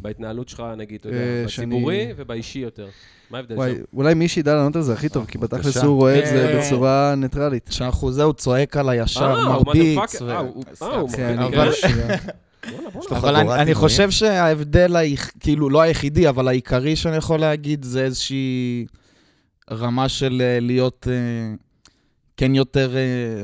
בהתנהלות שלך, נגיד, אתה
אה,
יודע,
שאני-
בציבורי ובאישי יותר? מה ההבדל
וואי,
שם?
אולי מישהו ידע לענות על זה הכי טוב, כי בתכלס
בבקשה.
הוא רואה את זה
אה,
בצורה ניטרלית.
כשאנחנו זה, הוא צועק על הישר,
אה, הוא
מרביץ.
motherfucker,
ו-
אה, הוא- אה, הוא
כן,
מרביץ.
אבל-
בואנה, בואנה.
לו
אבל
חגורת
אני- אני
עינויים?
חושב שההבדל, היח- כאילו, לא היחידי, אבל העיקרי שאני יכול להגיד, זה איזושהי רמה של אה, להיות... אה, כן יותר, אה,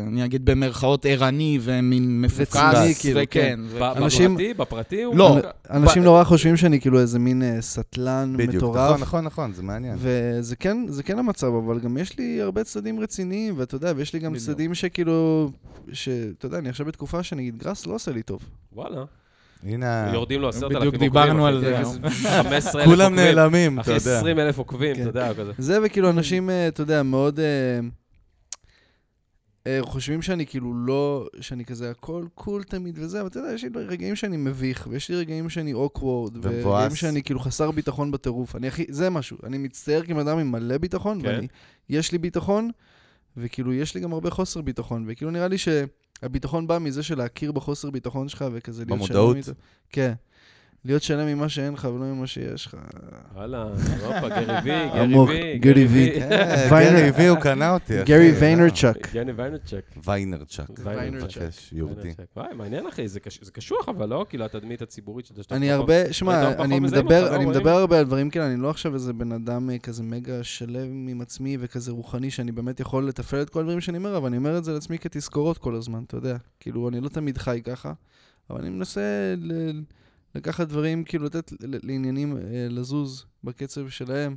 אני אגיד במרכאות, ערני ומין מפוקס.
רציני, כאילו,
וכן, ו-
ב-
אנשים-
בפרטי, בפרטי הוא...
לא.
אנשים נורא חושבים שאני כאילו איזה מין אה, סטלן
בדיוק,
מטורף.
נכון, נכון, נכון, זה מעניין.
וזה כן, זה כן המצב, אבל גם יש לי הרבה צדדים רציניים, ואתה יודע, ויש לי גם
בדיוק.
צדדים שכאילו, שאתה יודע, אני עכשיו בתקופה שנגיד גראס לא עושה לי טוב.
וואלה.
הנה,
יורדים לו עשרת אלפים
בדיוק
עוקבים.
דיברנו על
אחי,
זה.
כזה 15,000
אה. כולם
עוקבים.
נעלמים, אתה
אחי,
יודע.
20 אלף עוקבים,
כן.
אתה יודע, כזה.
זה וכאילו אנשים, אה, אתה יודע, מאוד אה, אה, חושבים שאני כאילו לא, שאני כזה הכל קול תמיד וזה, אבל אתה יודע, יש לי רגעים שאני מביך, ויש לי רגעים שאני אוקוורד,
ומבואס.
ורגעים שאני כאילו חסר ביטחון בטירוף. אני הכי, זה משהו, אני מצטייר כבן אדם עם מלא ביטחון,
כן.
ואני, יש לי ביטחון, וכאילו יש לי גם הרבה חוסר ביטחון, וכאילו נראה לי שהביטחון בא מזה של להכיר בחוסר ביטחון שלך, וכזה להיות שלם
במודעות.
איתו. כן. להיות שלם ממה שאין לך ולא ממה שיש לך.
וואלה, הופה, גרי וי,
עמוק,
גרי וי.
גרי וי. כן.
אה,
ויינר-
גרי וי, הוא קנה אותי. אחי.
גרי ויינרצ'אק.
יוני ויינרצ'ק.
ויינרצ'אק.
ויינרצ'ק.
מבקש, יהודי.
ויינרצ'ק. וואי, מעניין אחי, זה קש- זה קשוח אבל לא? כאילו התדמית הציבורית שאתה... שאתה
אני
פחות-
הרבה,
אתה
שמע,
פחות
נכון. אני
מזהים אותך,
מדבר,
לא
אני
רואים?
מדבר הרבה על דברים כאלה, אני לא עכשיו איזה בן אדם אה, כזה מגה שלב עם עצמי וכזה רוחני, שאני באמת יכול לתפעל את כל הדברים שאני אומר, אבל אני אומר את זה לעצמי כתזכורות כל הזמן, אתה יודע. כאילו, אני לא תמיד חי ככה, אבל אני מנסה ל- לקחת דברים, כאילו לתת ל- לעניינים אה, לזוז בקצב שלהם,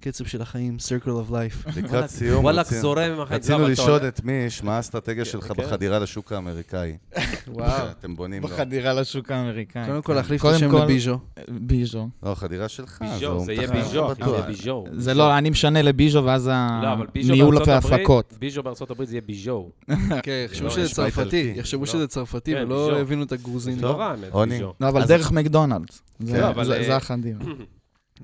קצב של החיים, circle of life.
לקראת סיום,
וואלכ
רצינו-
זורם עם החיים.
לא רצינו
למה אתה
לשאול
עולה?
את מיש, מה האסטרטגיה שלך
כן.
בחדירה לשוק האמריקאי?
וואו.
שאתם בונים לו.
בחדירה לשוק האמריקאי.
קודם כל
כן.
להחליף את
קודם
השם
כל-
לביז'ו.
ביז'ו.
לא, חדירה שלך.
ביז'ו,
הוא
זה יהיה
מתחת,
ביז'ו,
לא
אחי, זה יהיה
בטוח.
ביז'ו.
זה לא, אני משנה לביז'ו, ואז
לא, אבל ביז'ו
ניהול
בארצות הברית-
ההפקות.
ביז'ו בארצות הברית זה יהיה ביז'ו.
כן, יחשבו
לא,
שזה
נשמע
צרפתי,
איטלקי.
יחשבו
לא.
שזה צרפתי
כן,
ולא
ביז'ו.
הבינו את הגרוזינים.
לא רע, האמת,
עוני.
ביז'ו.
לא, אבל
אז-
דרך מקדונלדס.
כן,
זה-
אבל,
זה
אה,
זה החדיר.
לא,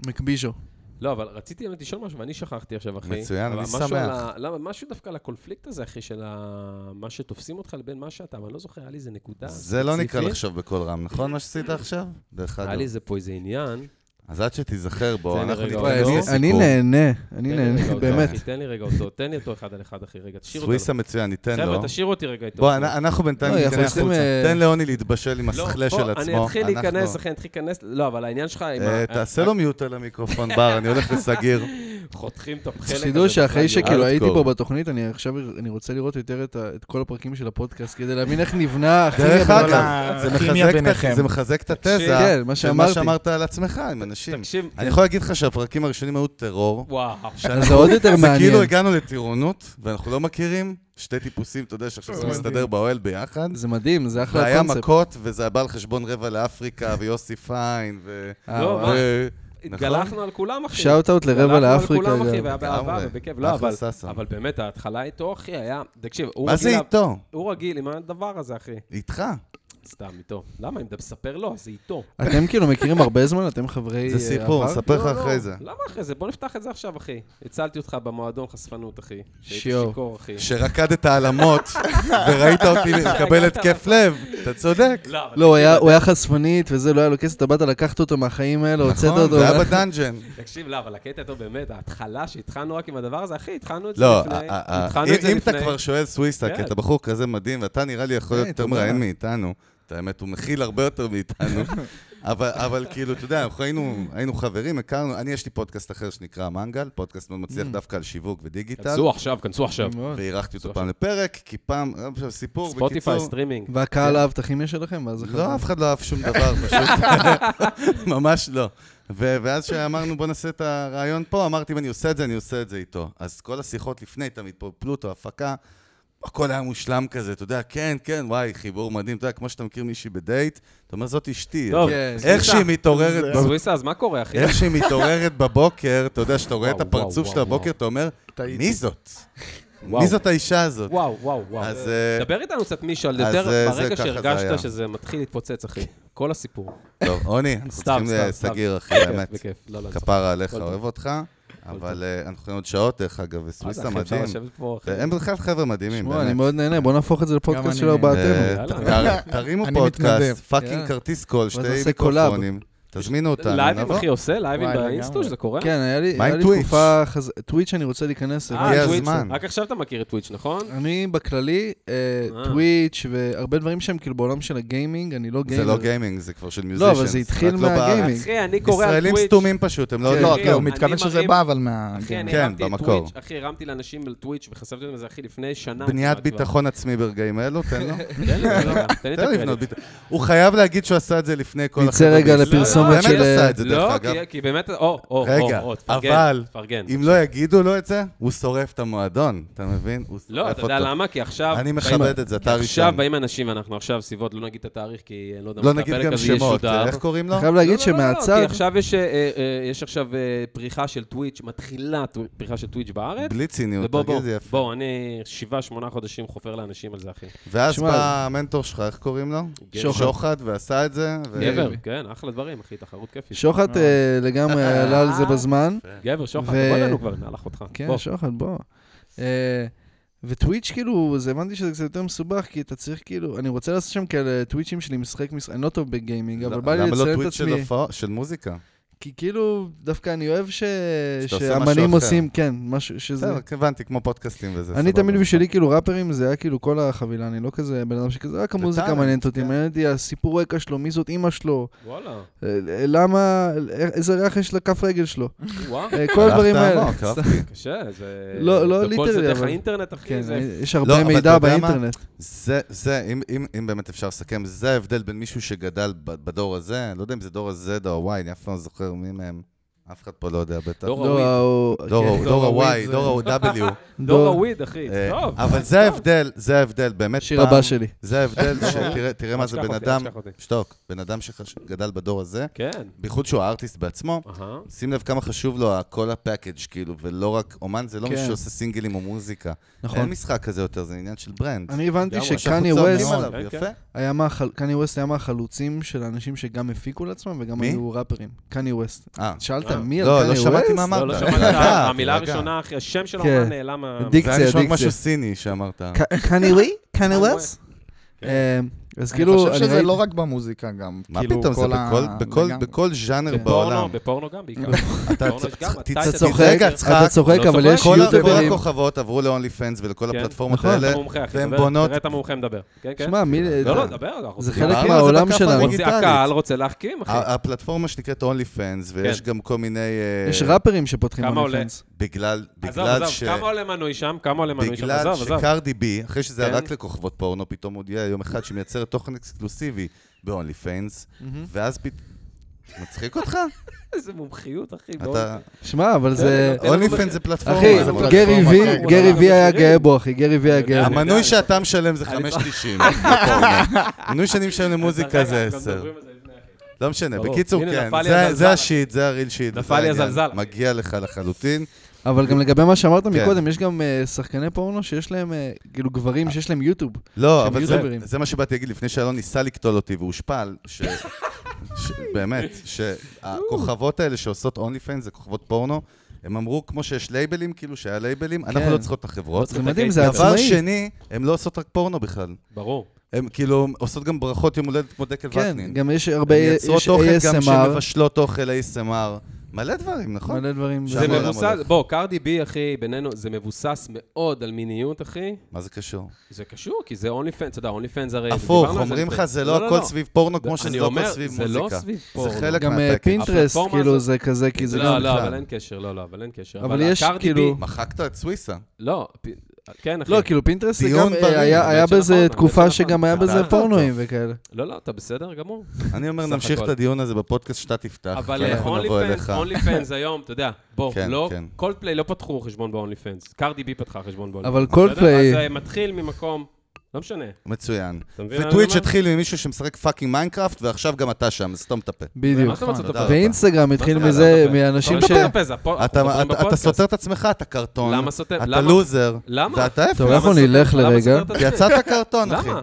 מקביז'ו.
לא, אבל רציתי באמת לשאול משהו, ואני שכחתי עכשיו, אחי.
מצוין,
אבל
אני
משהו על
שמח.
ה- למה, משהו דווקא על הקונפליקט הזה, אחי, של ה- מה שתופסים אותך לבין מה שאתה, אבל אני לא זוכר, היה לי איזה נקודה.
זה לא נקרא
ספציפית.
לחשוב בקול רם, נכון מה שעשית עכשיו? דרך
היה
אגב.
לי איזה פה איזה עניין.
אז עד שתיזכר בו,
תן לי
אנחנו
רגע,
נתקדם
וואי, אני-
לסיכום.
אני נהנה, אני
תן לי רגע
נהנה,
אותו,
באמת.
אחי, תן לי רגע אותו, תן לי אותו אחד על אחד, אחי, רגע, תשאיר אותו.
סוויסה מצוין, ניתן לו.
חבר'ה, תשאיר אותי רגע איתו.
בוא, אנ- אנחנו בינתיים
לא,
ניכנס
יכולתם,
החוצה.
אה,
תן לעוני להתבשל עם
לא,
הסכלה
בוא,
של עצמו.
אני אתחיל
אנחנו-
להיכנס, אחי, אני אתחיל להיכנס, לא, אבל העניין שלך עם
אה,
ה...
תעשה לו מיוט על המיקרופון, בר, אני הולך לסגיר.
אה, חותכים את החלק הזה.
שתדעו שאחרי
בכלל,
אל
שכאילו הייתי
תקור.
פה בתוכנית, אני עכשיו אני רוצה לראות יותר את ה- את כל הפרקים של הפודקאסט, כדי להבין איך נבנה הכי...
דרך
אבל
אגב, זה
הכימיה
מחזק את ה-
ביניכם.
זה מחזק את התזה.
כן, מה
של מה
שאמרתי.
שאמרת על עצמך, עם אנשים.
תקשיב,
אני יכול להגיד לך שהפרקים הראשונים היו טרור.
וואו.
אז זה עוד יותר
זה כאילו
מעניין.
הגענו לטירונות, ואנחנו לא מכירים, שתי טיפוסים, אתה יודע שעכשיו
אה,
זה מסתדר באוהל ביחד.
זה מדהים, זה אחלה
והיה
קונספט.
מכות, וזה בא על חשבון רבע לאפריקה, ויוסי פיין, ו...
אה,
לא,
וואו.
מה?
ו- נכון?
התגלחנו על כולם, אחי.
שאוט אאוט לרבע לאפריקה.
הלכנו על כולם, אחי,
גם.
והיה באהבה
לגמרי.
ובכיף. לא,
אחלה
אבל-
ששה.
אבל באמת, ההתחלה איתו, אחי, היה... תקשיב, הוא
מה זה
רגיל-
איתו?
הוא רגיל עם הדבר הזה, אחי.
איתך.
אה,
סתם, איתו. למה? אם אתה מספר לו, זה איתו.
אתם כאילו מכירים הרבה זמן, אתם חברי
זה
אה,
סיפור,
עבר?
נספר
לא,
לך
לא.
אחרי זה.
למה אחרי זה? בוא נפתח את זה עכשיו, אחי. הצלתי אותך במועדון חשפנות, אחי. שהייתי
שיו.
שיכור, אחי.
שרקדת על אמות, וראית אותי מקבל התקף לב, אתה צודק.
לא, אבל
לא, הוא היה- הוא היה חשפנית וזה, לא היה לו כסף, אתה באת לקחת אותו מהחיים האלה, הוצאת
נכון,
אותו.
זה היה בדאנג'ן.
תקשיב, לא, אבל הקטע טוב באמת, ההתחלה שהתחלנו רק עם הדבר הזה, אחי, התחלנו את זה
לא,
לפני.
ה- ה-
התחלנו
אם
את זה
אם אתה
לפני.
כבר שואל סוויסה, כי
כן.
אתה בחור כזה מדהים, ואתה נראה לי יכול להיות
היי,
יותר
תודה.
מראיין מאיתנו, את האמת, הוא מכיל הרבה יותר מאיתנו, אבל- אבל כאילו, אתה יודע, אנחנו היינו- היינו חברים, הכרנו, אני, יש לי פודקאסט אחר שנקרא מנגל, פודקאסט מאוד
Mm.
מצליח דווקא על שיווק ודיגיטל,
כנסו עכשיו, כנסו עכשיו.
מאוד.
ואירחתי אותו פעם לפרק, כי פעם, לא משנה, סיפור, בקיצור...
ספוטיפיי, סטרימינג.
והקהל אהב את הכימיה שלכם, ואז
כן. לא, אף אחד לא אהב שום דבר, פשוט. ממש לא. ו- ואז שאמרנו, בוא נעשה את הרעיון פה, אמרתי, אם אני עושה את זה, אני עושה את זה איתו. אז כל השיחות לפני, תמיד פה פלוטו, הפקה, הכל היה מושלם כזה, אתה יודע, כן, כן, וואי, חיבור מדהים, אתה יודע, כמו שאתה מכיר מישהי בדייט, אתה אומר, זאת אשתי.
טוב,
כן.
איך שהיא מתעוררת... בב-
סוויסה, אז מה קורה, אחי?
איך שהיא מתעוררת בבוקר, אתה יודע, שאתה רואה את
וואו, וואו,
הפרצוף שלה
וואו,
בבוקר,
וואו.
אתה אומר, מי זאת?
וואו.
מי זאת האישה הזאת?
וואו, וואו, וואו.
אז, אה,
דבר איתנו קצת, מישה, על
אז,
יותר
אה, זה
ברגע
ככה זה היה. כן.
שהרגשת שזה מתחיל להתפוצץ, אחי. כל הסיפור.
טוב, עוני, אנחנו
סתם,
צריכים
סתם, סתם.
לסגיר, אחי,
בכיף,
באמת.
בכיף, לא, לא, אני צוחק.
כפרה עליך,
כל טוב.
אוהב אותך, אבל אה, אנחנו יכולים עוד שעות, דרך אגב, וסוויסה
אחי, אפשר
מדהים.
לשבת פה, אחי.
הם בכלל חבר'ה מדהימים,
שמע, אני
באמת.
מאוד נהנה, בוא נהפוך את זה
גם
לפודקאסט
אני
של
נהנה.
ארבעתנו.
אה,
יאללה.
ת- תרימו
אני מתנדב.
פודקאסט,
יאללה.
פאקינג כרטיס קול, שתי
נעשה קולאב.
מיקרופונים, תזמינו אותנו,
לייבים,
נבוא.
אחי, עושה לייבים
וואי,
באינסטו,
לגמרי.
שזה קורה?
כן, היה לי
מה
היה
עם
לי
טוויץ'?
תקופה... חז- טוויץ' אני רוצה להיכנס
אה,
אליו.
הגיע
טוויץ'.
הזמן.
רק עכשיו אתה מכיר את טוויץ', נכון?
אני בכללי, אה,
אה.
טוויץ' והרבה דברים שהם כאילו בעולם של הגיימינג, אני לא
זה
גיימר.
לא גיימינג, זה כבר של מיוזישן.
לא, אבל זה התחיל מהגיימינג.
אה, אחי, אני קורא על
כן. ישראלים
טוויץ'.
סתומים פשוט, הם לא...
כן.
לא,
אחי,
כי הוא
אני
מתכוון שזה
מרים-
בא, אבל מה...
אחי, אני
כן,
הרמתי את
במקור.
טוויץ', אחי, הרמתי לאנשים על טוויץ' וחשפתי להם את זה, אחי, לפני שנה.
בניית
כמעט כבר.
ביטחון עצמי ברגעים אלו, תן לו.
תן לי, רגע, תן לי את
תן לו לבנות
הקרדיט. לא,
ביטחון. הוא חייב להגיד שהוא עשה את זה לפני כל...
נצא
החבר'ה
רגע
בישראל.
לפרסומת
הוא
של-
אה,
אה,
באמת עשה את זה, דרך
לא,
אגב.
כי- כי באמת, או, או, או,
רגע,
או, תפרגן,
אבל-
תפרגן.
אם לא יגידו לו את זה, הוא שורף את המועדון, אתה מבין? הוא שורף
לא,
אותו.
אתה יודע למה? כי עכשיו...
אני
באים-
מכבד את זה, אתה
עכשיו
ראשון.
באים אנשים, ואנחנו עכשיו סביבות, לא נגיד את התאריך, כי אני לא יודע
לא
מתי
נגיד
הפרק
גם
הזה ישודר.
שמות, איך קוראים לו?
אני חייב
לא,
להגיד
לא, לא, לא, לא,
שמהצד,
כי עכשיו יש, אה, אה, יש עכשיו אה, פריחה של טוויץ', מתחילה טו- פריחה של טוויץ' בארץ.
בלי ציניות,
ובוא, בוא,
תגיד זה יפה.
בוא, אני שבעה, שמונה חודשים חופר לאנשים על זה, אחי.
ואז
שמע,
בא המנטור שלך, איך קוראים לו?
שוחד.
שוחד, ועשה את זה. ו-
גבר, כן, אחלה דברים, אחי, תחרות כיפית.
שוחט אה, לגמרי עלה על זה בזמן.
גבר, שוחד,
ו-
בוא לנו כבר, נהלך אותך.
כן,
בוא.
שוחד, בוא. אה, וטוויץ' כאילו, זה הבנתי שזה קצת יותר מסובך, כי אתה צריך כאילו, אני רוצה לעשות שם כאלה טוויצ'ים שלי משחק משחק, אני לא טוב בגיימינג, אבל
לא,
בא לי
למה לא
לציין את
טוויט של
עצמי.
הופעה- של מוזיקה?
כי כאילו, דווקא אני אוהב ש...
שאתה עושה משהו
שאמנים
אחר.
עושים, כן, משהו שזה...
בסדר, הבנתי, כמו פודקאסטים וזה.
אני
סבבה.
תמיד בשלי, כאילו ראפרים, זה היה כאילו כל החבילה, אני לא כזה בן אדם שכזה, רק המוזיקה
טאלנט,
מעניינת אותי,
כן.
מעניין אותי הסיפור רקע שלו, מי זאת אימא שלו,
וואלה,
אה, אה, למה, אה, איזה ריח יש לכף רגל שלו,
וואו,
אה, כל הדברים
הלכת
האלה.
עמוק, אהבתי.
קשה, זה...
לא- לא
וכל זה
ליטרלי,
דרך
אבל-
האינטרנט, אחי,
כן,
זה...
יש
לא,
הרבה
אבל
מידע
אתה יודע מה?
באינטרנט.
זה, זה, אם- אם- אם באמת אפשר לסכם, זה ההבדל בין מישהו שגדל ב- בדור הזה, לא יודע אם זה דור ה-Z או ה-Y, אני אף פעם לא זוכר מי מהם, אף אחד פה לא יודע בטח.
דור
לא, ההוא-
דור
כן,
ה- דור ה-Y, דור ה-W. אה,
דור הוויד, אחי, טוב.
לא- אבל זה ההבדל, זה ההבל, באמת
שיר
פעם-
הבא שלי.
זה ההבדל, שתראה תראה מה זה,
אל תשכח
בן
אותי,
אדם,
אל תשכח אותי.
שתוק, בן אדם שגדל בדור הזה,
כן.
בייחוד שהוא הארטיסט בעצמו,
אהה.
שים לב כמה חשוב לו כל הפאקג' כאילו, ולא רק, אומן זה לא מישהו
כן.
שעושה סינגלים או מוזיקה.
נכון.
אין משחק כזה יותר, זה עניין של ברנד.
אני הבנתי
לגמרי,
שקני
שאנחנו צועקים
ווסט
עליו,
כן,
יפה.
כן.
היה מהחל- קני ווסט היה מהחלוצים של האנשים שגם הפיקו לעצמם וגם
מי?
היו ראפרים. קני ווסט.
אה,
שאלת
אה.
מי על
לא, לא
קני
שמעתי מה
ווסט?
אמרת.
לא, לא
רגע,
שמעת, המילה
רגע.
הראשונה, אחי, השם של
כן.
האומן נעלם מה-
דיק-
זה היה נשמע
דיקציה.
משהו סיני שאמרת.
ק- קני ווי? קני
ווסט?
ווסט? אה, אז
אני
כאילו,
חושב שזה
ראיתי-
לא רק במוזיקה גם.
מה
כאילו,
פתאום, זה
כל ה-
בכל- בכל-
לגמרי.
בכל ז'אנר בעולם.
בפורנו, לא, בפורנו גם בעיקר.
אתה
בפורנו יש גם,
צ-
אתה
אתה
את
צוחק,
הדיזיינר.
רגע,
אתה צוחק,
לא
אבל
צוחק.
יש
כל ה- כל
יוטיוברים.
הכוכבות עברו ל-only fans ולכל
כן,
הפלטפורמות
נכון.
האלה,
אתה מומחה, אחי,
והן
דבר,
בונות...
תראה את המומחה מדבר. כן, כן.
שמע, מי...
לא, לא, דבר, אנחנו
זה
רוצים-
חלק
דיברנו על זה
מהעולם
בכאף
שלנו.
הדיגיטלי.
רוצים- הקהל רוצה להחכים, אחי.
ה- הפלטפורמה שנקראת only fans, ויש
לא כן.
גם כל מיני... אה,
יש ראפרים שפותחים
כמה עולה?
אונליפנס.
בגלל,
עזוב,
בגלל ש...
עזוב, כמה עולה מנוי שם? כמה עולה מנוי שם?
בגלל
עזוב, עזוב.
שקרדי בי, אחרי שזה היה
כן.
רק לכוכבות פורנו, פתאום הודיע יום אחד שהיא מייצרת תוכן אקסקלוסיבי ב-only fans, ואז פתאום... מצחיק אותך?
איזה מומחיות, אחי. בואו.
אתה...
שמע, אבל זה...
תן לנו
only fans זה פלטפורמה.
אחי,
זה פלטפורמה.
גרי
פלטפורמה,
וי,
כן.
גרי וי היה
המחירים.
גאה בו, אחי, גרי וי היה גאה בו.
המנוי שאתה משלם זה 5.90.
לא-
בפורנו. המנוי שאני משלם למוזיקה זה
אנחנו גם
10.
מדברים על זה לפני, אחי.
לא משנה,
ברור.
בקיצור,
הנה,
כן,
נפל לי
זה-
הזלזל.
זה השיט, זה הריל שיט.
נפל
וזה
לי
העניין.
הזלזל.
מגיע לך לחלוטין.
אבל גם לגבי מה שאמרת
כן.
מקודם, יש גם אה, שחקני פורנו שיש להם, אה, כאילו גברים שיש להם יוטיוב.
לא,
שהם
אבל זה-
יוטיוברים.
זה מה שבאתי להגיד לפני שאלון ניסה לקטול אותי והושפל, ש... ש- באמת, שהכוכבות האלה שעושות אונלי פיין זה כוכבות פורנו, הם אמרו, כמו שיש לייבלים, כאילו שהיה לייבלים, אנחנו
כן.
לא צריכות את החברות.
זה מדהים, זה
דבר
עצמאי.
שני, הם לא עושות רק פורנו בכלל.
ברור.
הן כאילו עושות גם ברכות יום הולדת כמו דקל וקנין.
כן, גם יש הרבה,
הן
יש
יוצרות תוכן גם
ASMR,
שמבשלות אוכל ASMR. מלא דברים, נכון?
מלא דברים.
זה
זה
שם העולם
מבוסס,
הולך.
בוא, קרדי בי, אחי, בינינו, זה מבוסס מאוד על מיניות, אחי.
מה זה קשור?
זה קשור, כי זה אונלי פנס, אתה יודע, אונלי פנס הרי...
הפוך,
אה, דיברנו על זה
אומרים
לפני-
לך, זה לא הכל סביב פורנו כמו שזה
אני
לא
אומר,
הכל סביב
זה לא
מוזיקה.
סביב
זה
פורנו.
חלק
גם אה,
מהפקאג'.
פינטרסט,
הפלטפורמה
כאילו
הזאת-
זה כזה, כי זה
לא,
גם...
לא,
בכלל.
אבל אין קשר, לא, לא, אבל אין קשר.
אבל יש
הקרדי
כאילו-
בי-
מחקת את סוויסה.
לא, פ- כן, נכון, אחי.
לא, כאילו פינטרסט זה
דיון
גם, אה,
בריא, נכון.
היה-
האמת
היה
שנכון,
בזה
האמת שנכון.
תקופה שגם היה
אתה
בזה
נכון.
אמרת.
פורנואים וכאלה.
לא, לא, אתה בסדר גמור.
אני אומר,
סך
נמשיך
הכל.
את הדיון הזה בפודקאסט שאתה תפתח.
אבל אה,
ואנחנו
אונלי
נבוא
פנס,
אליך.
אונלי פנס היום, אתה יודע, בוא,
כן,
לא,
כן.
קולד פליי לא פתחו חשבון באונלי פנס. קרדי בי פתחה חשבון באונלי
אבל
פנס. אתה יודע?
Coldplay-
אז זה מתחיל ממקום, לא משנה.
מצוין.
אתה מבין מה אני
וטוויץ'
אומר?
התחיל ממישהו שמשחק פאקינג מיינקראפט, ועכשיו גם אתה שם, אז סתום את הפה.
מה
בדיוק.
אתה מצאת את
תודה
הפה?
רבה.
ואינסטגרם התחיל
נכון, מה זה
מזה,
אתה מדבר?
מאנשים
אתה
ש...
מדבר בפה, זה הפו- לא, אנחנו
אתה-
מדברים
אתה- אתה
בפודקאסט.
סותר את עצמך, אתה קרטון.
למה סותר?
אתה
למה?
לוזר.
למה?
ואתה
טוב,
אפס.
אנחנו
למה
נלך
סותר- למה
לרגע.
סותר את עצמי?
יצאת קרטון, אחי.
למה?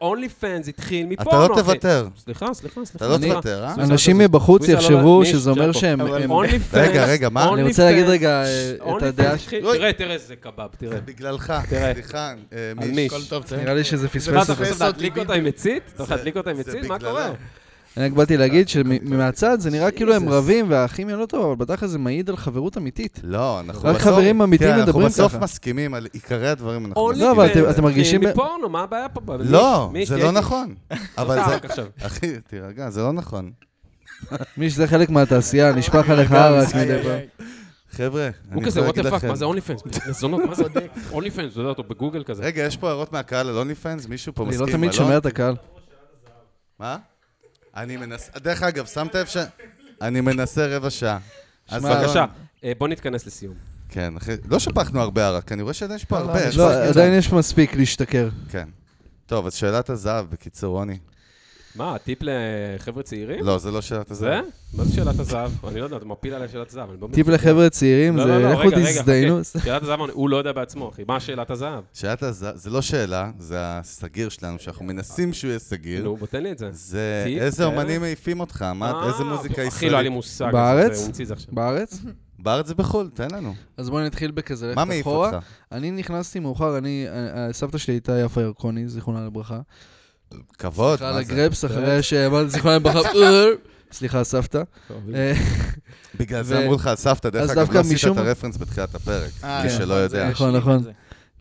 אונלי פנס התחיל
אתה
מפורנו,
לא
אחי.
תוותר.
סליחה, סליחה, סליחה.
אתה לא
סליחה.
תוותר, אה?
אנשים
סליחה,
מבחוץ
סליחה, סליחה,
יחשבו
לא, לא,
שזה אומר
שנייה פה.
שהם-
אבל
הם-
אונלי פנס...
רגע, רגע, מה?
אני
אונלי
רוצה להגיד
פנס-
רגע אה,
אונלי
את
פנס
הדעה ש...
התחיל- תראה, תראה איזה קבב, תראה.
בגללך,
תראה.
סליחה. אה,
על
מיש.
מיש.
נראה לי שזה פספס
מה,
אותי.
לא אתה חושב להדליק אותה עם מצית? אתה הולך להדליק אותה עם
זה
מצית? מה
בגללה.
קורה?
אני רק באתי
אה,
להגיד שמהצד זה נראה כאילו הם רבים והכימיה לא טובה, אבל בתכל'ס זה מעיד על חברות אמיתית.
לא, אנחנו
רק חברים אמיתיים
תראה,
מדברים
אנחנו בסוף
ככה.
מסכימים על עיקרי הדברים, אנחנו
אונלי
מסכימים.
לא, אבל
פנס
אתם- אתם מרגישים ב-
התחיל אה, מפורנו, מה הבעיה פה? מיש,
לא,
מיש,
זה
תהיה
לא
איתי.
נכון. אבל זה...
רק עכשיו.
אחי, תירגע, זה לא נכון.
מי שזה חלק מהתעשייה,
אה,
נשפך עליך הרס מדי פעם.
חבר'ה,
הוא
אני
כזה,
יכול
וואט
להגיד
דה פאק,
לכם...
מה זה אונלי פנס? מזונות, מה זה? אונלי פנס, אתה יודע אותו בגוגל כזה.
רגע, יש פה הערות מהקהל על אונלי פנס? מישהו פה
אני
מסכים?
לא תמיד
אלון?
שומע את הקהל.
מה? אני מנסה... דרך אגב, שמת לב ש... אני מנסה רבע שעה. אז
שמע,
אלון-
בבקשה, אה, בוא נתכנס לסיום.
כן, אחי, לא שפכנו הרבה ערק, אני רואה שעדיין יש פה הרבה. יש
לא,
אה,
פה-
עדיין יש מספיק להשתכר.
כן. טוב, אז שאלת הזהב, בקיצור, רוני.
כן. מה, טיפ לחבר'ה צעירים?
לא, זה לא שאלת
זה?
הזהב.
מה זה שאלת הזהב? אני לא יודע, אתה מפיל עליי שאלת הזהב. אני לא מבין.
טיפ לחבר'ה צעירים,
לא,
זה
לא, לא,
איך
רגע,
עוד
רגע,
הזדיינו.
חכה. שאלת הזהב, הוא לא יודע בעצמו, אחי. מה שאלת הזהב?
שאלת הזהב, זה לא שאלה, זה הסגיר שלנו, שאנחנו מנסים שהוא יהיה סגיר.
נו, בוא תן כאילו, לי את זה.
זה
לא. טיפ,
איזה
כן.
אומנים מעיפים אותך, מה,
אה,
איזה מוזיקה
אחי, לא היה לי
ישראלית.
מושג.
בארץ?
אז הוא המציא את זה עכשיו.
בארץ?
בארץ ובחו"ל, תן לנו.
אז בואו נתחיל בכזה,
מה
ללכת
מעיף
אה, אחורה.
אותך?
אני נכנסתי מאוחר, אני, אה, אה, סבתא שלי הייתה יפה ירקוני, זיכרונה לברכה.
כבוד,
על
מה זה?
הגרפס אחרי שאמרתי זיכרונה לברכה, אה, סליחה, סבתא. אה,
בגלל
ו-
זה אמרו לך, סבתא, דרך
אז
אגב,
דווקא
לא עשית
משום-
את הרפרנס בתחילת הפרק,
אה,
מי
כן.
שלא יודע.
נכון, נכון.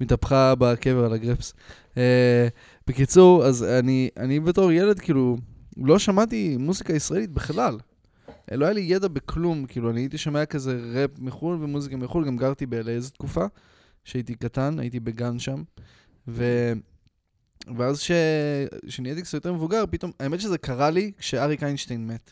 מתהפכה בקבר על הגרפס. אה, בקיצור, אז אני, אני בתור ילד, כאילו, לא שמעתי מוזיקה ישראלית בכלל. אה, לא היה לי ידע בכלום, כאילו, אני הייתי שומע כזה ראפ מחו"ל ומוזיקה מחו"ל, גם גרתי ב-LA איזו תקופה, שהייתי קטן, הייתי בגן שם, ו... ואז ש- כשנהייתי קצת יותר מבוגר, פתאום, האמת שזה קרה לי כשאריק איינשטיין מת.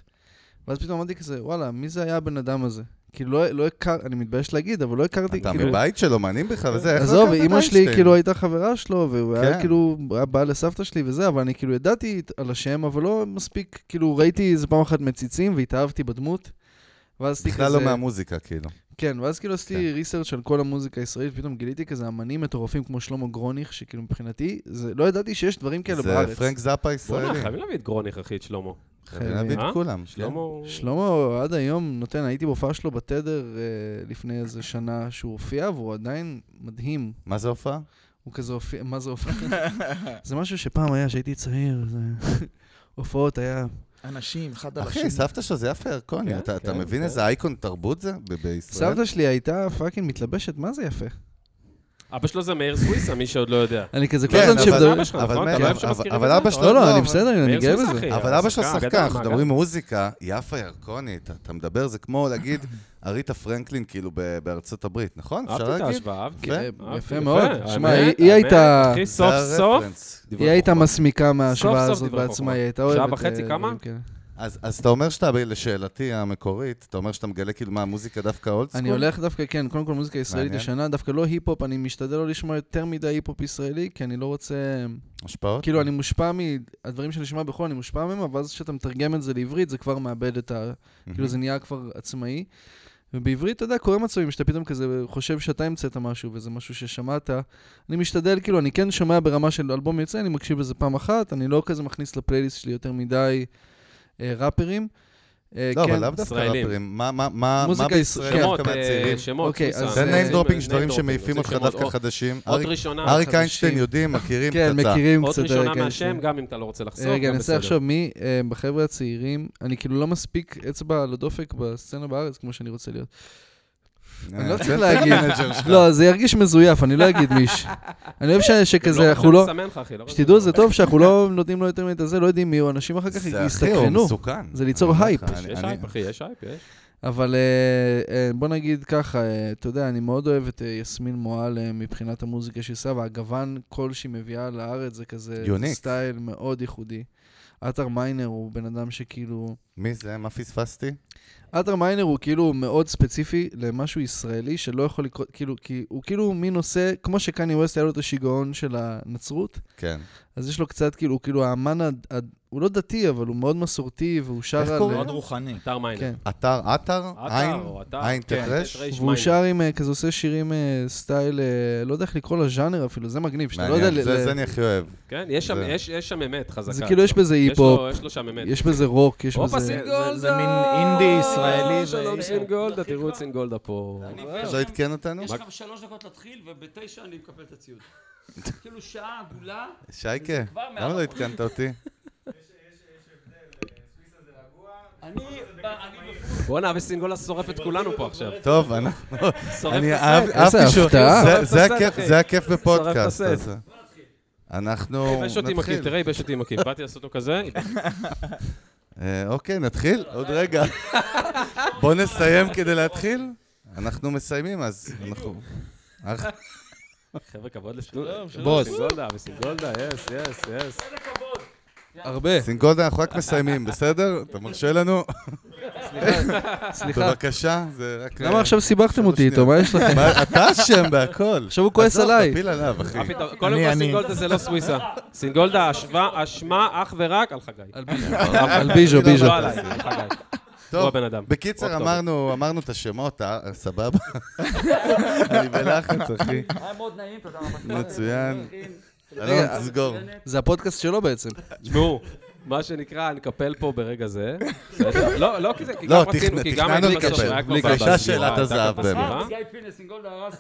ואז פתאום אמרתי כזה, וואלה, מי זה היה הבן אדם הזה? כאילו, לא, לא הכר, אני מתבייש להגיד, אבל לא הכרתי,
אתה
כאילו...
מבית של אומנים בכלל, וזה, איך
עזוב,
לקחת את
אימא שלי
איינשטיין?
כאילו הייתה חברה שלו, והוא היה
כן.
כאילו, היה בא לסבתא שלי וזה, אבל אני כאילו ידעתי את- על השם, אבל לא מספיק, כאילו ראיתי איזה פעם אחת מציצים והתאהבתי בדמות. ואז עשיתי
בכלל לא
כזה,
מהמוזיקה, כאילו.
כן, ואז כאילו עשיתי ריסרצ' על כל המוזיקה הישראלית, פתאום גיליתי כזה אמנים מטורפים כמו שלמה גרוניך, שכאילו מבחינתי, זה- לא ידעתי שיש דברים כאלה
זה
בארץ.
פרנק זאפה
בוא'נה,
ישראלי.
חייבים להביא את גרוניך, אחי, את שלמה.
חייבים להביא
אה?
את כולם.
שלמה הוא...
שלמה עד היום נותן, הייתי בהופעה שלו בתדר אה, לפני איזה שנה שהוא הופיע, והוא עדיין מדהים.
מה זה הופעה?
הוא כזה הופיע, מה זה הופעה? זה משהו שפעם היה, שהייתי צעיר, זה... הופעות היה...
אנשים, אחד
אה,
על השני.
אחי, סבתא שלו זה יפה ירקוני, אתה אתה
כן,
מבין
כן.
איזה אייקון תרבות זה ב- בישראל?
סבתא שלי הייתה פאקינג מתלבשת, מה זה יפה?
אבא שלו זה מאיר סוויסה, מי שעוד לא יודע.
אני כזה כל
כן,
הזמן
אבל-
שמדברים...
שלך,
אבל
נכון? אתה
מ-
לא אוהב
אבל-
שמזכירים
אבל
את זה?
אבא שלו
לא, לא, אני
אבל-
בסדר, אני
מאיר
גאה
סוויסה,
בזה.
אחי.
אבל אבא שלו
שחקן,
שחקן,
גדול,
אנחנו
מה,
מדברים מוזיקה, יפה ירקוני, אתה- אתה מדבר, זה כמו להגיד אריתה פרנקלין כאילו ב- בארצות הברית, נכון? אפשר
אהבתי את
להגיד?
ההשוואה,
יפה.
אהבתי.
כן,
אהבתי,
יפה מאוד.
אוקיי, האמת,
שמע,
האמת,
היא- היא הייתה...
אחי,
זה
סוף סוף,
הרפרנס.
דברי
היא הייתה
חוכמה.
מסמיקה
סוף
מההשוואה
סוף
הזאת
דברי
בעצמה,
חוכמה.
היא הייתה
שעה
אוהבת...
וחצי
אה,
כמה?
דברים כאלה.
אז אז אתה אומר שאתה, לשאלתי המקורית, אתה אומר שאתה מגלה כאילו מה המוזיקה דווקא אולד סקול?
אני הולך דווקא, כן, קודם כל מוזיקה ישראלית
מעניין.
ישנה, דווקא לא היפ-הופ, אני משתדל לא לשמוע יותר מדי היפ-הופ ישראלי, כי אני לא רוצה...
השפעות?
כאילו, אני מושפע מהדברים שאני שומע בחו"ל, אני מושפע מהם, אבל אז כשאתה מתרגם את זה לעברית, זה כבר מאבד את ה... כאילו, זה נהיה כבר עצמאי. ובעברית, אתה יודע, קורה מצבים שאתה פתאום כזה חושב שאתה המצאת משהו, וזה משהו ששמעת. אני משתדל, כאילו, אני כן שומע ברמה של אלבום יוצא, אני מקשיב לזה פעם אחת, אני לא כזה מכניס לפלייליסט שלי יותר מדי אה, ראפרים. אה,
לא,
כן,
אבל לאו דווקא
ישראלים.
ראפרים. מה- מה מה- מה
מוזיקה
בישראל
ישראל,
שמות,
דווקא
אה,
מהצעירים?
שמות,
אוקיי,
סוסן,
אז,
זה
אה,
name
name
dropping,
dropping,
דברים שמעיפים
רוצים
אותך
שמות.
דווקא
אות-
חדשים.
אות
אריק-
ראשונה,
אריק
חדשים.
איינשטיין יודעים, מכירים
כן,
פצצה.
מכירים
אות
קצת...
ראשונה
כן,
מהשם,
כן.
גם אם אתה לא רוצה לחשוף,
רגע,
גם
אני
בסדר.
מנסה לחשוב מי אה, בחבר'ה הצעירים, אני כאילו לא מספיק אצבע על הדופק בסצנה בארץ כמו שאני רוצה להיות. אני לא
אה. זה
צריך להגיד.
הטינג'ר שלך.
לא, זה ירגיש מזויף, אני לא אגיד מיש. אני אוהב ש-
גם
שכזה, אנחנו לא...
מסמן לך, אחי, לא רוצה-
שתדעו, זה טוב שאנחנו לא נותנים לו יותר מדי את הזה, לא יודעים מי הוא, אנשים אחר כך
זה אחי, הוא
יסתקרנו.
מסוכן.
לא- זה ליצור
אני אומר
הייפ.
לך, אני-
יש
אני-
אייפ, אחי, יש אייפ, יש.
אבל אה, אה, בוא נגיד ככה, אה, אתה יודע, אני מאוד אוהב את אה, יסמין מועלם אה, מבחינת המוזיקה שהיא עושה, והגוון קול שהיא מביאה לארץ זה כזה...
Unique.
סטייל מאוד ייחודי. עטר מיינר הוא בן אדם שכאילו...
מי זה? מה פספסתי?
עטר מיינר הוא כאילו מאוד ספציפי למשהו ישראלי שלא יכול לקרות, כאילו, כי הוא כאילו מין נושא, כמו שקני ווסט היה לו את השיגעון של הנצרות,
כן.
אז יש לו קצת, כאילו, הוא כאילו האמן, הד... הד... הוא לא דתי, אבל הוא מאוד מסורתי, והוא שר על...
מאוד רוחני.
אתר מיינר.
כן.
עטר, עטר? עין?
אתר או אתר.
עין
כן,
תחרש?
תחרש
והוא
מיינר.
שר עם, אה, כזה עושה שירים אה, סטייל, אה, לא יודע איך לקרוא לז'אנר אפילו, זה מגניב, שאתה לא יודע...
מעניין,
ל-
זה
ל-
זה אני הכי אוהב.
כן, יש שם-
זה-
יש יש שם אמת חזקה.
זה כאילו יש בזה
יש לו-
היפ-הופ,
יש לו שם
אה,
אמת.
יש בזה רוק, יש
הופה,
בזה...
סינגולדה!
זה- זה מין
אה,
אינדי ישראלי
שלום
לא
והיפ-הופ.
סינגולדה, תראו את סינגולדה פה.
לא עדכן אותנו?
יש לך שלוש דקות להתחיל, ובתשע אני מקבל את הציוד. כאילו שעה עגולה,
שייקה,
זה כבר
למה לא
מהרחוב.
עדכנת אותי?
אני... אני
בואנה, וסינגולה שורף את כולנו פה עכשיו.
טוב, אנחנו...
שורף
אני
את הסט.
אהב-
איזה
אהבתי שהוא... כאילו
הפתעה.
זה-
שורף את
זה
הסט,
הכיף-
לא, אחי.
זה הכיף בפודקאסט
שורף את הסט.
הזה. אנחנו
ייבש אותי מקיף,
נתחיל.
תראה, ייבש אותי מקיף. באתי לעשות לו כזה,
אה, אוקיי, נתחיל? עוד רגע. בוא נסיים כדי להתחיל. אנחנו מסיימים, אז אנחנו... אח-
חבר'ה, כבוד לשלום.
בוס.
סינגולדה, וסינגולדה, יס, יס, יס.
הרבה.
סינגולדה, אנחנו רק מסיימים, בסדר? אתה מרשה לנו?
סליחה.
בבקשה, זה אה, רק...
למה עכשיו סיבכתם אותי איתו? מה יש לכם?
מה- אתה אשם בהכל.
עכשיו הוא כועס
עזוב,
עליי.
תפיל עליו, אחי.
פתאום, קודם כל סינגולדה זה לא סוויסה. סינגולדה אשמה- אשמה אך ורק על חגי.
על ביז'ו, ביז'ו.
לא עליי, על חגי. הוא הבן אדם. אוקיי,
בקיצר,
אוקטובר.
אמרנו, אמרנו את השמות, אה? סבבה? אני בלחץ, אחי.
היה מאוד נעים, תודה רבה.
מצוין.
רגע,
אלון, תסגור.
זה הפודקאסט שלו בעצם.
תשמעו, מה שנקרא, נקפל פה ברגע זה. בסדר? לא, לא, כי זה, כי
לא,
גם
תכנ-
רצינו, כי גם
תכננו
היינו בסוף,
לקפל.
היה כבר
לי
ב-
הייתה
בסגירה,
שאלת
הייתה
הזהב,
כבר בסגירה.
באמת.
גיא פינס, סינגולדה הרס...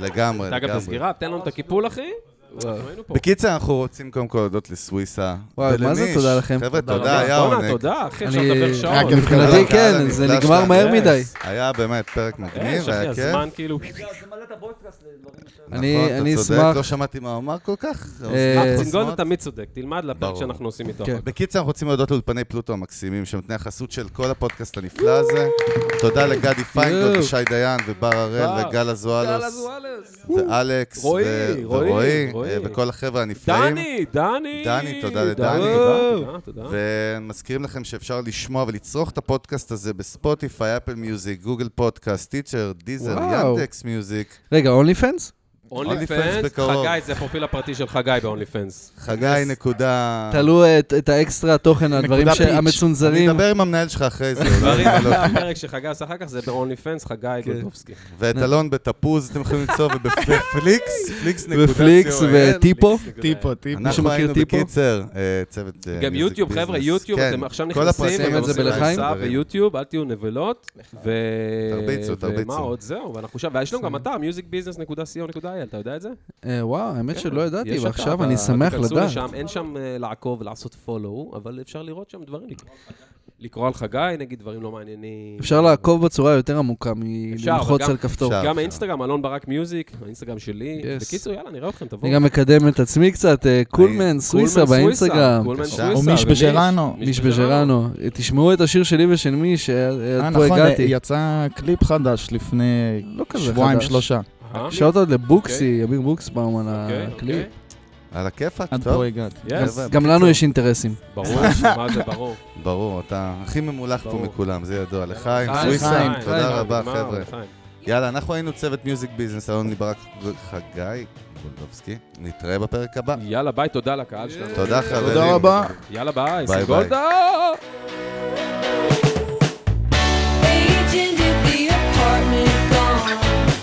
לגמרי,
הייתה גם
לגמרי.
בסגירה, תן לנו את הקיפול, אחי. אנחנו היינו פה.
בקיצר, אנחנו רוצים קודם כל להודות לסוויסה.
וואי, מה זה
ולמיש.
תודה לכם?
חבר'ה,
תודה
תודה,
רבה.
היה
בואנה,
עונג.
תודה, אחי, אפשר
אני-
לדבר
רק
שעות.
אני-
מבחינתי
תודה,
כן,
תודה,
זה
נפלא
נגמר
שלך.
מהר
Yes.
מדי.
היה באמת פרק מגניב,
אה, יש, כן, אחי,
היה כיף.
הזמן כאילו...
זה מלא את הפודקאסט לדברים יותר...
אני-
נכון,
אני
אתה צודק,
אשמח.
לא שמעתי מה הוא אמר כל כך.
אה,
אוזניים
סינגולדה
חוסמות.
תמיד צודק, תלמד לפרק
ברור.
שאנחנו עושים איתו.
כן.
בקיצר, אנחנו רוצים להודות לאולפני פלוטו המקסימים, שהם נותני החסות של כל הפודקאסט הנפלא הזה. תודה לגדי פיינגולד,
יואו.
ושי דיין, ובר הראל,
בר.
וגל אזואלוס, ואלכס, ו-
רועי,
ורועי,
רועי,
אה,
רועי.
וכל החבר'ה הנפלאים.
דני, דני!
דני, תודה לדני.
תודה, תודה.
ומזכירים לכם שאפשר לשמוע ולצרוך את הפודקאסט הזה בספוטיפיי, אפל מיוזיק, גוגל פודקאסט, טיצ'ר, דיזר,
וואו.
ינדקס מיוזיק.
רגע, אונלי פנס?
אונלי
OnlyFans
פנס,
בקרוב.
חגי, זה הפרופיל הפרטי של חגי באונלי פנס.
חגי נקודה...
תעלו אה, את- את האקסטרה תוכן, הדברים
אה. נקודה
ש-
פיץ'.
המצונזרים.
אני אדבר עם המנהל שלך אחרי זה. אולי
דברים,
נעלה אותי.
הפרק שחגי עשה אחר כך זה באונלי פנס, חגי
כן.
גולדובסקי.
ואת אלון בתפוז אתם יכולים למצוא, ובפליקס, פליקס נקודה
ופליקס
co.il.
וטיפו.
טיפו, טיפו.
אנחנו
מכיר
היינו
טיפו?
בקיצר, אה, צוות אה,
גם
מיוזיק
יוטיוב, חבר'ה,
ביזנס.
יוטיוב,
כן,
אתם עכשיו
כל
נכנסים,
הפרטים
אתם
את זה
עושים
בלחיים.
מסע
חברים. נכון.
ביוטיוב, אל תהיו נבלות. ו...
תרביצו, תרביצו.
ומה עוד? זהו, ואנחנו שם, ויש לנו גם אתר, musicbusiness.co.il, אתה יודע את זה?
אה, וואו, האמת שלא ידעתי,
יש
ועכשיו
אתר,
אני
אתה-
שמח
תיכנסו
לדעת.
לשם, אין שם אה, לעקוב ולעשות follow, אבל אפשר לראות שם דברים. לקרוא על חגי, נגיד דברים לא מעניינים.
אפשר לעקוב בצורה יותר עמוקה
אפשר, אבל
מללחוץ
גם-
על כפתור.
אפשר.
גם האינסטגרם, אלון ברק מיוזיק, האינסטגרם שלי.
Yes.
בקיצור, יאללה, נראה אתכם, תבואו.
אני גם מקדם את עצמי קצת, אה, קולמן סוויסה
קולמן
באינסטגרם. כן.
קולמן
בבקשה.
סוויסה.
או מיש
ומיש-
בג'רנו.
מיש בג'רנו. תשמעו את השיר שלי ושל מי,
אה,
שעד פה
נכון, אה,
הגעתי.
יצא קליפ חדש לפני
לא כזה
שבועיים,
חדש.
שלושה.
אהה,
שאוטות לבוקסי, ימיר בוקסבאום על
אה, אוקיי,
הקליפ.
על הכיפאק,
עד
טוב,
פה הגעתי.
אוקיי.
חבר'ה,
גם לנו יש אינטרסים.
ברור, מה זה ברור.
ברור, אתה הכי ממולח פה
ברור.
מכולם, זה ידוע. לחיים,
חיים,
סוויסה,
חיים,
תודה
חיים,
רבה,
נגמר,
חבר'ה.
חיים.
יאללה, אנחנו היינו צוות מיוזיק ביזנס, אלון ליברק וחגי גולדובסקי. נתראה בפרק הבא.
יאללה, ביי, תודה לקהל שלנו.
תודה, חברים.
תודה רבה.
יאללה, ביי,
ביי,
סגולדה.
Agent at the apartment gone.